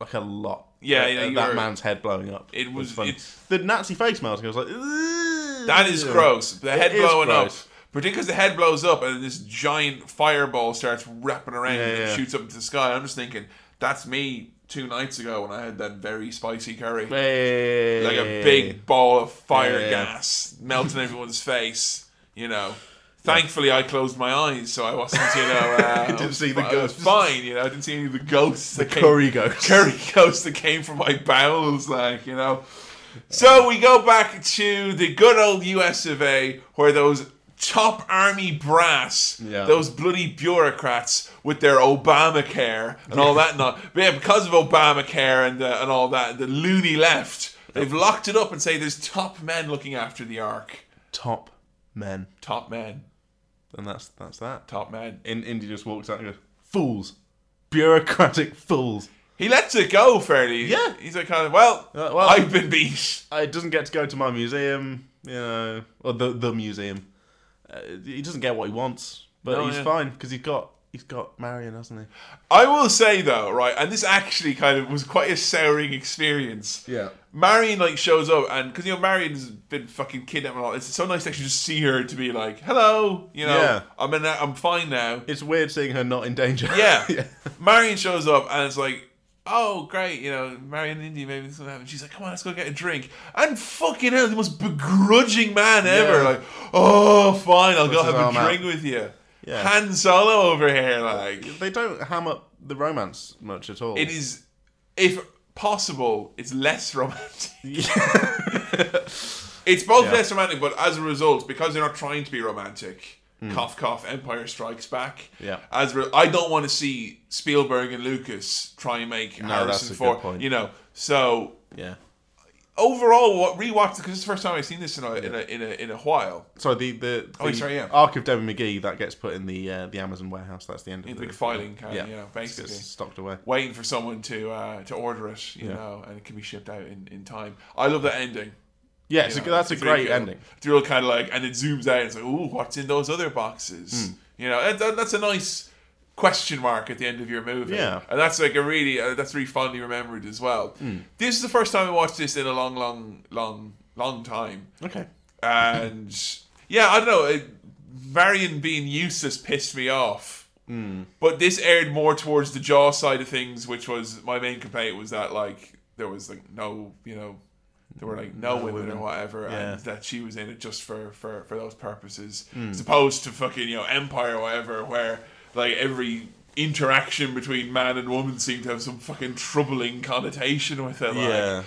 like a lot.
Yeah,
At-
yeah,
at
you
that
were-
man's head blowing up.
It was-
funny.
it's-
the Nazi face melting. I was like, "Ugh."
That is gross. The head
is
blowing up.
gross.
Particularly because the head blows up and this giant fireball starts wrapping around
Yeah,
and
yeah.
shoots up into the sky. I'm just thinking, that's me two nights ago when I had that very spicy curry.
Hey.
Like a big ball of fire
Yeah.
gas melting everyone's face, you know. Thankfully, I closed my eyes, so I wasn't, you know. Uh,
*laughs* Didn't
I was
see the
fi- I was
ghosts.
Fine, you know. I didn't see any of the ghosts. The
*laughs* curry ghost.
curry ghost that came from my bowels, like, you know. So we go back to the good old US of A, where those top army brass,
Yeah.
those bloody bureaucrats with their Obamacare and all that. Not, but yeah, because of Obamacare and, uh, and all that, the loony left, they've locked it up and say there's top men looking after the Ark.
top men,
Top men.
and that's that's that.
Top men.
In Indy just walks out and goes, "Fools, bureaucratic fools."
He lets it go fairly.
Yeah.
He's like, kind of, well,
Uh, well-
I've been beat.
Uh, It doesn't get to go to my museum, you know, or the the museum. Uh, he doesn't get what he wants, but
No,
he's
yeah.
fine because he's got he's got Marion, hasn't he?
I will say though, right, and this actually kind of was quite a souring experience.
Yeah.
Marion like shows up, and because you know Marion's been fucking kidnapped and all. It's so nice to actually just see her to be like, "Hello, you know,
Yeah.
I'm in, I'm fine now."
It's weird seeing her not in danger. *laughs*
Yeah. Marion shows up and it's like, oh, great, you know, Marion and Indy, maybe this will happen. She's like, come on, let's go get a drink. And fucking hell, the most begrudging man ever.
Yeah.
Like, oh, fine, I'll go
Puts his
have
arm
a
out.
drink with you.
Yeah.
Han Solo over here, like.
They don't ham up the romance much at all.
It is, if possible, it's less *laughs* romantic. It's both
Yeah.
less romantic, but as a result, because they're not trying to be romantic, cough cough, Empire Strikes Back.
Hmm. Yeah.
As re- I don't want to see Spielberg and Lucas try and make
that's
Harrison
a good
Ford.
point.
You know, so
*laughs* yeah.
overall, what rewatch because it's the first time I've seen this in a in a in a, in a while.
So the the,
Oh,
the
sorry, yeah.
Ark of Devon McGee that gets put in the uh, the Amazon warehouse. That's the end of
In
the
the big filing cabinet, you know,
It's-
basically.
it's stocked away.
Waiting for someone to uh, to order it, you
Yeah.
know, and it can be shipped out in, in time. I love that ending.
Yeah, it's
you
a,
know,
that's a
it's really
great
cool.
ending. Hmm.
It's real kind of like, and it zooms out. And it's like, ooh, what's in those other boxes? You know, that, that- that's a nice question mark at the end of your movie.
Yeah. Hmm.
and that's like a really uh, that's really fondly remembered as well. This is the first time I watched this in a long, long, long, long time,
Okay.
and yeah, I don't know. It, Varian being useless pissed me off.
Hmm.
But this aired more towards the jaw side of things, which was my main complaint was that like there was like no, you know, there were like no,
No
women,
women.
or whatever,
Yeah. Hmm.
and that she was in it just for for for those purposes, as opposed to fucking you know Empire or whatever, where like every interaction between man and woman seemed to have some fucking troubling connotation with it. Like,
Yeah.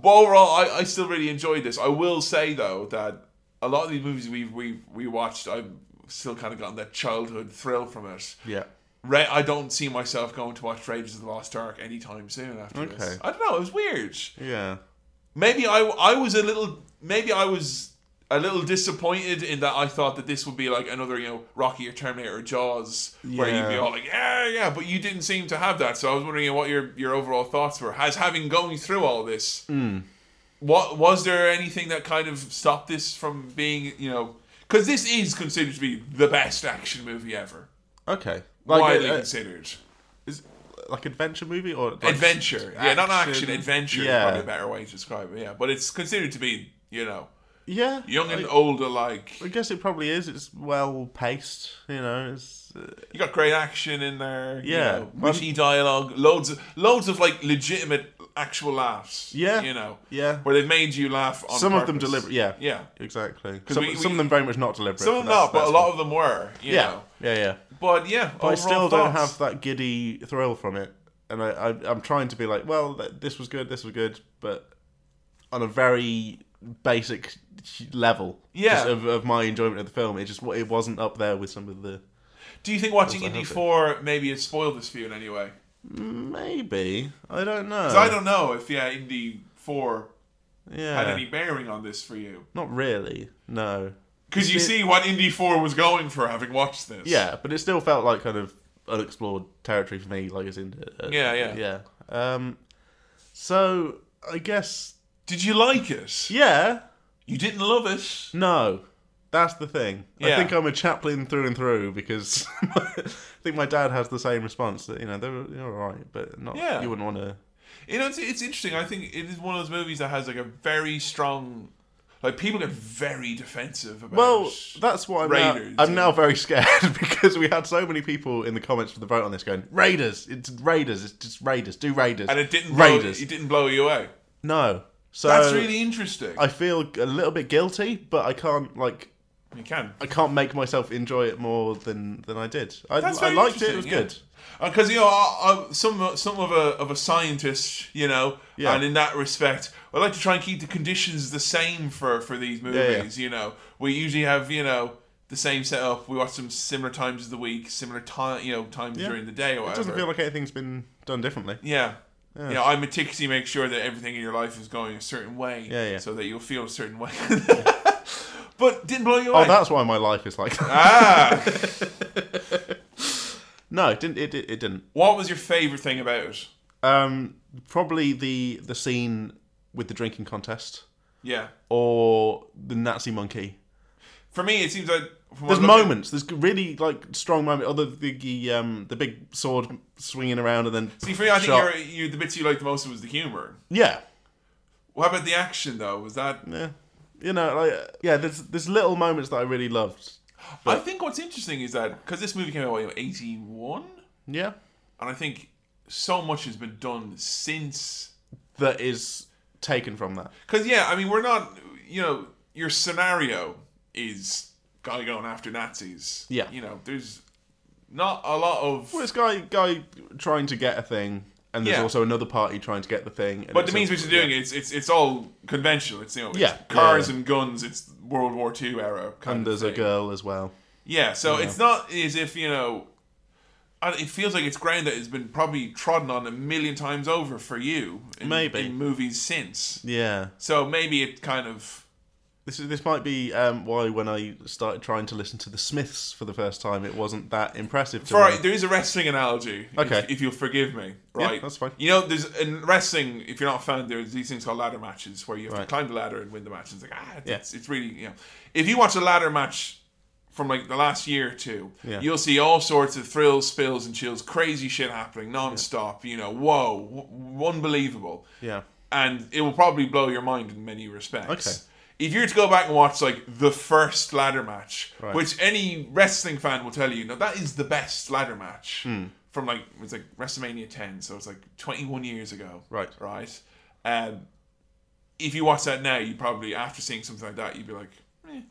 but overall, I, I still really enjoyed this. I will say though that a lot of these movies we've we we watched, I've still kind of gotten that childhood thrill from it.
Yeah.
Ra- I don't see myself going to watch Rages of the Lost Ark anytime soon after
Okay.
this. I don't know. It was weird.
Yeah.
Maybe I I was a little maybe I was a little disappointed in that I thought that this would be like another you know Rocky or Terminator or Jaws where you'd be
Yeah.
all like yeah yeah, but you didn't seem to have that. So I was wondering you know, what your your overall thoughts were. Has having going through all this,
Hmm.
what was there anything that kind of stopped this from being you know because this is considered to be the best action movie ever,
Okay.
widely
uh,
considered.
is like adventure movie or like,
Adventure, yeah, not action. Adventure is
Yeah.
probably a better way to describe it. Yeah, but it's considered to be, you know,
Yeah.
young and
I,
old alike.
I guess it probably is. It's well paced. You know. It's uh,
You got great action in there.
Yeah.
you know, witty dialogue, loads of loads of like legitimate actual laughs.
Yeah.
you know,
yeah.
where they've made you laugh. on
Some of them
purpose.
deliberate. Yeah.
Yeah,
Exactly. Some,
we-
some
we-
of them very much not deliberate.
some of them
that's-
not, but a
that's
lot
what-
of them were. You
Yeah.
know.
Yeah. Yeah.
but yeah,
But I
overall
still don't
thoughts.
have that giddy thrill from it, and I, I I'm trying to be like, well, th- this was good, this was good, but on a very basic level,
Yeah.
just of, of my enjoyment of the film, it just wa- it wasn't up there with some of the
Do you think watching
I
Indy
hope it-
Four maybe it spoiled this for you in any way?
maybe I don't know.
'Cause I don't know if yeah, Indy Four
yeah,
had any bearing on this for you.
not really. No.
Because you
It-
see what Indy 4 was going for having watched this.
Yeah, but it still felt like kind of unexplored territory for me, like it's in. Uh,
Yeah, yeah.
yeah. Um, so I guess
Did you like it?
yeah.
You didn't love it.
No, that's the thing.
Yeah.
I think I'm a Chaplin through and through because *laughs* I think my dad has the same response that you know they're you're all right, but not
Yeah.
you wouldn't want to.
You know, it's, it's interesting. I think it is one of those movies that has like a very strong. Like, people get very defensive about
Well,
it.
that's why I'm,
Raiders,
now, I'm
yeah.
now very *laughs* scared because we had so many people in the comments for the vote on this going Raiders, it's Raiders, it's just Raiders, do Raiders,
And it didn't, blow,
Raiders.
it didn't blow you away.
no, so
That's really interesting.
I feel a little bit guilty, but I can't like
you can.
I can't make myself enjoy it more than than I did. I,
That's
I
very
liked it; it was
interesting, yeah.
good.
Because you know, I, I, some uh, some of a of a scientist, you know,
Yeah.
and in that respect, I like to try and keep the conditions the same for for these
yeah.
movies. You know, we usually have you know the same setup. We watch them similar times of the week, similar time, you know, times during the day or
It
whatever.
doesn't feel like anything's been done differently.
yeah. Yeah. You know, I meticulously make sure that everything in your life is going a certain way,
Yeah, yeah.
so that you'll feel a certain way. *laughs* but didn't blow you away.
Oh, that's why my life is like that.
ah,
*laughs* No, it didn't. It, it, it didn't.
what was your favorite thing about it?
Um, probably the the scene with the drinking contest
Yeah,
or the Nazi monkey.
for me, it seems like from what
There's
I'm looking-
moments. There's really like strong moments. Other the, the um the big sword swinging around and then
See, for you, I think
shot.
you're, you the bits you liked the most was the humor.
yeah
What about the action though? Was that?
yeah you know like yeah there's there's little moments that I really loved.
I think what's interesting is that because this movie came out what, you know, eighty one,
Yeah,
and I think so much has been done since.
that is taken from that.
Because yeah, I mean we're not you know your scenario is guy going after Nazis.
Yeah.
you know there's not a lot of.
Well, this guy guy trying to get a thing. And there's
Yeah.
also another party trying to get the thing. and
But the
it's
means
a-
which you're doing it's it's it's all conventional. It's you know it's
Yeah, yeah,
cars
yeah.
and guns. It's World War Two era. Kind
And
of
there's a
thing.
girl as well.
Yeah, so it's not as if you know. I- It feels like it's ground that has been probably trodden on a million times over for you, in,
Maybe.
in movies since.
Yeah,
So maybe it kind of
this is this might be um, why when I started trying to listen to the Smiths for the first time, it wasn't that impressive to
For,
me.
there is a wrestling analogy. if-
Okay.
If, you'll forgive me,
Yeah,
right?
that's fine.
You know, there's in wrestling. If you're not a fan, there's these things called ladder matches where you have to
Right.
climb the ladder and win the match. And it's like ah, it's,
Yeah.
it's really you know. If you watch a ladder match from like the last year or two,
Yeah.
you'll see all sorts of thrills, spills, and chills, crazy shit happening non-stop. You know, whoa, w- unbelievable
Yeah.
and it will probably blow your mind in many respects.
Okay.
If you were to go back and watch like the first ladder match,
Right.
which any wrestling fan will tell you, no, that is the best ladder match
Hmm.
from like it was like WrestleMania 10, so it's like 21 years ago.
Right.
Right. Um, if you watch that now, you probably after seeing something like that, you'd be like,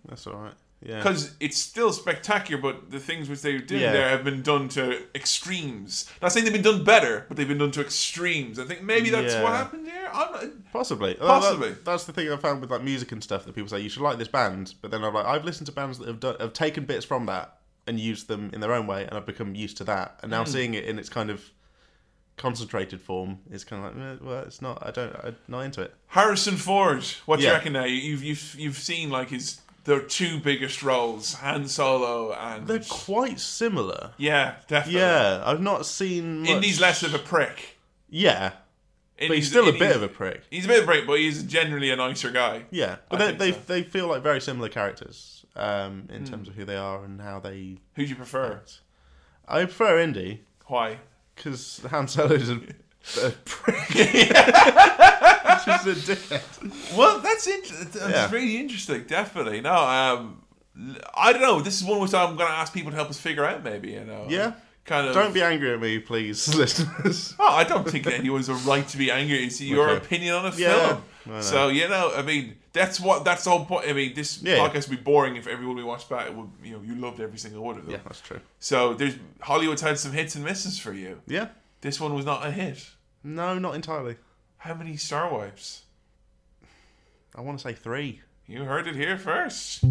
That's all right. Yeah.
because it's still spectacular, but the things which they were doing
Yeah.
there have been done to extremes. Not saying they've been done better, but they've been done to extremes. I think maybe that's what
Yeah.
happened here. I'm not,
Possibly. Well,
Possibly.
that- that's the thing I found with like music and stuff that people say you should like this band, but then I'm like I've listened to bands that have done, have taken bits from that and used them in their own way, and I've become used to that, and
Hmm.
now seeing it in its kind of concentrated form is kind of like eh, well, it's not. I don't. I'm not into it.
Harrison Ford. What do you
Yeah.
reckon now? You- You've you've you've seen like his the two biggest roles, Han Solo and
They're quite similar.
yeah, definitely.
Yeah, I've not seen. Much...
Indy's less of a prick,
Yeah, but
Indy's-
he's still a
Indy's-
bit of a prick.
He's a bit of a prick, but he's generally a nicer guy.
Yeah, but
I
they
think
they,
so. Hmm.
they feel like very similar characters um, in terms of who they are and how they.
Who do you prefer?
I prefer Indy.
Why?
Because Han Solo's a, a prick. *laughs* He's just a dickhead.
Well, that's interesting. That's
Yeah.
really interesting. Definitely. No, um, I don't know. This is one which I'm going to ask people to help us figure out. Maybe you know.
Yeah.
Kind of.
Don't be angry at me, please, *laughs* listeners.
Oh, I don't think anyone's a right to be angry. It's your
Okay.
opinion on a
Yeah.
film.
I know.
So you know, I mean, that's what that's the whole point. I mean, this
Yeah, yeah.
podcast would be boring if everyone we watched back would you know you loved every single one of them.
Yeah, that's true.
So there's Hollywood's had some hits and misses for you.
Yeah.
This one was not a hit.
No, not entirely.
How many star wipes?
I want to say three.
You heard it here first.